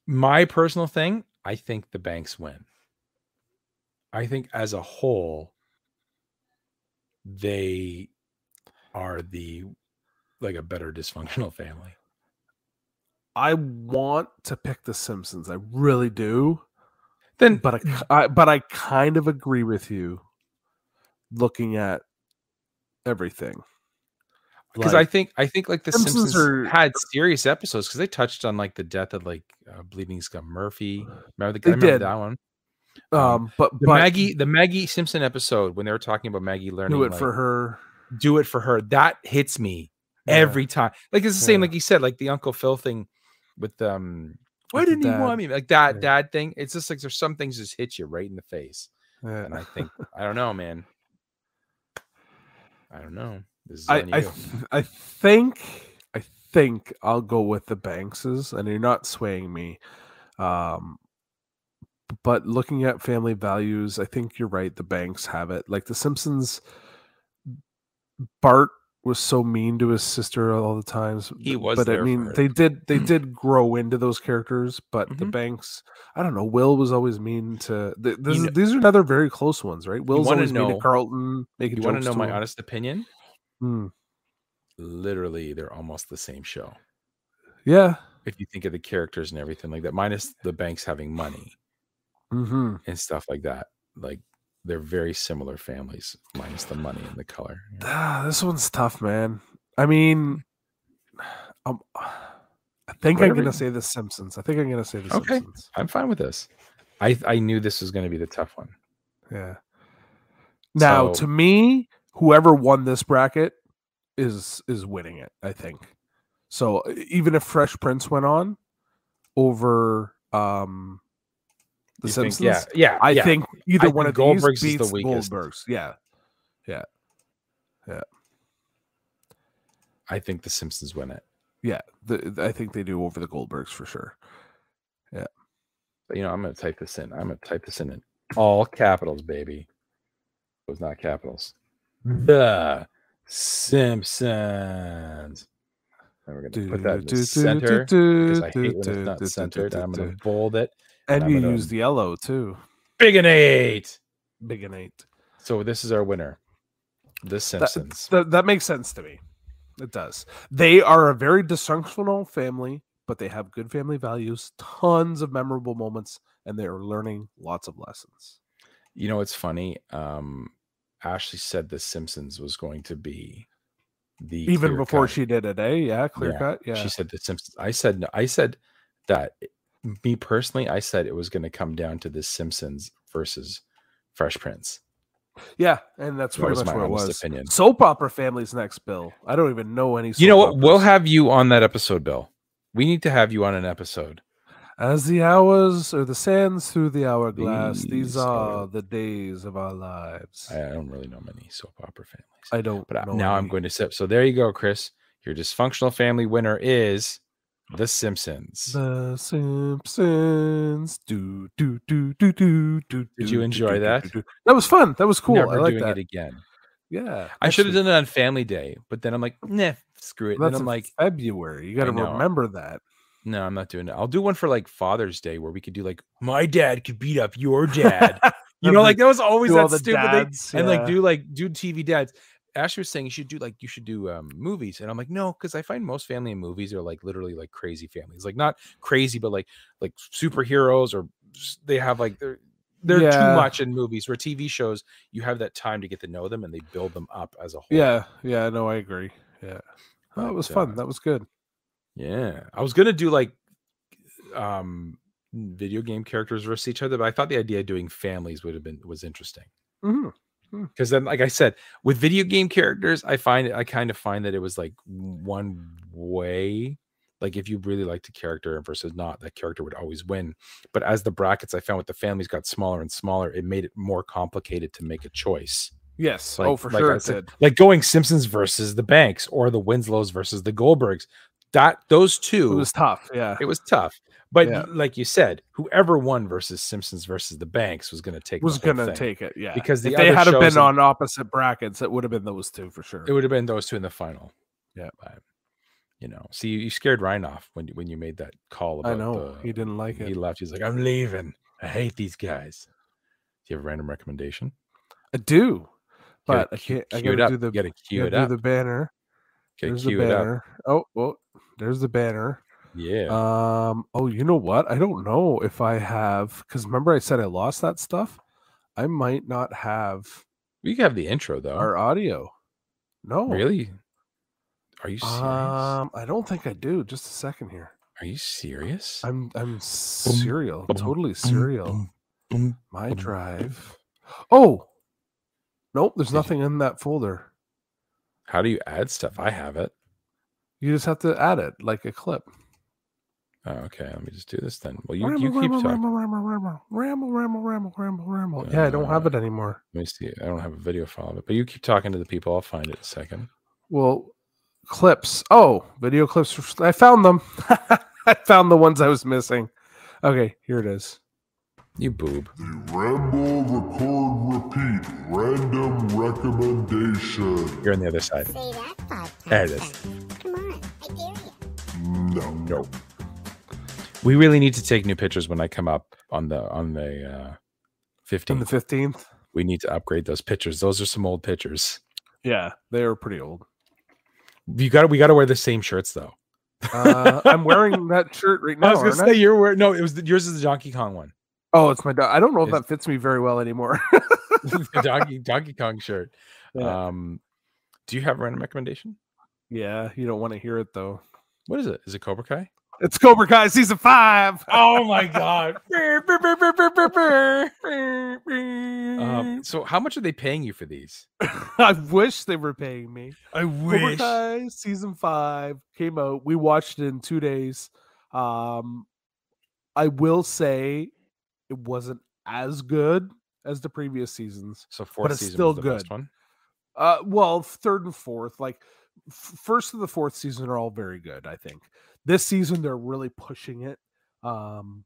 [SPEAKER 3] My personal thing, I think the Banks win. I think as a whole, they are the like a better dysfunctional family.
[SPEAKER 4] I want to pick the Simpsons. I really do.
[SPEAKER 3] Then, <laughs>
[SPEAKER 4] but I, ki- I but I kind of agree with you. Looking at everything,
[SPEAKER 3] because I
[SPEAKER 4] Like,
[SPEAKER 3] think I think like the
[SPEAKER 4] Simpsons
[SPEAKER 3] Simpsons,
[SPEAKER 4] are-
[SPEAKER 3] had serious episodes because they touched on like the death of like uh, Bleeding Scum Murphy. Remember the
[SPEAKER 4] They
[SPEAKER 3] guy? Remember
[SPEAKER 4] did.
[SPEAKER 3] that one?
[SPEAKER 4] um, but
[SPEAKER 3] The
[SPEAKER 4] but
[SPEAKER 3] Maggie, the Maggie Simpson episode when they were talking about Maggie learning
[SPEAKER 4] do it
[SPEAKER 3] like,
[SPEAKER 4] for her.
[SPEAKER 3] do it for her. That hits me
[SPEAKER 4] Yeah.
[SPEAKER 3] every time. Like it's the same,
[SPEAKER 4] Yeah.
[SPEAKER 3] like you said, like the Uncle Phil thing with um why
[SPEAKER 4] With the
[SPEAKER 3] didn't you
[SPEAKER 4] dad.
[SPEAKER 3] want me? Like that
[SPEAKER 4] Yeah.
[SPEAKER 3] dad thing. It's just like there's some things just hit you right in the face.
[SPEAKER 4] Yeah.
[SPEAKER 3] And I think I don't know, man. I don't know. This is
[SPEAKER 4] I
[SPEAKER 3] on
[SPEAKER 4] I,
[SPEAKER 3] you.
[SPEAKER 4] th- I think I think I'll go with the Bankses, and you're not swaying me. Um, but looking at family values, I think you're right. The Banks have it. Like the Simpsons, Bart was so mean to his sister all the times.
[SPEAKER 3] He was
[SPEAKER 4] but I
[SPEAKER 3] there
[SPEAKER 4] mean,
[SPEAKER 3] for Mm-hmm.
[SPEAKER 4] they did they did grow into those characters. But the
[SPEAKER 3] Mhm.
[SPEAKER 4] Banks, I don't know. Will was always mean to. Th- this,
[SPEAKER 3] kn-
[SPEAKER 4] is- these are another very close ones, right? Will's
[SPEAKER 3] wanna
[SPEAKER 4] always mean
[SPEAKER 3] know-
[SPEAKER 4] to Carlton. Making
[SPEAKER 3] you want to
[SPEAKER 4] jokes
[SPEAKER 3] know my
[SPEAKER 4] him.
[SPEAKER 3] honest opinion?
[SPEAKER 4] Hmm.
[SPEAKER 3] Literally, they're almost the same show.
[SPEAKER 4] Yeah.
[SPEAKER 3] If you think of the characters and everything like that, minus the banks having money.
[SPEAKER 4] Mm-hmm.
[SPEAKER 3] and stuff like that. Like they're very similar families, minus the money and the color. Yeah.
[SPEAKER 4] Ah, this one's tough, man. I mean, um, I think
[SPEAKER 3] Whatever
[SPEAKER 4] I'm gonna
[SPEAKER 3] you-
[SPEAKER 4] say the Simpsons. I think I'm gonna say the
[SPEAKER 3] Okay.
[SPEAKER 4] Simpsons.
[SPEAKER 3] I'm fine with this. I I knew this was going to be the tough one.
[SPEAKER 4] Yeah. Now,
[SPEAKER 3] So-
[SPEAKER 4] to me, whoever won this bracket is is winning it. I think. So e- even if Fresh Prince went on over um the
[SPEAKER 3] You think-
[SPEAKER 4] Simpsons,
[SPEAKER 3] yeah, yeah.
[SPEAKER 4] I
[SPEAKER 3] yeah.
[SPEAKER 4] think either
[SPEAKER 3] I
[SPEAKER 4] one
[SPEAKER 3] think
[SPEAKER 4] of
[SPEAKER 3] Goldberg's
[SPEAKER 4] these
[SPEAKER 3] is the
[SPEAKER 4] beats
[SPEAKER 3] weakest.
[SPEAKER 4] Goldberg's. Yeah. Yeah. Yeah.
[SPEAKER 3] I think the Simpsons win it.
[SPEAKER 4] Yeah. The, the- I think they do over the Goldbergs for sure.
[SPEAKER 3] But, you know, I'm going to type this in. I'm going to type this in in all capitals, baby. It was not capitals.
[SPEAKER 4] Mm-hmm.
[SPEAKER 3] The Simpsons. And we're going to put that in
[SPEAKER 4] Do, do,
[SPEAKER 3] the
[SPEAKER 4] do,
[SPEAKER 3] center
[SPEAKER 4] do,
[SPEAKER 3] because I hate
[SPEAKER 4] do,
[SPEAKER 3] when it's
[SPEAKER 4] do,
[SPEAKER 3] not
[SPEAKER 4] do, do,
[SPEAKER 3] centered.
[SPEAKER 4] do,
[SPEAKER 3] and I'm going
[SPEAKER 4] do.
[SPEAKER 3] to bold it.
[SPEAKER 4] And
[SPEAKER 3] I'm
[SPEAKER 4] you
[SPEAKER 3] gonna-
[SPEAKER 4] use the yellow too.
[SPEAKER 3] Big and eight.
[SPEAKER 4] Big and eight.
[SPEAKER 3] So this is our winner. The
[SPEAKER 4] That,
[SPEAKER 3] Simpsons.
[SPEAKER 4] that, that makes sense to me. It does. They are a very dysfunctional family, but they have good family values, tons of memorable moments, and they are learning lots of lessons.
[SPEAKER 3] You know, it's funny. Um, Ashley said The Simpsons was going to be the
[SPEAKER 4] Even
[SPEAKER 3] clear
[SPEAKER 4] before
[SPEAKER 3] cut.
[SPEAKER 4] she did it, eh? Yeah, clear
[SPEAKER 3] Yeah,
[SPEAKER 4] cut. Yeah.
[SPEAKER 3] she said The Simpsons. I said no. I said that it- me personally. I said it was going to come down to The Simpsons versus Fresh Prince.
[SPEAKER 4] yeah. And that's
[SPEAKER 3] That
[SPEAKER 4] pretty
[SPEAKER 3] was my
[SPEAKER 4] much what it
[SPEAKER 3] honest
[SPEAKER 4] was.
[SPEAKER 3] opinion.
[SPEAKER 4] Soap opera family's next, Bill. I don't even know any.
[SPEAKER 3] you know
[SPEAKER 4] soap
[SPEAKER 3] what? We'll
[SPEAKER 4] operas.
[SPEAKER 3] have you on that episode, Bill. We need to have you on an episode.
[SPEAKER 4] As the hours or the sands through the hourglass, these,
[SPEAKER 3] These
[SPEAKER 4] are
[SPEAKER 3] are-
[SPEAKER 4] the days of our lives.
[SPEAKER 3] I I don't really know many soap opera families.
[SPEAKER 4] I, don't.
[SPEAKER 3] But I-
[SPEAKER 4] know
[SPEAKER 3] now I'm
[SPEAKER 4] any.
[SPEAKER 3] going to sip. So there you go, Chris. Your dysfunctional family winner is The Simpsons.
[SPEAKER 4] The Simpsons. Do do do do do do.
[SPEAKER 3] Did
[SPEAKER 4] do,
[SPEAKER 3] you
[SPEAKER 4] do,
[SPEAKER 3] enjoy
[SPEAKER 4] do, do,
[SPEAKER 3] that?
[SPEAKER 4] do, do. That was fun. That was cool.
[SPEAKER 3] Never
[SPEAKER 4] I like
[SPEAKER 3] doing
[SPEAKER 4] that.
[SPEAKER 3] it again.
[SPEAKER 4] Yeah.
[SPEAKER 3] I should have
[SPEAKER 4] actually,
[SPEAKER 3] done it on Family Day, but then I'm like, nah, screw it. And
[SPEAKER 4] That's
[SPEAKER 3] then I'm
[SPEAKER 4] in
[SPEAKER 3] like,
[SPEAKER 4] February. You got to
[SPEAKER 3] know.
[SPEAKER 4] remember that.
[SPEAKER 3] no, I'm not doing it. I'll do one for like Father's Day where we could do like, my dad could beat up your
[SPEAKER 4] <laughs>
[SPEAKER 3] dad. you know, like that was always
[SPEAKER 4] Do all
[SPEAKER 3] that
[SPEAKER 4] the
[SPEAKER 3] stupid thing.
[SPEAKER 4] dads,
[SPEAKER 3] And like
[SPEAKER 4] yeah.
[SPEAKER 3] do like do TV dads. Ashley was saying you should do like you should do um, movies, and I'm like no, because I find most family and movies are like literally like crazy families, like not crazy, but like like superheroes or s- they have like they're they're
[SPEAKER 4] Yeah.
[SPEAKER 3] too much in movies. Where TV shows, you have that time to get to know them and they build them up as a whole.
[SPEAKER 4] Yeah. Yeah. No, I agree. Yeah. That
[SPEAKER 3] But,
[SPEAKER 4] was
[SPEAKER 3] uh,
[SPEAKER 4] fun. That was good.
[SPEAKER 3] Yeah, I was gonna do like um video game characters versus each other, but I thought the idea of doing families would have been was interesting
[SPEAKER 4] Mhm.
[SPEAKER 3] because then, like I said, with video game characters, I find I kind of find that it was like one way. Like if you really liked a character versus not, that character would always win. But as the brackets I found with the families got smaller and smaller, it made it more complicated to make a choice.
[SPEAKER 4] Yes.
[SPEAKER 3] Like-
[SPEAKER 4] oh, for
[SPEAKER 3] like
[SPEAKER 4] sure
[SPEAKER 3] I
[SPEAKER 4] it
[SPEAKER 3] said-
[SPEAKER 4] did.
[SPEAKER 3] like going Simpsons versus the Banks or the Winslows versus the Goldbergs. That those
[SPEAKER 4] It
[SPEAKER 3] two
[SPEAKER 4] was tough.
[SPEAKER 3] <laughs>
[SPEAKER 4] Yeah.
[SPEAKER 3] it was tough. But
[SPEAKER 4] Yeah.
[SPEAKER 3] like you said, whoever won versus Simpsons versus the Banks was going to take
[SPEAKER 4] was
[SPEAKER 3] the whole
[SPEAKER 4] going to
[SPEAKER 3] thing.
[SPEAKER 4] take it. Yeah.
[SPEAKER 3] because the
[SPEAKER 4] if they
[SPEAKER 3] other
[SPEAKER 4] had have
[SPEAKER 3] shows
[SPEAKER 4] been
[SPEAKER 3] in-
[SPEAKER 4] on opposite brackets, it would have been those two for sure.
[SPEAKER 3] It would have been those two in the final.
[SPEAKER 4] Yeah.
[SPEAKER 3] But, you know, see, you, you scared Ryan off when you- when you made that call. About
[SPEAKER 4] I know.
[SPEAKER 3] the-
[SPEAKER 4] he didn't like
[SPEAKER 3] he
[SPEAKER 4] it.
[SPEAKER 3] left. He's like, I'm leaving. I hate these guys. Do you have a random recommendation?
[SPEAKER 4] I do.
[SPEAKER 3] Gotta
[SPEAKER 4] But I can't. I
[SPEAKER 3] cue it
[SPEAKER 4] got
[SPEAKER 3] up.
[SPEAKER 4] to do the,
[SPEAKER 3] you got to cue
[SPEAKER 4] gotta
[SPEAKER 3] it
[SPEAKER 4] do
[SPEAKER 3] up.
[SPEAKER 4] the banner.
[SPEAKER 3] Okay,
[SPEAKER 4] there's
[SPEAKER 3] cue
[SPEAKER 4] the
[SPEAKER 3] it up.
[SPEAKER 4] banner. Oh, well, there's the banner.
[SPEAKER 3] Yeah.
[SPEAKER 4] Um. Oh, you know what? I don't know if I have because remember I said I lost that stuff. I might not have
[SPEAKER 3] we can have the intro though.
[SPEAKER 4] our audio. No,
[SPEAKER 3] Really? Are you serious?
[SPEAKER 4] oh. Um, I don't think I do. Just a second here.
[SPEAKER 3] Are you serious?
[SPEAKER 4] I'm I'm serial,
[SPEAKER 3] boom,
[SPEAKER 4] totally
[SPEAKER 3] Boom,
[SPEAKER 4] serial.
[SPEAKER 3] boom, boom.
[SPEAKER 4] My
[SPEAKER 3] boom.
[SPEAKER 4] drive. Oh, nope. There's
[SPEAKER 3] Did you-
[SPEAKER 4] nothing in that folder.
[SPEAKER 3] How do you add stuff? I have it.
[SPEAKER 4] You just have to add it like a clip.
[SPEAKER 3] Oh, okay. Let me just do this then. Well, you, you keep talking.
[SPEAKER 4] ramble, ramble, ramble, ramble, ramble, ramble, ramble, ramble. Yeah, I don't have
[SPEAKER 3] Uh,
[SPEAKER 4] it anymore.
[SPEAKER 3] Let me see. I don't have a video file of it, but you keep talking to the people. I'll find it in a second.
[SPEAKER 4] Well, clips. Oh, video clips. for- I found them. <laughs> I found the ones I was missing. Okay, here it is.
[SPEAKER 3] You boob.
[SPEAKER 6] The Ramble Record Repeat Random Recommendation.
[SPEAKER 3] You're on the other side.
[SPEAKER 7] Say that podcast.
[SPEAKER 3] There it is.
[SPEAKER 7] back. Come on, I dare you.
[SPEAKER 6] No.
[SPEAKER 3] No. We really need to take new pictures when I come up on the on the uh,
[SPEAKER 4] On the
[SPEAKER 3] 15th.
[SPEAKER 4] fifteenth.
[SPEAKER 3] We need to upgrade those pictures. Those are some old pictures.
[SPEAKER 4] Yeah, they are pretty old.
[SPEAKER 3] <laughs> You got to we got to wear the same shirts though.
[SPEAKER 4] Uh, I'm wearing that shirt right now.
[SPEAKER 3] I was gonna
[SPEAKER 4] aren't I?
[SPEAKER 3] say you're wearing no. It was the, yours is the Donkey Kong <laughs> one.
[SPEAKER 4] Oh, it's my dog. I don't know if
[SPEAKER 3] Is-
[SPEAKER 4] that fits me very well anymore. <laughs>
[SPEAKER 3] the Donkey Donkey Kong shirt.
[SPEAKER 4] Yeah.
[SPEAKER 3] Um, do you have a random recommendation?
[SPEAKER 4] yeah, you don't want to hear it though.
[SPEAKER 3] What is it? Is it Cobra Kai?
[SPEAKER 4] It's Cobra Kai season five.
[SPEAKER 3] Oh my god.
[SPEAKER 4] Mm-hmm.
[SPEAKER 3] um, so how much are they paying you for these?
[SPEAKER 4] <laughs> I wish they were paying me.
[SPEAKER 3] I
[SPEAKER 4] Cobra Kai season five came out. We watched it in two days. Um, I will say it wasn't as good as the previous seasons.
[SPEAKER 3] So fourth
[SPEAKER 4] it's
[SPEAKER 3] season
[SPEAKER 4] still
[SPEAKER 3] was the best
[SPEAKER 4] good.
[SPEAKER 3] one.
[SPEAKER 4] Uh, well, third and fourth, like f- first and the fourth season are all very good. I think this season they're really pushing it. Um,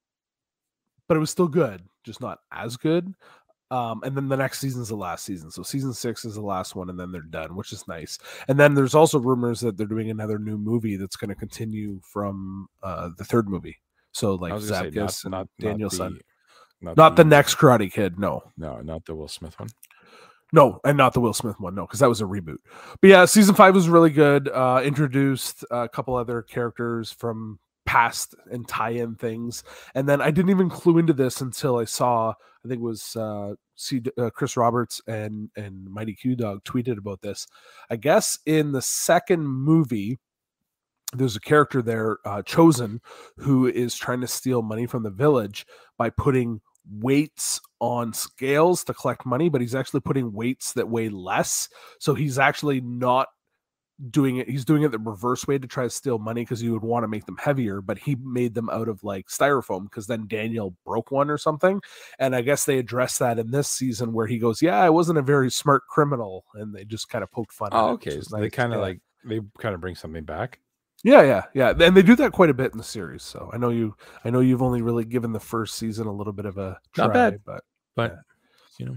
[SPEAKER 4] but it was still good, just not as good. Um, and then the next season's the last season. So season six is the last one, and then they're done, which is nice. And then there's also rumors that they're doing another new movie that's going to continue from uh the third movie. So like
[SPEAKER 3] I was gonna say,
[SPEAKER 4] Zapkus and Danielson.
[SPEAKER 3] Not,
[SPEAKER 4] not the next Karate Kid, no.
[SPEAKER 3] No, not the Will Smith one.
[SPEAKER 4] No, and not the Will Smith one. No, because that was a reboot. But yeah, season five was really good. Uh, introduced a couple other characters from past and tie-in things, and then I didn't even clue into this until I saw. I think it was uh, C- uh, Chris Roberts and and Mighty Q Dog tweeted about this. I guess in the second movie, there's a character there, uh, Chosen, who is trying to steal money from the village by putting weights on scales to collect money, but he's actually putting weights that weigh less. So he's actually not doing it. He's doing it the reverse way to try to steal money because you would want to make them heavier, but he made them out of like styrofoam because then Daniel broke one or something. And I guess they addressed that in this season where he goes, Yeah, I wasn't a very smart criminal. And they just kind of poked fun. at
[SPEAKER 3] Oh,
[SPEAKER 4] it, which
[SPEAKER 3] okay.
[SPEAKER 4] was
[SPEAKER 3] so they
[SPEAKER 4] nice,
[SPEAKER 3] kind of
[SPEAKER 4] yeah.
[SPEAKER 3] like they kind of bring something back.
[SPEAKER 4] Yeah, yeah, yeah. And they do that quite a bit in the series. So I know you I know you've only really given the first season a little bit of a try,
[SPEAKER 3] Not bad.
[SPEAKER 4] but
[SPEAKER 3] But
[SPEAKER 4] Yeah.
[SPEAKER 3] you know,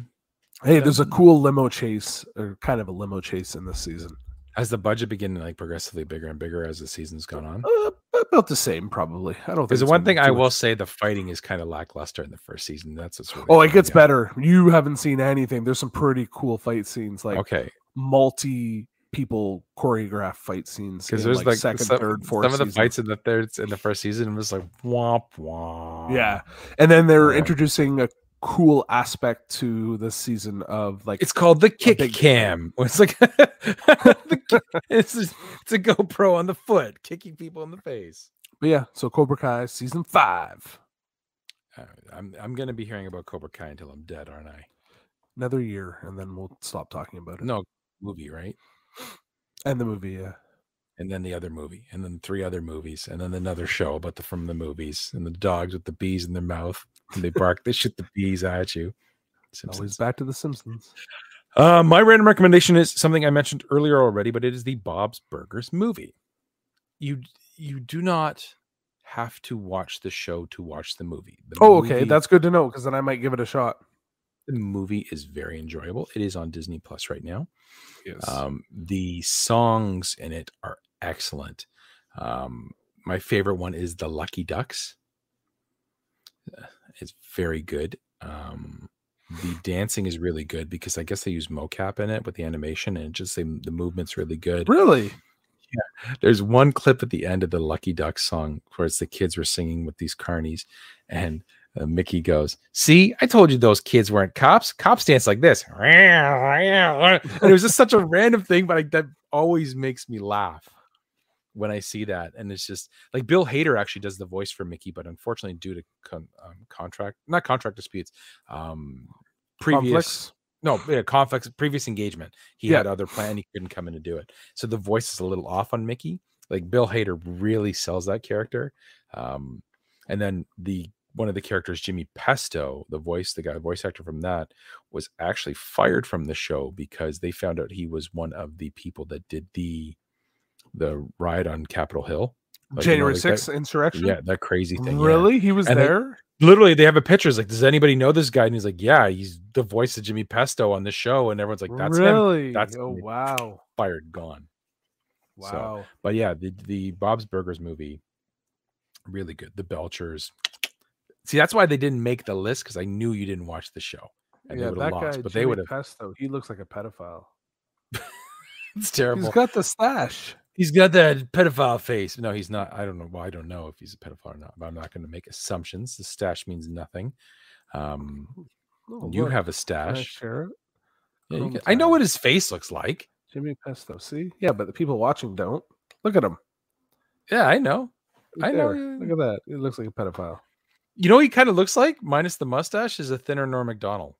[SPEAKER 4] hey, there's a cool limo chase or kind of a limo chase in this season.
[SPEAKER 3] as the budget began to like progressively bigger and bigger as the season's gone on.
[SPEAKER 4] Uh, about the same probably. I don't think
[SPEAKER 3] Because the
[SPEAKER 4] it's
[SPEAKER 3] one
[SPEAKER 4] gonna
[SPEAKER 3] thing
[SPEAKER 4] be
[SPEAKER 3] I
[SPEAKER 4] too
[SPEAKER 3] will
[SPEAKER 4] much-
[SPEAKER 3] say, the fighting is kind of lackluster in the first season. That's what's really
[SPEAKER 4] Oh, it
[SPEAKER 3] throwing
[SPEAKER 4] gets
[SPEAKER 3] me off.
[SPEAKER 4] better. You haven't seen anything. There's some pretty cool fight scenes like
[SPEAKER 3] okay,
[SPEAKER 4] multi people choreographed fight scenes
[SPEAKER 3] because
[SPEAKER 4] in,
[SPEAKER 3] there's like,
[SPEAKER 4] second,
[SPEAKER 3] some,
[SPEAKER 4] third,
[SPEAKER 3] some
[SPEAKER 4] fourth
[SPEAKER 3] of the
[SPEAKER 4] season.
[SPEAKER 3] fights in the third in the first season was like womp womp.
[SPEAKER 4] Yeah. And then they're
[SPEAKER 3] Yeah.
[SPEAKER 4] introducing a cool aspect to this season of like
[SPEAKER 3] it's called the kick
[SPEAKER 4] big-
[SPEAKER 3] cam. <laughs> It's like the kick, it's a, it's a GoPro on the foot, kicking people in the face.
[SPEAKER 4] But yeah, so Cobra Kai season five,
[SPEAKER 3] Uh, I'm I'm gonna be hearing about Cobra Kai until I'm dead, aren't I?
[SPEAKER 4] another year, and then we'll stop talking about it.
[SPEAKER 3] No movie, right?
[SPEAKER 4] And the movie, yeah.
[SPEAKER 3] And then the other movie, and then three other movies, and then another show about the from the movies and the dogs with the bees in their mouth and they bark, they shoot the bees at you. Simpsons.
[SPEAKER 4] Always back to the Simpsons.
[SPEAKER 3] Uh, my random recommendation is something I mentioned earlier already, but it is the Bob's Burgers movie. You you do not have to watch the show to watch the movie. The
[SPEAKER 4] Oh, okay.
[SPEAKER 3] movie-
[SPEAKER 4] That's good to know because then I might give it a shot.
[SPEAKER 3] the movie is very enjoyable. It is on Disney Plus right now.
[SPEAKER 4] Yes.
[SPEAKER 3] Um, the songs in it are excellent. Um, my favorite one is the Lucky Ducks. Uh, It's very good. Um, the dancing is really good because I guess they use mocap in it with the animation and just the, the movement's really good.
[SPEAKER 4] really?
[SPEAKER 3] There's one clip at the end of the Lucky Ducks song where it's the kids were singing with these carnies, and uh, Mickey goes, "See, I told you those kids weren't cops. Cops dance like this." <laughs> And it was just such a random thing, but I, that always makes me laugh when I see that. And it's just like Bill Hader actually does the voice for Mickey, but unfortunately, due to con- um, contract not contract disputes, um, previous
[SPEAKER 4] Conflicts?
[SPEAKER 3] no yeah, conflicts previous engagement he
[SPEAKER 4] Yeah.
[SPEAKER 3] had other plan he couldn't come in to do it so the voice is a little off on mickey like bill hader really sells that character um and then the one of the characters jimmy pesto the voice the guy voice actor from that was actually fired from the show because they found out he was one of the people that did the the riot on capitol hill Like, you know,
[SPEAKER 4] January
[SPEAKER 3] like that-
[SPEAKER 4] sixth insurrection.
[SPEAKER 3] yeah that crazy thing yeah
[SPEAKER 4] Really? He was
[SPEAKER 3] And they-
[SPEAKER 4] there.
[SPEAKER 3] literally they have a picture. It's like, does anybody know this guy? And he's like, yeah, he's the voice of Jimmy Pesto on this show. And everyone's like, that's him.
[SPEAKER 4] really.
[SPEAKER 3] That's
[SPEAKER 4] oh
[SPEAKER 3] him.
[SPEAKER 4] wow.
[SPEAKER 3] Fired, gone. So-
[SPEAKER 4] Wow.
[SPEAKER 3] But yeah, the the Bob's Burgers movie, really good. The Belchers. See, that's why they didn't make the list because I knew you didn't watch the show, <laughs> and
[SPEAKER 4] yeah,
[SPEAKER 3] they would have
[SPEAKER 4] that
[SPEAKER 3] lost.
[SPEAKER 4] guy.
[SPEAKER 3] but
[SPEAKER 4] Jimmy
[SPEAKER 3] they would have.
[SPEAKER 4] Pesto. He looks like a pedophile.
[SPEAKER 3] It's terrible.
[SPEAKER 4] He's got the stash.
[SPEAKER 3] he's got that pedophile face. No, he's not. I don't know. Well, I don't know if he's a pedophile or not. But I'm not going to make assumptions. The stash means nothing. Um,
[SPEAKER 4] Oh,
[SPEAKER 3] you
[SPEAKER 4] look,
[SPEAKER 3] have a
[SPEAKER 4] can I
[SPEAKER 3] stash.
[SPEAKER 4] share it?
[SPEAKER 3] Yeah, you
[SPEAKER 4] Chrome
[SPEAKER 3] can- I know
[SPEAKER 4] tab.
[SPEAKER 3] what his face looks like.
[SPEAKER 4] Jimmy Pesto. See? Yeah, but the people watching don't. Look at him.
[SPEAKER 3] Yeah, I know.
[SPEAKER 4] Right
[SPEAKER 3] I know,
[SPEAKER 4] there.
[SPEAKER 3] yeah.
[SPEAKER 4] Look at that. It looks like a pedophile.
[SPEAKER 3] You know what he kind of looks like, minus the mustache, is a thinner Norm McDonald.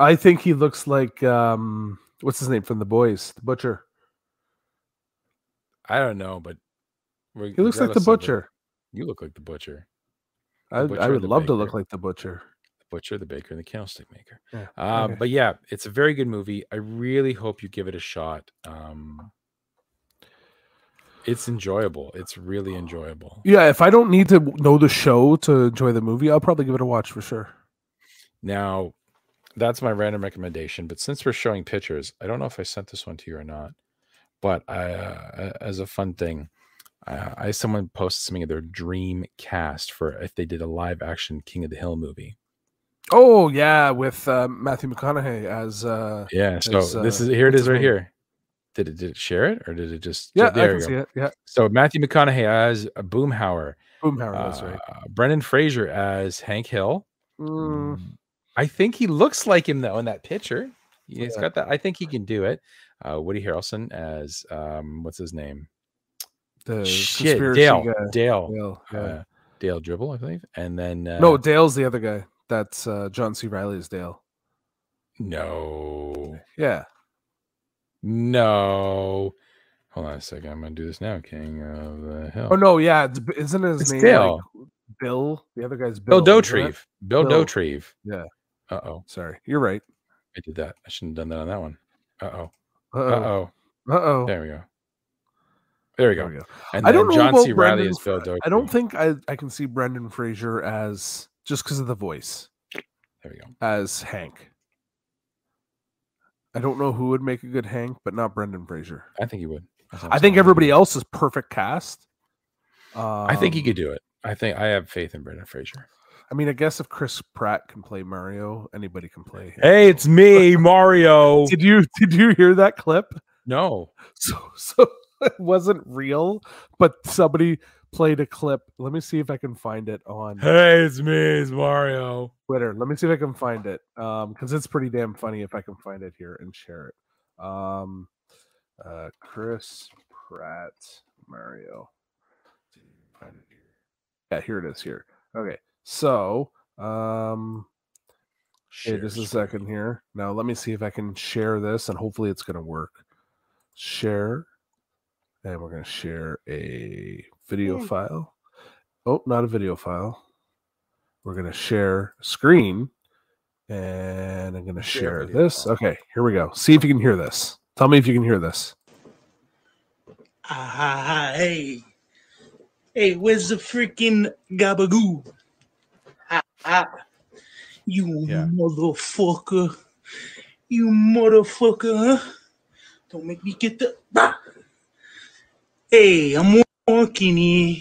[SPEAKER 4] I think he looks like um what's his name from the boys? The butcher.
[SPEAKER 3] I don't know, but re-
[SPEAKER 4] He looks like the
[SPEAKER 3] regardless of it,
[SPEAKER 4] butcher.
[SPEAKER 3] You look like the butcher,
[SPEAKER 4] I,
[SPEAKER 3] butcher
[SPEAKER 4] I
[SPEAKER 3] or
[SPEAKER 4] would
[SPEAKER 3] the
[SPEAKER 4] love to look
[SPEAKER 3] baker.
[SPEAKER 4] like the butcher.
[SPEAKER 3] the butcher, the baker, and the candlestick maker.
[SPEAKER 4] Yeah,
[SPEAKER 3] Uh,
[SPEAKER 4] okay.
[SPEAKER 3] But yeah, it's a very good movie. I really hope you give it a shot. Um, it's enjoyable. It's really
[SPEAKER 4] Oh.
[SPEAKER 3] enjoyable.
[SPEAKER 4] Yeah, if I don't need to know the show to enjoy the movie, I'll probably give it a watch for sure.
[SPEAKER 3] Now, that's my random recommendation. But since we're showing pictures, I don't know if I sent this one to you or not. But I, uh, a- as a fun thing, uh, I someone posted something of their dream cast for if they did a live action King of the Hill movie.
[SPEAKER 4] Oh yeah, with uh, Matthew McConaughey as uh
[SPEAKER 3] Yeah. So
[SPEAKER 4] It's,
[SPEAKER 3] this
[SPEAKER 4] uh,
[SPEAKER 3] is here it
[SPEAKER 4] what's
[SPEAKER 3] is
[SPEAKER 4] his
[SPEAKER 3] right
[SPEAKER 4] name?
[SPEAKER 3] here. Did it did it share it or did it just
[SPEAKER 4] yeah, I
[SPEAKER 3] there
[SPEAKER 4] can
[SPEAKER 3] you
[SPEAKER 4] see
[SPEAKER 3] go.
[SPEAKER 4] it. Yeah,
[SPEAKER 3] So Matthew McConaughey as uh, Boomhauer,
[SPEAKER 4] Boomhauer, Oh, that's
[SPEAKER 3] uh,
[SPEAKER 4] right.
[SPEAKER 3] Brendan Fraser as Hank Hill.
[SPEAKER 4] Mm,
[SPEAKER 3] I think he looks like him though in that picture. Yeah, He's
[SPEAKER 4] Yeah.
[SPEAKER 3] got that. I think he can do it. Uh, Woody Harrelson as um, what's his name?
[SPEAKER 4] the
[SPEAKER 3] Shit,
[SPEAKER 4] conspiracy
[SPEAKER 3] Dale.
[SPEAKER 4] guy.
[SPEAKER 3] Dale.
[SPEAKER 4] Dale, yeah.
[SPEAKER 3] Uh, Dale Dribble, I believe. And then uh,
[SPEAKER 4] no, Dale's the other guy. That's uh, John C. Riley's Dale.
[SPEAKER 3] no,
[SPEAKER 4] Yeah.
[SPEAKER 3] no. Hold on a second. I'm gonna do this now. King of the Hill.
[SPEAKER 4] Oh no, yeah. it's- Isn't his
[SPEAKER 3] It's
[SPEAKER 4] name
[SPEAKER 3] Dale. Oh,
[SPEAKER 4] like Bill? The other guy's Bill.
[SPEAKER 3] Bill
[SPEAKER 4] isn't it?
[SPEAKER 3] Dotrieve. Bill,
[SPEAKER 4] Bill.
[SPEAKER 3] Dotrieve.
[SPEAKER 4] Yeah.
[SPEAKER 3] Uh oh.
[SPEAKER 4] Sorry, you're right.
[SPEAKER 3] I did that. I shouldn't have done that on that one. Uh oh.
[SPEAKER 4] Uh
[SPEAKER 3] Uh
[SPEAKER 4] oh.
[SPEAKER 3] oh.
[SPEAKER 4] Uh oh.
[SPEAKER 3] There we go. There we go. And
[SPEAKER 4] I don't know
[SPEAKER 3] then John
[SPEAKER 4] about
[SPEAKER 3] C. Riley
[SPEAKER 4] Brendan
[SPEAKER 3] is Bill Dotrieve.
[SPEAKER 4] I don't think I, I can see Brendan Fraser as just because of the voice
[SPEAKER 3] There we go.
[SPEAKER 4] as Hank. I don't know who would make a good Hank, but not Brendan Fraser.
[SPEAKER 3] I think he would.
[SPEAKER 4] I think everybody else is perfect cast.
[SPEAKER 3] I think he
[SPEAKER 4] Um,
[SPEAKER 3] could do it. I think I have faith in Brendan Fraser.
[SPEAKER 4] I mean, I guess if Chris Pratt can play Mario, anybody can play. Hank,
[SPEAKER 3] Hey,
[SPEAKER 4] so-
[SPEAKER 3] it's
[SPEAKER 4] <laughs>
[SPEAKER 3] me, Mario.
[SPEAKER 4] Did you did you hear that clip?
[SPEAKER 3] No,
[SPEAKER 4] so <laughs> so it wasn't real but somebody played a clip let me see if i can find it on
[SPEAKER 3] hey, it's me, it's Mario.
[SPEAKER 4] twitter let me see if i can find it um because it's pretty damn funny if i can find it here and share it um uh chris pratt mario Find it here. yeah here it is here okay so um Hey,
[SPEAKER 3] Share
[SPEAKER 4] just
[SPEAKER 3] screen.
[SPEAKER 4] a second here. Now let me see if I can share this, and hopefully it's going to work. Share, and we're going to share a video file. Oh, not a video file. We're going to share screen, And I'm going to
[SPEAKER 8] Share
[SPEAKER 4] share
[SPEAKER 8] video
[SPEAKER 4] this. Okay, here we go. See if you can hear this. Tell me if you can hear this.
[SPEAKER 9] Ah, ha, ha, hey. Hey, where's the freaking gabagoo? Ha, ha. You
[SPEAKER 8] Yeah.
[SPEAKER 9] motherfucker. You motherfucker, huh? Don't make me get the. Bah! Hey, I'm walking here.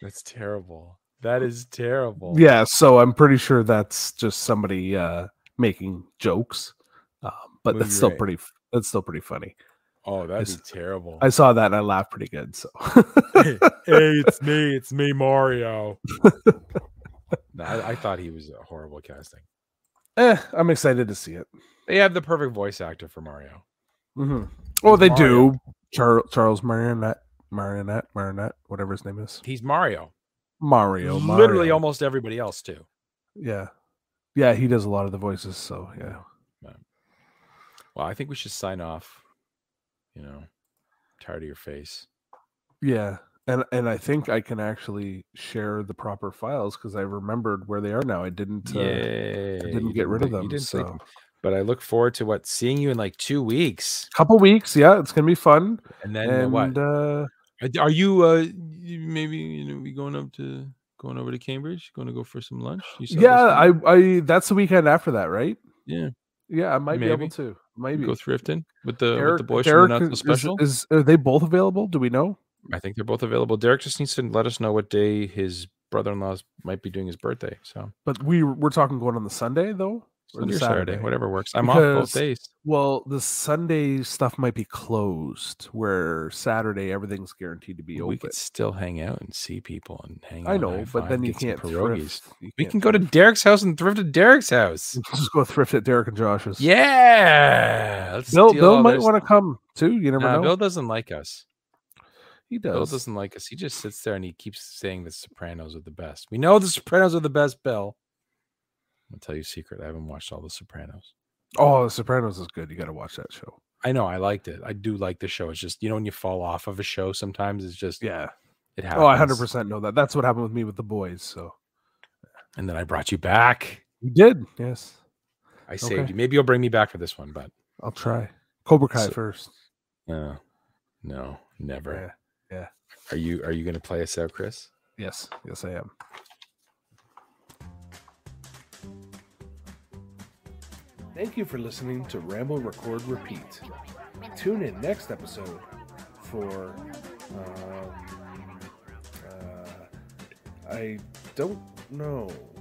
[SPEAKER 3] That's terrible. That is terrible.
[SPEAKER 4] Yeah, so I'm pretty sure that's just somebody uh, making jokes, uh, but
[SPEAKER 3] Well,
[SPEAKER 4] that's
[SPEAKER 3] you're
[SPEAKER 4] still
[SPEAKER 3] right.
[SPEAKER 4] pretty. That's still pretty funny.
[SPEAKER 3] Oh, that'd
[SPEAKER 4] It's-
[SPEAKER 3] be terrible.
[SPEAKER 4] I saw that and I laughed pretty good. So
[SPEAKER 3] <laughs>
[SPEAKER 4] <laughs>
[SPEAKER 3] hey, it's me. It's me, Mario. no, I, I thought he was a horrible casting.
[SPEAKER 4] eh, I'm excited to see it.
[SPEAKER 3] They have the perfect voice actor for Mario.
[SPEAKER 4] Mm-hmm. Oh, they
[SPEAKER 3] Mario.
[SPEAKER 4] do. Char- Charles Marionette, Marionette, Marionette, whatever his name is.
[SPEAKER 3] He's Mario.
[SPEAKER 4] Mario.
[SPEAKER 3] Literally
[SPEAKER 4] Mario.
[SPEAKER 3] almost everybody else too.
[SPEAKER 4] Yeah. Yeah, he does a lot of the voices. So, yeah.
[SPEAKER 3] Well, I think we should sign off. You know, tired of your face.
[SPEAKER 4] Yeah. And and I think I can actually share the proper files because I remembered where they are now. I didn't uh,
[SPEAKER 3] Yay,
[SPEAKER 4] I
[SPEAKER 3] you
[SPEAKER 4] didn't get rid of
[SPEAKER 3] take-
[SPEAKER 4] them.
[SPEAKER 3] You didn't
[SPEAKER 4] so
[SPEAKER 3] take them. But I look forward to what seeing you in like two weeks,
[SPEAKER 4] couple weeks, yeah, it's gonna be fun.
[SPEAKER 3] and
[SPEAKER 4] And,
[SPEAKER 3] then uh, what?
[SPEAKER 4] uh
[SPEAKER 3] Are- Are you uh you- maybe you know we going up to going over to Cambridge? Going to go for some lunch? You saw this
[SPEAKER 4] yeah,
[SPEAKER 3] thing?
[SPEAKER 4] I I that's the weekend after that, right?
[SPEAKER 3] yeah
[SPEAKER 4] Yeah, I might be
[SPEAKER 3] Maybe.
[SPEAKER 4] able to. Maybe
[SPEAKER 3] go thrifting with the with the
[SPEAKER 4] Derek-
[SPEAKER 3] boys from the
[SPEAKER 4] Derek
[SPEAKER 3] Not So
[SPEAKER 4] is-
[SPEAKER 3] Special.
[SPEAKER 4] Is, are they both available? Do we know?
[SPEAKER 3] I think they're both available. Derek just needs to let us know what day his brother-in-law's might be doing his birthday. So
[SPEAKER 4] But we we're talking going on the Sunday though. Or
[SPEAKER 3] Sunday
[SPEAKER 4] the
[SPEAKER 3] or Saturday, whatever works. I'm off
[SPEAKER 4] Because-
[SPEAKER 3] both days.
[SPEAKER 4] Well, the Sunday stuff might be closed, where Saturday everything's guaranteed to be
[SPEAKER 3] We
[SPEAKER 4] open.
[SPEAKER 3] could still hang out and see people and hang. out
[SPEAKER 4] I
[SPEAKER 3] and
[SPEAKER 4] know, but
[SPEAKER 3] high-five,
[SPEAKER 4] then you
[SPEAKER 3] get some
[SPEAKER 4] can't
[SPEAKER 3] pierogies.
[SPEAKER 4] thrift. <laughs> You
[SPEAKER 3] We
[SPEAKER 4] can't
[SPEAKER 3] can go to Derek's house and thrift at Derek's house.
[SPEAKER 4] thrift. just go thrift at Derek and Josh's.
[SPEAKER 3] <laughs> Yeah, let's
[SPEAKER 4] Bill,
[SPEAKER 3] steal
[SPEAKER 4] Bill
[SPEAKER 3] all
[SPEAKER 4] might
[SPEAKER 3] their
[SPEAKER 4] want to
[SPEAKER 3] stuff.
[SPEAKER 4] come too. You
[SPEAKER 3] <laughs>
[SPEAKER 4] never
[SPEAKER 3] Nah,
[SPEAKER 4] know.
[SPEAKER 3] Bill doesn't like us.
[SPEAKER 4] he
[SPEAKER 3] Bill
[SPEAKER 4] does.
[SPEAKER 3] doesn't like us. He just sits there and he keeps saying the Sopranos are the best. We know the Sopranos are the best, Bill. I'll tell you a secret. I haven't watched all the Sopranos.
[SPEAKER 4] Oh, The Sopranos is good. You got to watch that show.
[SPEAKER 3] I know I liked it. I do like the show. It's just you know when you fall off of a show, sometimes it's just
[SPEAKER 4] Yeah.
[SPEAKER 3] it happens.
[SPEAKER 4] Oh, I hundred percent know that. That's what happened with me with the boys. So
[SPEAKER 3] And then I brought you back.
[SPEAKER 4] you did. Yes,
[SPEAKER 3] I saved
[SPEAKER 4] Okay.
[SPEAKER 3] you. Maybe you'll bring me back for this one, but
[SPEAKER 4] I'll try. Cobra Kai
[SPEAKER 3] So-
[SPEAKER 4] first.
[SPEAKER 3] no, no, never.
[SPEAKER 4] Yeah.
[SPEAKER 3] Are you are you going to play us out, Chris?
[SPEAKER 4] Yes. Yes, I am. Thank you for listening to Ramble Record Repeat. Tune in next episode for. Um, uh, I don't know.